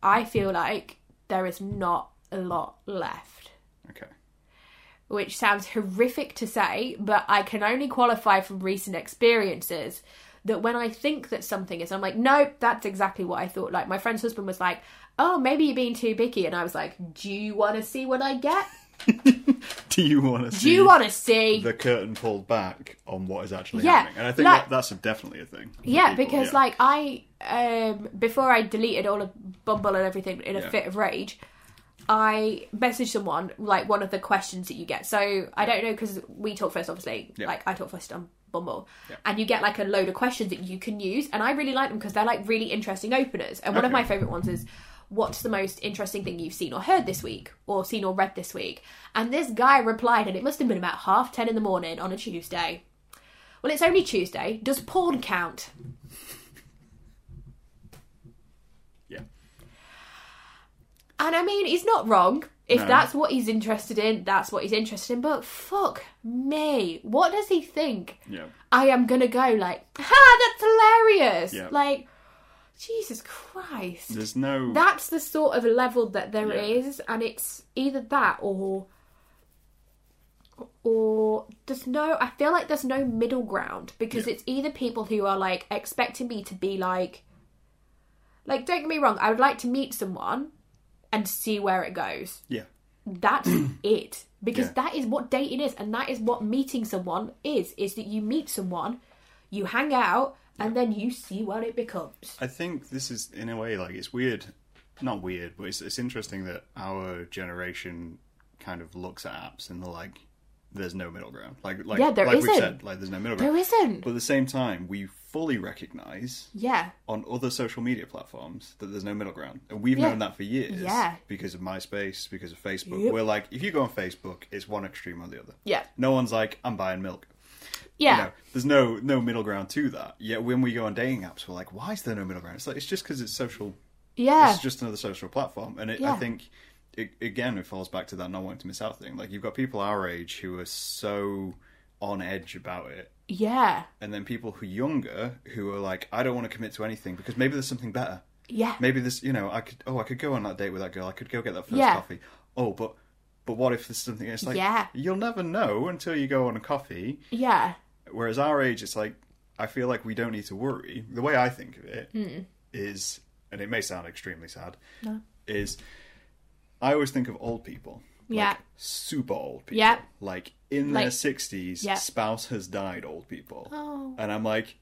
[SPEAKER 1] I feel like there is not a lot left
[SPEAKER 2] Okay. <laughs>
[SPEAKER 1] which sounds horrific to say, but I can only qualify from recent experiences that when I think that something is, I'm like, nope, that's exactly what I thought. Like, my friend's husband was like, oh, maybe you're being too picky. And I was like, do you want to see what I get?
[SPEAKER 2] Do you want to
[SPEAKER 1] Do
[SPEAKER 2] see
[SPEAKER 1] you want to see?
[SPEAKER 2] the curtain pulled back on what is actually
[SPEAKER 1] Yeah,
[SPEAKER 2] happening? And I think
[SPEAKER 1] like-
[SPEAKER 2] that, that's definitely a thing. for
[SPEAKER 1] yeah,
[SPEAKER 2] people,
[SPEAKER 1] because,
[SPEAKER 2] yeah.
[SPEAKER 1] like, I, um, before I deleted all of Bumble and everything in a
[SPEAKER 2] Yeah.
[SPEAKER 1] fit of rage, I messaged someone, like, one of the questions that you get. So, I don't know, because we talk first, obviously.
[SPEAKER 2] Yeah.
[SPEAKER 1] Like, I talk first on Bumble.
[SPEAKER 2] Yeah.
[SPEAKER 1] And you get, like, a load of questions that you can use. And I really like them because they're, like, really interesting openers. And one of
[SPEAKER 2] Okay.
[SPEAKER 1] my favourite ones is, What's the most interesting thing you've seen or heard this week, or seen or read this week? And this guy replied, and it must have been about half ten in the morning on a Tuesday. Well, it's only Tuesday. Does porn count?
[SPEAKER 2] yeah,
[SPEAKER 1] And I mean, he's not wrong. If
[SPEAKER 2] No.
[SPEAKER 1] that's what he's interested in, that's what he's interested in. But fuck me. What does he think?
[SPEAKER 2] yeah,
[SPEAKER 1] I am going to go like, <laughs> ha, that's hilarious.
[SPEAKER 2] Yeah.
[SPEAKER 1] Like, Jesus Christ.
[SPEAKER 2] there's no
[SPEAKER 1] That's the sort of level that there
[SPEAKER 2] Yeah.
[SPEAKER 1] is, And it's either that or. Or there's no, I feel like there's no middle ground because
[SPEAKER 2] Yeah.
[SPEAKER 1] it's either people who are like expecting me to be like, like, don't get me wrong, I would like to meet someone and see where it goes
[SPEAKER 2] yeah, <clears throat>
[SPEAKER 1] that's it because
[SPEAKER 2] Yeah.
[SPEAKER 1] that is what dating is and that is what meeting someone is is that you meet someone you hang out and then you see what it becomes
[SPEAKER 2] I think this is in a way like it's weird, not weird, but it's it's interesting that our generation kind of looks at apps and they're like, there's no middle ground. Like like
[SPEAKER 1] Yeah, there
[SPEAKER 2] like
[SPEAKER 1] isn't.
[SPEAKER 2] we've said, like there's no middle ground.
[SPEAKER 1] there isn't
[SPEAKER 2] But at the same time, we fully recognize
[SPEAKER 1] yeah
[SPEAKER 2] on other social media platforms that there's no middle ground, and we've
[SPEAKER 1] Yeah.
[SPEAKER 2] known that for years.
[SPEAKER 1] Yeah.
[SPEAKER 2] because of MySpace, because of Facebook,
[SPEAKER 1] Yep.
[SPEAKER 2] we're like, if you go on Facebook, it's one extreme or the other.
[SPEAKER 1] yeah
[SPEAKER 2] No one's like, I'm buying milk.
[SPEAKER 1] yeah
[SPEAKER 2] You know, there's no no middle ground to that. Yet when we go on dating apps, we're like, why is there no middle ground? It's like it's just because it's social.
[SPEAKER 1] yeah
[SPEAKER 2] It's just another social platform, and it,
[SPEAKER 1] Yeah.
[SPEAKER 2] I think it, again it falls back to that not wanting to miss out thing. Like you've got people our age who are so on edge about it,
[SPEAKER 1] yeah
[SPEAKER 2] and then people who are younger who are like, I don't want to commit to anything because maybe there's something better.
[SPEAKER 1] yeah
[SPEAKER 2] Maybe this, you know, I could oh I could go on that date with that girl. I could go get that first
[SPEAKER 1] Yeah.
[SPEAKER 2] coffee. Oh, but. But what if there's something? It's like
[SPEAKER 1] Yeah.
[SPEAKER 2] you'll never know until you go on a coffee,
[SPEAKER 1] yeah
[SPEAKER 2] Whereas our age, it's like I feel like we don't need to worry. The way I think of it is, and it may sound extremely sad, is I always think of old people,
[SPEAKER 1] Yeah.
[SPEAKER 2] like super old people,
[SPEAKER 1] Yeah.
[SPEAKER 2] like in
[SPEAKER 1] Like-
[SPEAKER 2] their sixties,
[SPEAKER 1] Yeah.
[SPEAKER 2] spouse has died, old people,
[SPEAKER 1] Oh.
[SPEAKER 2] and I'm like,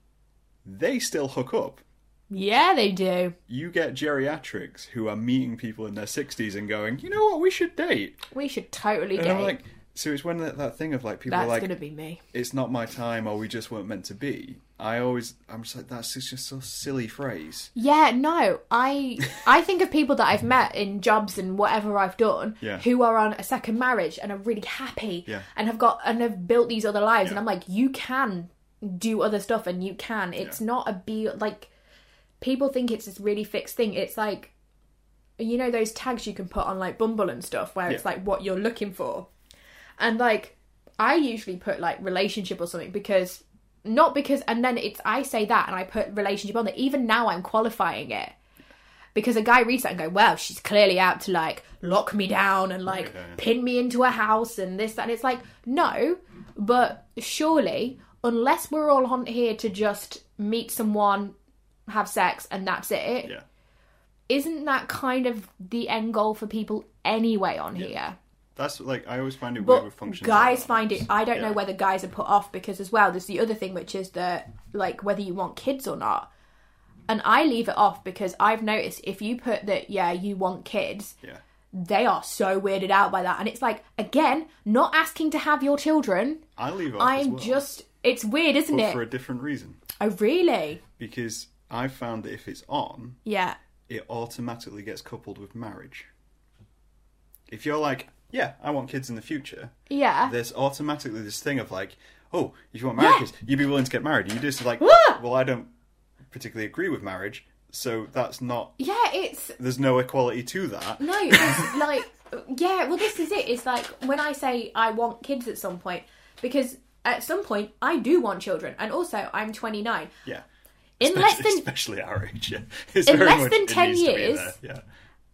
[SPEAKER 2] they still hook up.
[SPEAKER 1] yeah they do
[SPEAKER 2] You get geriatrics who are meeting people in their sixties and going, you know what, we should date,
[SPEAKER 1] we should totally
[SPEAKER 2] and
[SPEAKER 1] date
[SPEAKER 2] I'm like. So it's when that, that thing of like people
[SPEAKER 1] that's
[SPEAKER 2] are like,
[SPEAKER 1] gonna be me
[SPEAKER 2] it's not my time or we just weren't meant to be. I always, I'm just like, that's just, just a silly phrase.
[SPEAKER 1] Yeah, no, I I think of people that I've met in jobs and whatever I've done
[SPEAKER 2] <laughs> Yeah.
[SPEAKER 1] who are on a second marriage and are really happy
[SPEAKER 2] Yeah.
[SPEAKER 1] and have got and have built these other lives, and
[SPEAKER 2] Yeah.
[SPEAKER 1] I'm like, you can do other stuff, and you can. It's not a be like people think it's this really fixed thing. It's like you know those tags you can put on like Bumble and stuff where it's
[SPEAKER 2] Yeah.
[SPEAKER 1] like what you're looking for, and like I usually put like relationship or something because not because and then it's I say that and I put relationship on there. Even now I'm qualifying it. Because a guy reads that and go, Well, she's clearly out to like lock me down and like
[SPEAKER 2] Yeah.
[SPEAKER 1] pin me into a house and this, that and it's like, no, but surely unless we're all on here to just meet someone, have sex and that's it,
[SPEAKER 2] Yeah.
[SPEAKER 1] not that kind of the end goal for people anyway on here?
[SPEAKER 2] That's like, I always find it weird
[SPEAKER 1] But
[SPEAKER 2] with functions.
[SPEAKER 1] guys
[SPEAKER 2] like that.
[SPEAKER 1] find it. I don't know
[SPEAKER 2] Yeah.
[SPEAKER 1] whether guys are put off because as well, there's the other thing which is that like whether you want kids or not. And I leave it off because I've noticed if you put that yeah you want kids,
[SPEAKER 2] Yeah.
[SPEAKER 1] they are so weirded out by that, and it's like again not asking to have your children.
[SPEAKER 2] I leave it off as
[SPEAKER 1] I'm
[SPEAKER 2] well,
[SPEAKER 1] just it's weird, isn't
[SPEAKER 2] But
[SPEAKER 1] it?
[SPEAKER 2] for a different reason.
[SPEAKER 1] Oh really?
[SPEAKER 2] Because I've found that if it's on,
[SPEAKER 1] Yeah.
[SPEAKER 2] it automatically gets coupled with marriage. If you're like, yeah, I want kids in the future,
[SPEAKER 1] Yeah.
[SPEAKER 2] there's automatically this thing of like, oh, if you want marriage,
[SPEAKER 1] Yeah.
[SPEAKER 2] you'd be willing to get married. And you just like,
[SPEAKER 1] What?
[SPEAKER 2] well, I don't particularly agree with marriage, so that's not.
[SPEAKER 1] Yeah, it's
[SPEAKER 2] There's no equality to that.
[SPEAKER 1] No,
[SPEAKER 2] <laughs>
[SPEAKER 1] it's like yeah. Well, this is it. It's like when I say I want kids at some point because at some point I do want children, and also I'm 29.
[SPEAKER 2] Yeah.
[SPEAKER 1] In less than
[SPEAKER 2] especially our age, yeah. It's
[SPEAKER 1] In
[SPEAKER 2] very
[SPEAKER 1] less
[SPEAKER 2] much-
[SPEAKER 1] than
[SPEAKER 2] it
[SPEAKER 1] 10
[SPEAKER 2] needs to be
[SPEAKER 1] years,
[SPEAKER 2] there, yeah.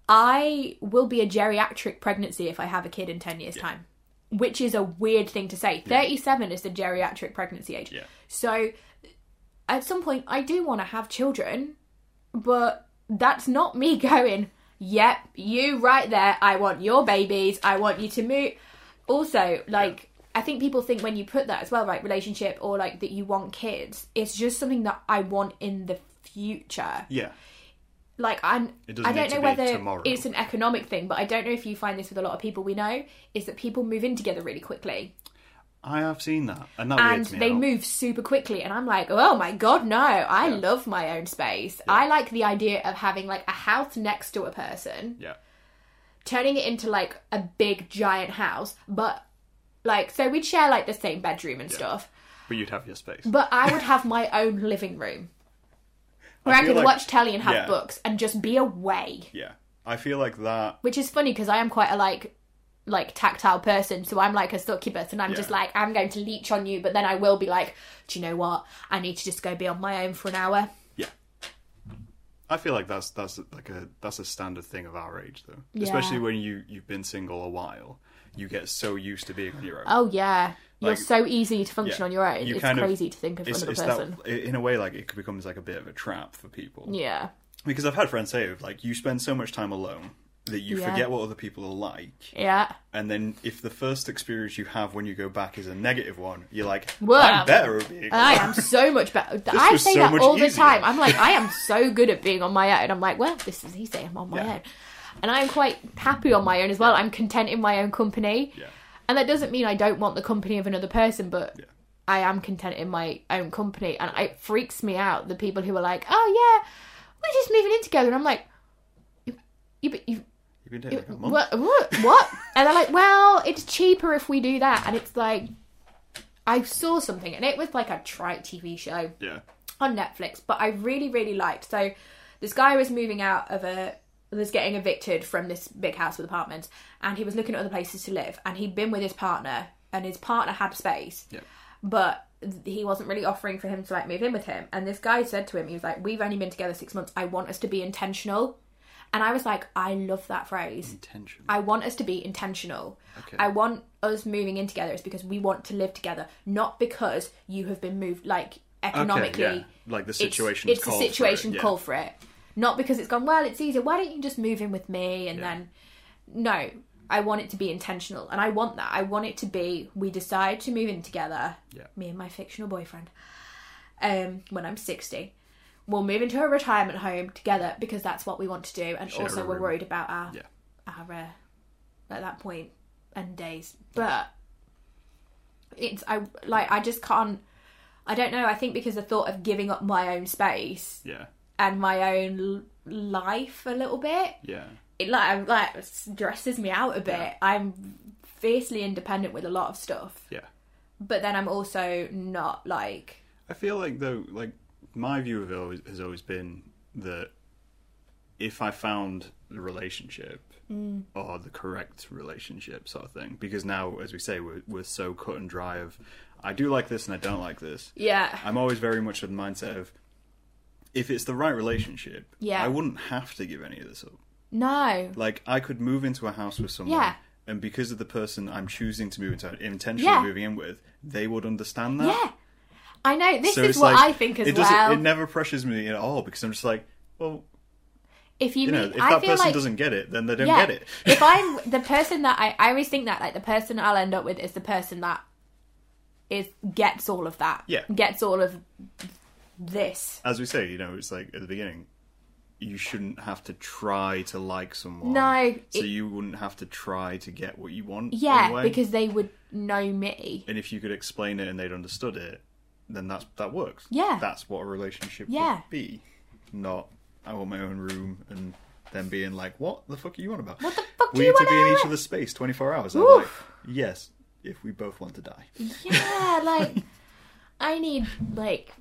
[SPEAKER 1] I will be a geriatric pregnancy if I have a kid in 10 years' time, which is a weird thing to say. 37 is the geriatric pregnancy age.
[SPEAKER 2] Yeah.
[SPEAKER 1] So at some point, I do want to have children, but that's not me <laughs> going, yep, you right there, I want your babies, I want you to move. Also, like, I think people think when you put that as well, right, relationship or like that you want kids, it's just something that I want in the future
[SPEAKER 2] Yeah.
[SPEAKER 1] like I'm,
[SPEAKER 2] It doesn't
[SPEAKER 1] I don't
[SPEAKER 2] need to
[SPEAKER 1] know
[SPEAKER 2] be
[SPEAKER 1] whether
[SPEAKER 2] tomorrow.
[SPEAKER 1] it's an economic thing, but I don't know if you find this with a lot of people we know is that people move in together really quickly
[SPEAKER 2] I have seen that, and that
[SPEAKER 1] and
[SPEAKER 2] weirds me
[SPEAKER 1] they
[SPEAKER 2] out.
[SPEAKER 1] move super quickly. And I'm like, oh my god, no! I love my own space. I like the idea of having like a house next to a person,
[SPEAKER 2] Yeah,
[SPEAKER 1] turning it into like a big giant house, but like so we'd share like the same bedroom and stuff.
[SPEAKER 2] but you'd have your space.
[SPEAKER 1] But I would have my own living
[SPEAKER 2] <laughs>
[SPEAKER 1] room where I,
[SPEAKER 2] feel
[SPEAKER 1] could
[SPEAKER 2] like-
[SPEAKER 1] watch telly and have
[SPEAKER 2] yeah.
[SPEAKER 1] books and just be away.
[SPEAKER 2] yeah, I feel like that.
[SPEAKER 1] which is funny because I am quite a like like tactile person so I'm like a succubus and I'm just
[SPEAKER 2] Yeah.
[SPEAKER 1] like I'm going to leech on you but then I will be like do you know what I need to just go be on my own for an hour
[SPEAKER 2] Yeah, I feel like that's that's like a that's a standard thing of our age, though.
[SPEAKER 1] Yeah.
[SPEAKER 2] Especially when you you've been single a while, you get so used to being on your own.
[SPEAKER 1] oh yeah you're
[SPEAKER 2] Like-
[SPEAKER 1] so easy to function
[SPEAKER 2] Yeah.
[SPEAKER 1] on your own
[SPEAKER 2] You
[SPEAKER 1] it's
[SPEAKER 2] kind of-
[SPEAKER 1] crazy to think of
[SPEAKER 2] it's,
[SPEAKER 1] another
[SPEAKER 2] it's
[SPEAKER 1] person
[SPEAKER 2] that in a way like it becomes like a bit of a trap for people
[SPEAKER 1] yeah
[SPEAKER 2] because I've had friends say of, like you spend so much time alone that you
[SPEAKER 1] Yeah.
[SPEAKER 2] forget what other people are like,
[SPEAKER 1] yeah
[SPEAKER 2] and then if the first experience you have when you go back is a negative one, you're like,
[SPEAKER 1] Whoa.
[SPEAKER 2] I'm better at being.
[SPEAKER 1] I
[SPEAKER 2] <laughs> alone."
[SPEAKER 1] am so much better I
[SPEAKER 2] was
[SPEAKER 1] say
[SPEAKER 2] so
[SPEAKER 1] that
[SPEAKER 2] much
[SPEAKER 1] all the
[SPEAKER 2] easier.
[SPEAKER 1] time I'm like I
[SPEAKER 2] <laughs>
[SPEAKER 1] am so good at being on my own I'm like well this is easy I'm on my
[SPEAKER 2] Yeah.
[SPEAKER 1] own and I'm quite happy on my own as well I'm content in my own company
[SPEAKER 2] Yeah.
[SPEAKER 1] And that doesn't mean I don't want the company of another person, but
[SPEAKER 2] Yeah.
[SPEAKER 1] I am content in my own company. And it freaks me out the people who are like, oh, yeah, we're just moving in together. And I'm like, "You- you, you,
[SPEAKER 2] You've been dating like a month.
[SPEAKER 1] what, what, what? And they're like, well, it's cheaper if we do that. And it's like, I saw something, and it was like a trite TV show
[SPEAKER 2] Yeah.
[SPEAKER 1] on Netflix, but I really, really liked. So this guy was moving out of a was getting evicted from this big house with apartments and he was looking at other places to live and he'd been with his partner and his partner had space
[SPEAKER 2] Yeah.
[SPEAKER 1] but he wasn't really offering for him to like move in with him and this guy said to him he was like we've only been together six months i want us to be intentional and i was like i love that phrase
[SPEAKER 2] Intention.
[SPEAKER 1] I want us to be intentional.
[SPEAKER 2] Okay.
[SPEAKER 1] I want us moving in together. It's because we want to live together, not because you have been moved like economically.
[SPEAKER 2] yeah. Like the
[SPEAKER 1] It's-
[SPEAKER 2] situation's
[SPEAKER 1] It's,
[SPEAKER 2] called
[SPEAKER 1] the
[SPEAKER 2] for it,
[SPEAKER 1] situation
[SPEAKER 2] yeah.
[SPEAKER 1] call for it, not because it's gone. Well, it's easier. Why don't you just move in with me? And then, no, I want it to be intentional, and I want that. I want it to be we decide to move in together.
[SPEAKER 2] Yeah.
[SPEAKER 1] Me and my fictional boyfriend. Um, when I'm sixty. We'll move into a retirement home together because that's what we want to do, and
[SPEAKER 2] Share
[SPEAKER 1] also
[SPEAKER 2] a
[SPEAKER 1] we're
[SPEAKER 2] room.
[SPEAKER 1] worried about our
[SPEAKER 2] Yeah.
[SPEAKER 1] our uh, at that point and days but it's i like i just can't i don't know i think because the thought of giving up my own space
[SPEAKER 2] Yeah.
[SPEAKER 1] and my own l- life a little bit
[SPEAKER 2] Yeah.
[SPEAKER 1] it like I'm, like stresses me out a bit
[SPEAKER 2] Yeah.
[SPEAKER 1] i'm fiercely independent with a lot of stuff
[SPEAKER 2] Yeah.
[SPEAKER 1] but then i'm also not like
[SPEAKER 2] I feel like though, like my view of it always, has always been that if I found the relationship
[SPEAKER 1] Mm.
[SPEAKER 2] or the correct relationship sort of thing, because now, as we say, we're we're so cut and dry of I do like this and I don't like this.
[SPEAKER 1] yeah
[SPEAKER 2] I'm always very much of the mindset of if it's the right relationship,
[SPEAKER 1] Yeah.
[SPEAKER 2] I wouldn't have to give any of this up.
[SPEAKER 1] no
[SPEAKER 2] Like I could move into a house with someone,
[SPEAKER 1] Yeah.
[SPEAKER 2] and because of the person I'm choosing to move into, intentionally
[SPEAKER 1] Yeah.
[SPEAKER 2] moving in with, they would understand that.
[SPEAKER 1] yeah i know this
[SPEAKER 2] So
[SPEAKER 1] is
[SPEAKER 2] it's
[SPEAKER 1] what
[SPEAKER 2] like,
[SPEAKER 1] i think as
[SPEAKER 2] it doesn't-
[SPEAKER 1] well
[SPEAKER 2] It never pressures me at all because I'm just like, well,
[SPEAKER 1] if you,
[SPEAKER 2] you know,
[SPEAKER 1] meet
[SPEAKER 2] if
[SPEAKER 1] i
[SPEAKER 2] that
[SPEAKER 1] feel
[SPEAKER 2] person
[SPEAKER 1] like
[SPEAKER 2] doesn't get it, then they don't
[SPEAKER 1] yeah.
[SPEAKER 2] get it.
[SPEAKER 1] <laughs>
[SPEAKER 2] <laughs>
[SPEAKER 1] if I'm the person that I, I always think that like the person I'll end up with is the person that is gets all of that.
[SPEAKER 2] Yeah.
[SPEAKER 1] Gets all of this.
[SPEAKER 2] As we say, you know, it's like at the beginning, you shouldn't have to try to like someone.
[SPEAKER 1] No,
[SPEAKER 2] so
[SPEAKER 1] it-
[SPEAKER 2] you wouldn't have to try to get what you want. in a
[SPEAKER 1] Yeah,
[SPEAKER 2] way.
[SPEAKER 1] because they would know me.
[SPEAKER 2] and if you could explain it and they'd understood it, then that's that works.
[SPEAKER 1] Yeah.
[SPEAKER 2] that's what a relationship
[SPEAKER 1] Yeah.
[SPEAKER 2] would be. Not I want my own room and then being like, what the fuck are you on about?
[SPEAKER 1] What the fuck
[SPEAKER 2] we
[SPEAKER 1] do
[SPEAKER 2] need
[SPEAKER 1] you
[SPEAKER 2] to be in
[SPEAKER 1] wanna-
[SPEAKER 2] each other's space twenty four hours. I'm
[SPEAKER 1] Oof.
[SPEAKER 2] like, yes, if we both want to die.
[SPEAKER 1] Yeah, like I need like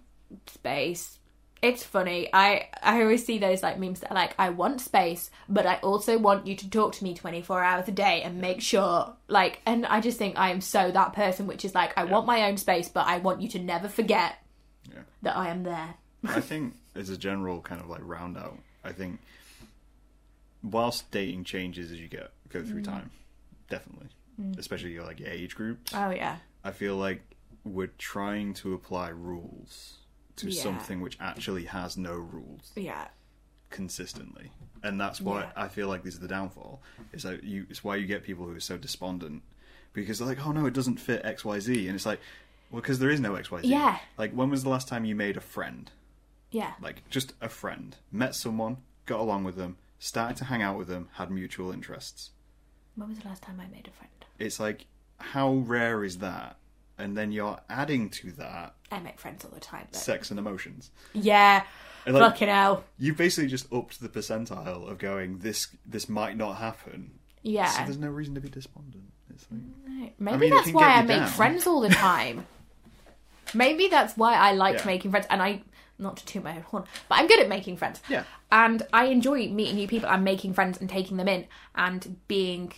[SPEAKER 1] space. It's funny. I I always see those like memes that are like I want space, but I also want you to talk to me 24 hours a day and make sure like and I just think I am so that person which is like I want my own space, but I want you to never forget
[SPEAKER 2] Yeah.
[SPEAKER 1] that I am there.
[SPEAKER 2] I think as a general kind of like round out, I think whilst dating changes as you get go
[SPEAKER 1] Mm.
[SPEAKER 2] through time, definitely, especially your like your age groups,
[SPEAKER 1] Oh yeah.
[SPEAKER 2] I feel like we're trying to apply rules to
[SPEAKER 1] Yeah.
[SPEAKER 2] something which actually has no rules
[SPEAKER 1] Yeah.
[SPEAKER 2] consistently, and that's why
[SPEAKER 1] Yeah.
[SPEAKER 2] I feel like this is the downfall. Is that you? It's why you get people who are so despondent because they're like, oh no, it doesn't fit X Y Z, and it's like, well, because there is no X Y Z.
[SPEAKER 1] Yeah.
[SPEAKER 2] Like, when was the last time you made a friend?
[SPEAKER 1] Yeah.
[SPEAKER 2] like just a friend met someone got along with them started to hang out with them had mutual interests
[SPEAKER 1] When was the last time I made a friend?
[SPEAKER 2] it's like how rare is that and then you're adding to that
[SPEAKER 1] I make friends all the time. But...
[SPEAKER 2] sex and emotions
[SPEAKER 1] Yeah.
[SPEAKER 2] And, like-
[SPEAKER 1] Fucking hell.
[SPEAKER 2] you basically just upped the percentile of going this this might not happen so
[SPEAKER 1] Yeah.
[SPEAKER 2] there's no reason to be despondent it's like
[SPEAKER 1] Right. Maybe
[SPEAKER 2] mean, it
[SPEAKER 1] that's
[SPEAKER 2] can
[SPEAKER 1] why
[SPEAKER 2] get
[SPEAKER 1] I
[SPEAKER 2] you
[SPEAKER 1] make
[SPEAKER 2] down.
[SPEAKER 1] friends
[SPEAKER 2] <laughs>
[SPEAKER 1] all the time. Maybe that's why I liked
[SPEAKER 2] Yeah.
[SPEAKER 1] making friends, and I not to toot my own horn, but I'm good at making friends.
[SPEAKER 2] Yeah.
[SPEAKER 1] and I enjoy meeting new people and making friends and taking them in and being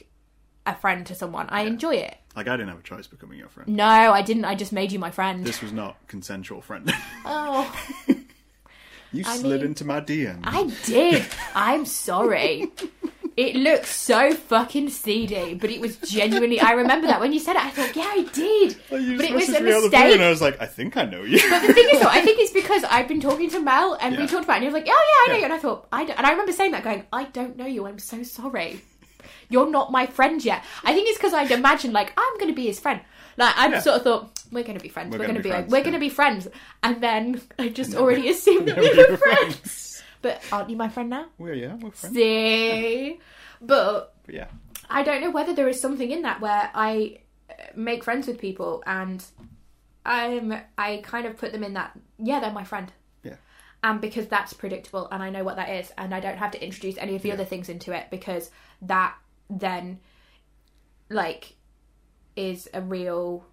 [SPEAKER 1] a friend to someone. I enjoy it.
[SPEAKER 2] like i didn't have a choice becoming your friend
[SPEAKER 1] No, I didn't. I just made you my friend.
[SPEAKER 2] this was not consensual friend <laughs>
[SPEAKER 1] Oh,
[SPEAKER 2] you
[SPEAKER 1] I
[SPEAKER 2] slid
[SPEAKER 1] mean-
[SPEAKER 2] into my dm
[SPEAKER 1] I
[SPEAKER 2] <laughs>
[SPEAKER 1] did. I'm sorry. It looks so fucking seedy, but it was genuinely. I remember that when you said it, I thought, yeah, I did.
[SPEAKER 2] Like, you
[SPEAKER 1] but it was
[SPEAKER 2] just
[SPEAKER 1] a
[SPEAKER 2] messaged me out of the blue
[SPEAKER 1] mistake.
[SPEAKER 2] and i was like i think i know you
[SPEAKER 1] the thing is, though, I think it's because I've been talking to Mel and we
[SPEAKER 2] Yeah.
[SPEAKER 1] talked about it, and he was like, "Oh yeah, I know
[SPEAKER 2] Yeah.
[SPEAKER 1] you." And I thought, I don't, and I remember saying that, going, "I don't know you. I'm so sorry. You're not my friend yet." I think it's because I'd imagined like I'm going to be his friend. Like I
[SPEAKER 2] Yeah.
[SPEAKER 1] sort of thought we're going to be friends. We're,
[SPEAKER 2] We're
[SPEAKER 1] going
[SPEAKER 2] gonna
[SPEAKER 1] to be,
[SPEAKER 2] be
[SPEAKER 1] like,
[SPEAKER 2] friends,
[SPEAKER 1] we're
[SPEAKER 2] yeah.
[SPEAKER 1] going to be friends, and then I just
[SPEAKER 2] <laughs> then
[SPEAKER 1] already
[SPEAKER 2] we-
[SPEAKER 1] assumed that we
[SPEAKER 2] we
[SPEAKER 1] were
[SPEAKER 2] were
[SPEAKER 1] friends. But aren't you my friend now?
[SPEAKER 2] <laughs> well yeah we're friends
[SPEAKER 1] See, but
[SPEAKER 2] but yeah
[SPEAKER 1] I don't know whether there is something in that where I uh, make friends with people and I'm I kind of put them in that yeah they're my friend
[SPEAKER 2] Yeah.
[SPEAKER 1] and because that's predictable and I know what that is and I don't have to introduce any of the other things into it because that then like is a real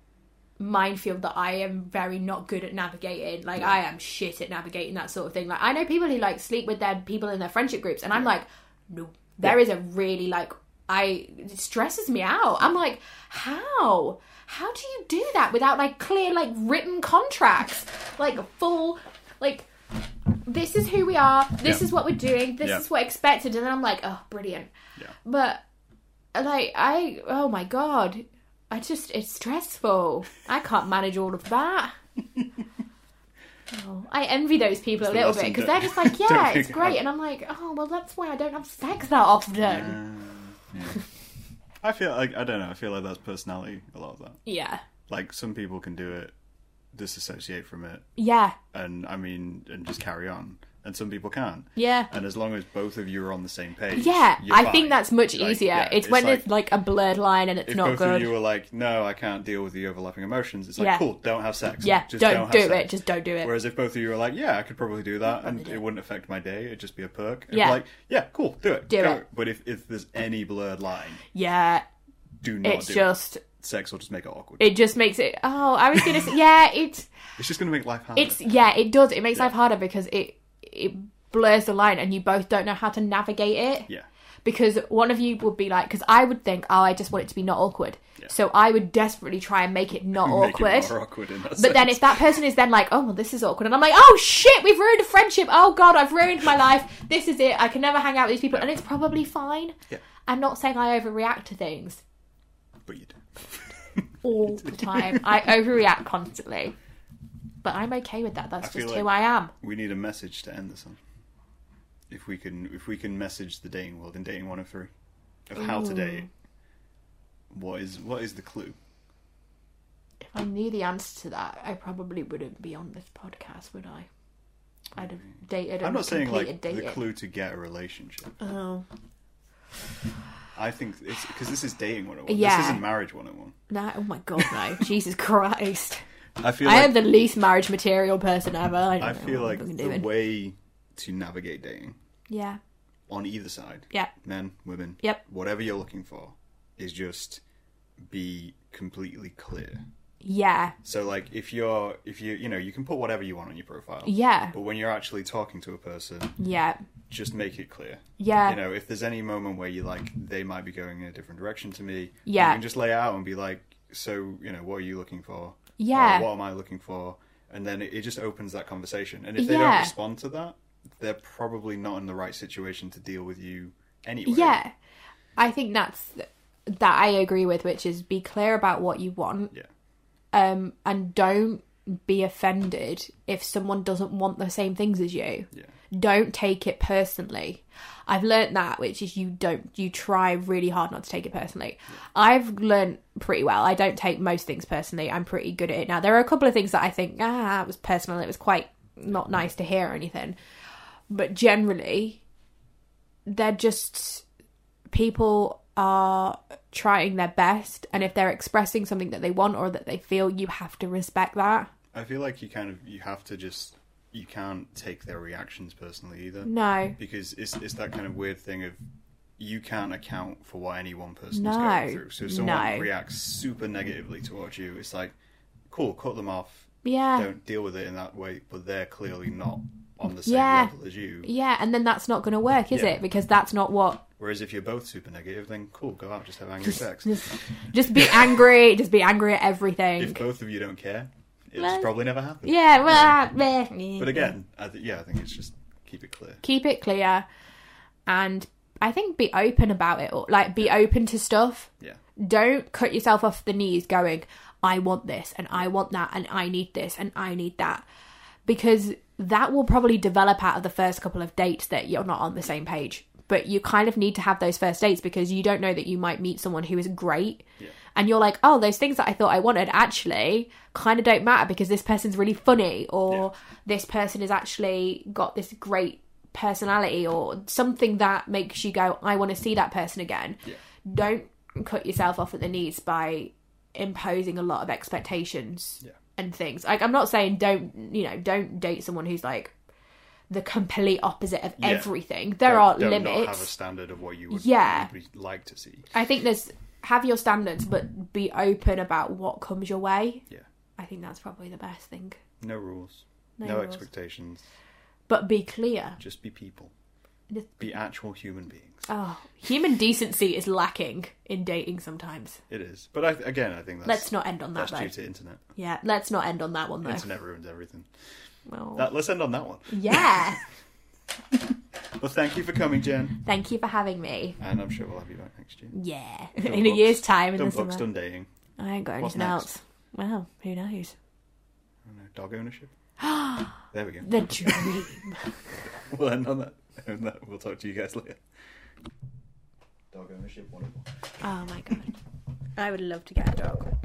[SPEAKER 1] minefield that I am very not good at navigating like I am shit at navigating that sort of thing like I know people who like sleep with their people in their friendship groups and I'm like no there is a really like I it stresses me out. I'm like, how? How do you do that without like clear like written contracts? Like a full like this is who we are, this
[SPEAKER 2] Yeah.
[SPEAKER 1] is what we're doing, this
[SPEAKER 2] Yeah.
[SPEAKER 1] is what expected and then I'm like, oh brilliant.
[SPEAKER 2] Yeah.
[SPEAKER 1] But like I oh my god. I just it's stressful. I can't manage all of
[SPEAKER 2] <laughs>
[SPEAKER 1] that. Oh, I envy those people a
[SPEAKER 2] the
[SPEAKER 1] little bit
[SPEAKER 2] lesson,
[SPEAKER 1] because they're
[SPEAKER 2] don't-
[SPEAKER 1] just
[SPEAKER 2] <laughs>
[SPEAKER 1] like,
[SPEAKER 2] don't
[SPEAKER 1] yeah, it's
[SPEAKER 2] figure
[SPEAKER 1] great,
[SPEAKER 2] out.
[SPEAKER 1] and I'm like, oh well, that's why I don't have sex that often.
[SPEAKER 2] I feel like I don't know. I feel like that's personality. A lot of that.
[SPEAKER 1] Yeah.
[SPEAKER 2] Like some people can do it, disassociate from it,
[SPEAKER 1] Yeah.
[SPEAKER 2] and I mean, and just carry on. And some people can't.
[SPEAKER 1] Yeah.
[SPEAKER 2] And as long as both of you are on the same page,
[SPEAKER 1] Yeah.
[SPEAKER 2] you're
[SPEAKER 1] I
[SPEAKER 2] fine.
[SPEAKER 1] think that's much
[SPEAKER 2] Like,
[SPEAKER 1] easier.
[SPEAKER 2] yeah,
[SPEAKER 1] it's, when it's like a blurred line and it's
[SPEAKER 2] if
[SPEAKER 1] not
[SPEAKER 2] both of you
[SPEAKER 1] good.
[SPEAKER 2] are like, no, I can't deal with the overlapping emotions. It's like,
[SPEAKER 1] Yeah.
[SPEAKER 2] cool, don't have sex.
[SPEAKER 1] Yeah.
[SPEAKER 2] just
[SPEAKER 1] don't,
[SPEAKER 2] don't, have
[SPEAKER 1] do
[SPEAKER 2] sex.
[SPEAKER 1] it. Just don't do it.
[SPEAKER 2] Whereas if both of you are like, yeah, I could probably do that, and
[SPEAKER 1] Probably do.
[SPEAKER 2] it wouldn't affect my day. It'd just be a perk. It'd be
[SPEAKER 1] Yeah.
[SPEAKER 2] Like, yeah, cool, do it.
[SPEAKER 1] Do
[SPEAKER 2] go."
[SPEAKER 1] it.
[SPEAKER 2] But if if there's any blurred line,
[SPEAKER 1] yeah.
[SPEAKER 2] do not
[SPEAKER 1] It's
[SPEAKER 2] do
[SPEAKER 1] just
[SPEAKER 2] it. Sex will just make it awkward.
[SPEAKER 1] it just makes it. Oh, I was gonna say. Yeah. It's
[SPEAKER 2] It's just going to make life harder.
[SPEAKER 1] it's yeah. It does. It makes life harder because it it blurs the line and you both don't know how to navigate it.
[SPEAKER 2] yeah,
[SPEAKER 1] because one of you would be like, because I would think, oh, I just want it to be not awkward. So I would desperately try and make it not awkward.
[SPEAKER 2] Make it more awkward in that
[SPEAKER 1] but then if that person is then like, oh, well, this is awkward, and I'm like, oh shit, we've ruined a friendship. Oh god, I've ruined my life. This is it. I can never hang out with these people, and it's probably fine.
[SPEAKER 2] Yeah.
[SPEAKER 1] I'm not saying I overreact to things
[SPEAKER 2] but you do.
[SPEAKER 1] <laughs> all the
[SPEAKER 2] <laughs>
[SPEAKER 1] time. I overreact constantly, but I'm okay with that. That's
[SPEAKER 2] feel
[SPEAKER 1] just
[SPEAKER 2] like-
[SPEAKER 1] who I am.
[SPEAKER 2] We need a message to end this on. If we can, if we can message the dating world in dating one hundred and three of how to date, what is what is the clue?
[SPEAKER 1] If I knew the answer to that, I probably wouldn't be on this podcast, would I? I'd have dated.
[SPEAKER 2] I'm
[SPEAKER 1] and
[SPEAKER 2] not saying like
[SPEAKER 1] completed dating.
[SPEAKER 2] the clue to get a relationship.
[SPEAKER 1] Oh.
[SPEAKER 2] I think it's because this is dating one hundred and one.
[SPEAKER 1] Yeah.
[SPEAKER 2] This isn't marriage one hundred and
[SPEAKER 1] No, oh my god,
[SPEAKER 2] <laughs>
[SPEAKER 1] no. Jesus Christ.
[SPEAKER 2] one. I feel
[SPEAKER 1] I am
[SPEAKER 2] like
[SPEAKER 1] the least marriage material person ever. I, don't
[SPEAKER 2] I
[SPEAKER 1] know what
[SPEAKER 2] feel
[SPEAKER 1] I'm
[SPEAKER 2] like
[SPEAKER 1] fucking
[SPEAKER 2] the
[SPEAKER 1] doing.
[SPEAKER 2] way to navigate dating
[SPEAKER 1] Yeah.
[SPEAKER 2] on either side,
[SPEAKER 1] Yeah.
[SPEAKER 2] men, women,
[SPEAKER 1] Yep.
[SPEAKER 2] whatever you're looking for, is just be completely clear.
[SPEAKER 1] Yeah.
[SPEAKER 2] So like if you're if you you know you can put whatever you want on your profile.
[SPEAKER 1] Yeah.
[SPEAKER 2] But when you're actually talking to a person,
[SPEAKER 1] Yeah.
[SPEAKER 2] just make it clear.
[SPEAKER 1] Yeah.
[SPEAKER 2] You know, if there's any moment where you like they might be going in a different direction to me,
[SPEAKER 1] Yeah.
[SPEAKER 2] you can just lay it out and be like, so you know, what are you looking for?
[SPEAKER 1] Yeah.
[SPEAKER 2] Or what am I looking for? And then it, it just opens that conversation. And if they
[SPEAKER 1] Yeah.
[SPEAKER 2] don't respond to that, they're probably not in the right situation to deal with you anyway.
[SPEAKER 1] Yeah. I think that's that I agree with, which is be clear about what you want.
[SPEAKER 2] Yeah.
[SPEAKER 1] Um and don't be offended if someone doesn't want the same things as you.
[SPEAKER 2] Yeah.
[SPEAKER 1] Don't take it personally. I've learnt that, which is you don't you try really hard not to take it personally. I've learnt pretty well. I don't take most things personally. I'm pretty good at it now. There are a couple of things that I think, ah, it was personal, it was quite not nice to hear or anything. But generally they're just people are trying their best and if they're expressing something that they want or that they feel you have to respect that
[SPEAKER 2] I feel like you kind of you have to just you can't take their reactions personally either.
[SPEAKER 1] no
[SPEAKER 2] because it's it's that kind of weird thing of you can't account for what any one person is
[SPEAKER 1] No.
[SPEAKER 2] going through. So if someone
[SPEAKER 1] No.
[SPEAKER 2] reacts super negatively towards you, it's like, cool, cut them off.
[SPEAKER 1] yeah
[SPEAKER 2] Don't deal with it in that way. But they're clearly not on the same
[SPEAKER 1] Yeah.
[SPEAKER 2] level as you.
[SPEAKER 1] yeah and then that's not going to work is
[SPEAKER 2] Yeah.
[SPEAKER 1] it because that's not what
[SPEAKER 2] Whereas if you're both super negative, then cool, go out, <laughs> just have angry sex.
[SPEAKER 1] just, just be angry just be angry at everything
[SPEAKER 2] if both of you don't care, it's
[SPEAKER 1] Well,
[SPEAKER 2] probably never happened.
[SPEAKER 1] yeah well ah, meh.
[SPEAKER 2] But again, I th- yeah, I think it's just keep it clear.
[SPEAKER 1] keep it clear and i think be open about it or like be open to stuff
[SPEAKER 2] Yeah.
[SPEAKER 1] don't cut yourself off the knees going i want this and i want that and i need this and i need that because that will probably develop out of the first couple of dates that you're not on the same page but you kind of need to have those first dates because you don't know that you might meet someone who is great
[SPEAKER 2] Yeah.
[SPEAKER 1] and you're like oh those things that i thought i wanted actually kind of don't matter because this person's really funny or this person has actually got this great personality or something that makes you go i want to see that person again
[SPEAKER 2] Yeah.
[SPEAKER 1] don't cut yourself off at the knees by imposing a lot of expectations
[SPEAKER 2] Yeah.
[SPEAKER 1] and things. Like I'm not saying don't you know don't date someone who's like the complete opposite of
[SPEAKER 2] Yeah.
[SPEAKER 1] everything. There
[SPEAKER 2] Don't-
[SPEAKER 1] are
[SPEAKER 2] don't Not have a
[SPEAKER 1] limits.
[SPEAKER 2] standard of what you would
[SPEAKER 1] Yeah.
[SPEAKER 2] probably like to see.
[SPEAKER 1] I think there's have your standards, but be open about what comes your way.
[SPEAKER 2] Yeah.
[SPEAKER 1] I think that's probably the best thing.
[SPEAKER 2] No rules.
[SPEAKER 1] No
[SPEAKER 2] no
[SPEAKER 1] rules.
[SPEAKER 2] expectations.
[SPEAKER 1] But be clear.
[SPEAKER 2] Just be people.
[SPEAKER 1] Just-
[SPEAKER 2] Be actual human beings.
[SPEAKER 1] Oh, human decency is lacking in dating sometimes.
[SPEAKER 2] It is. But I, again, I think that's,
[SPEAKER 1] Let's not end on that
[SPEAKER 2] that's
[SPEAKER 1] though.
[SPEAKER 2] due to internet.
[SPEAKER 1] Yeah, let's not end on that one though.
[SPEAKER 2] Internet ruins everything.
[SPEAKER 1] Well,
[SPEAKER 2] That, let's end on that one. <laughs>
[SPEAKER 1] yeah.
[SPEAKER 2] Well, thank you for coming, Jen.
[SPEAKER 1] Thank you for having me.
[SPEAKER 2] And I'm sure we'll have you back next year.
[SPEAKER 1] Yeah.
[SPEAKER 2] Done
[SPEAKER 1] <laughs> in a
[SPEAKER 2] books.
[SPEAKER 1] year's time in
[SPEAKER 2] Done
[SPEAKER 1] the
[SPEAKER 2] books,
[SPEAKER 1] summer.
[SPEAKER 2] done dating.
[SPEAKER 1] I ain't got
[SPEAKER 2] What's
[SPEAKER 1] anything
[SPEAKER 2] next?
[SPEAKER 1] else. Well, who knows?
[SPEAKER 2] I don't know, Oh, dog ownership.
[SPEAKER 1] <gasps>
[SPEAKER 2] there we go.
[SPEAKER 1] The <laughs> dream.
[SPEAKER 2] We'll end on that. And that. <laughs> We'll talk to you guys later. Dog ownership, one of one.
[SPEAKER 1] oh my god. I would love to get a dog.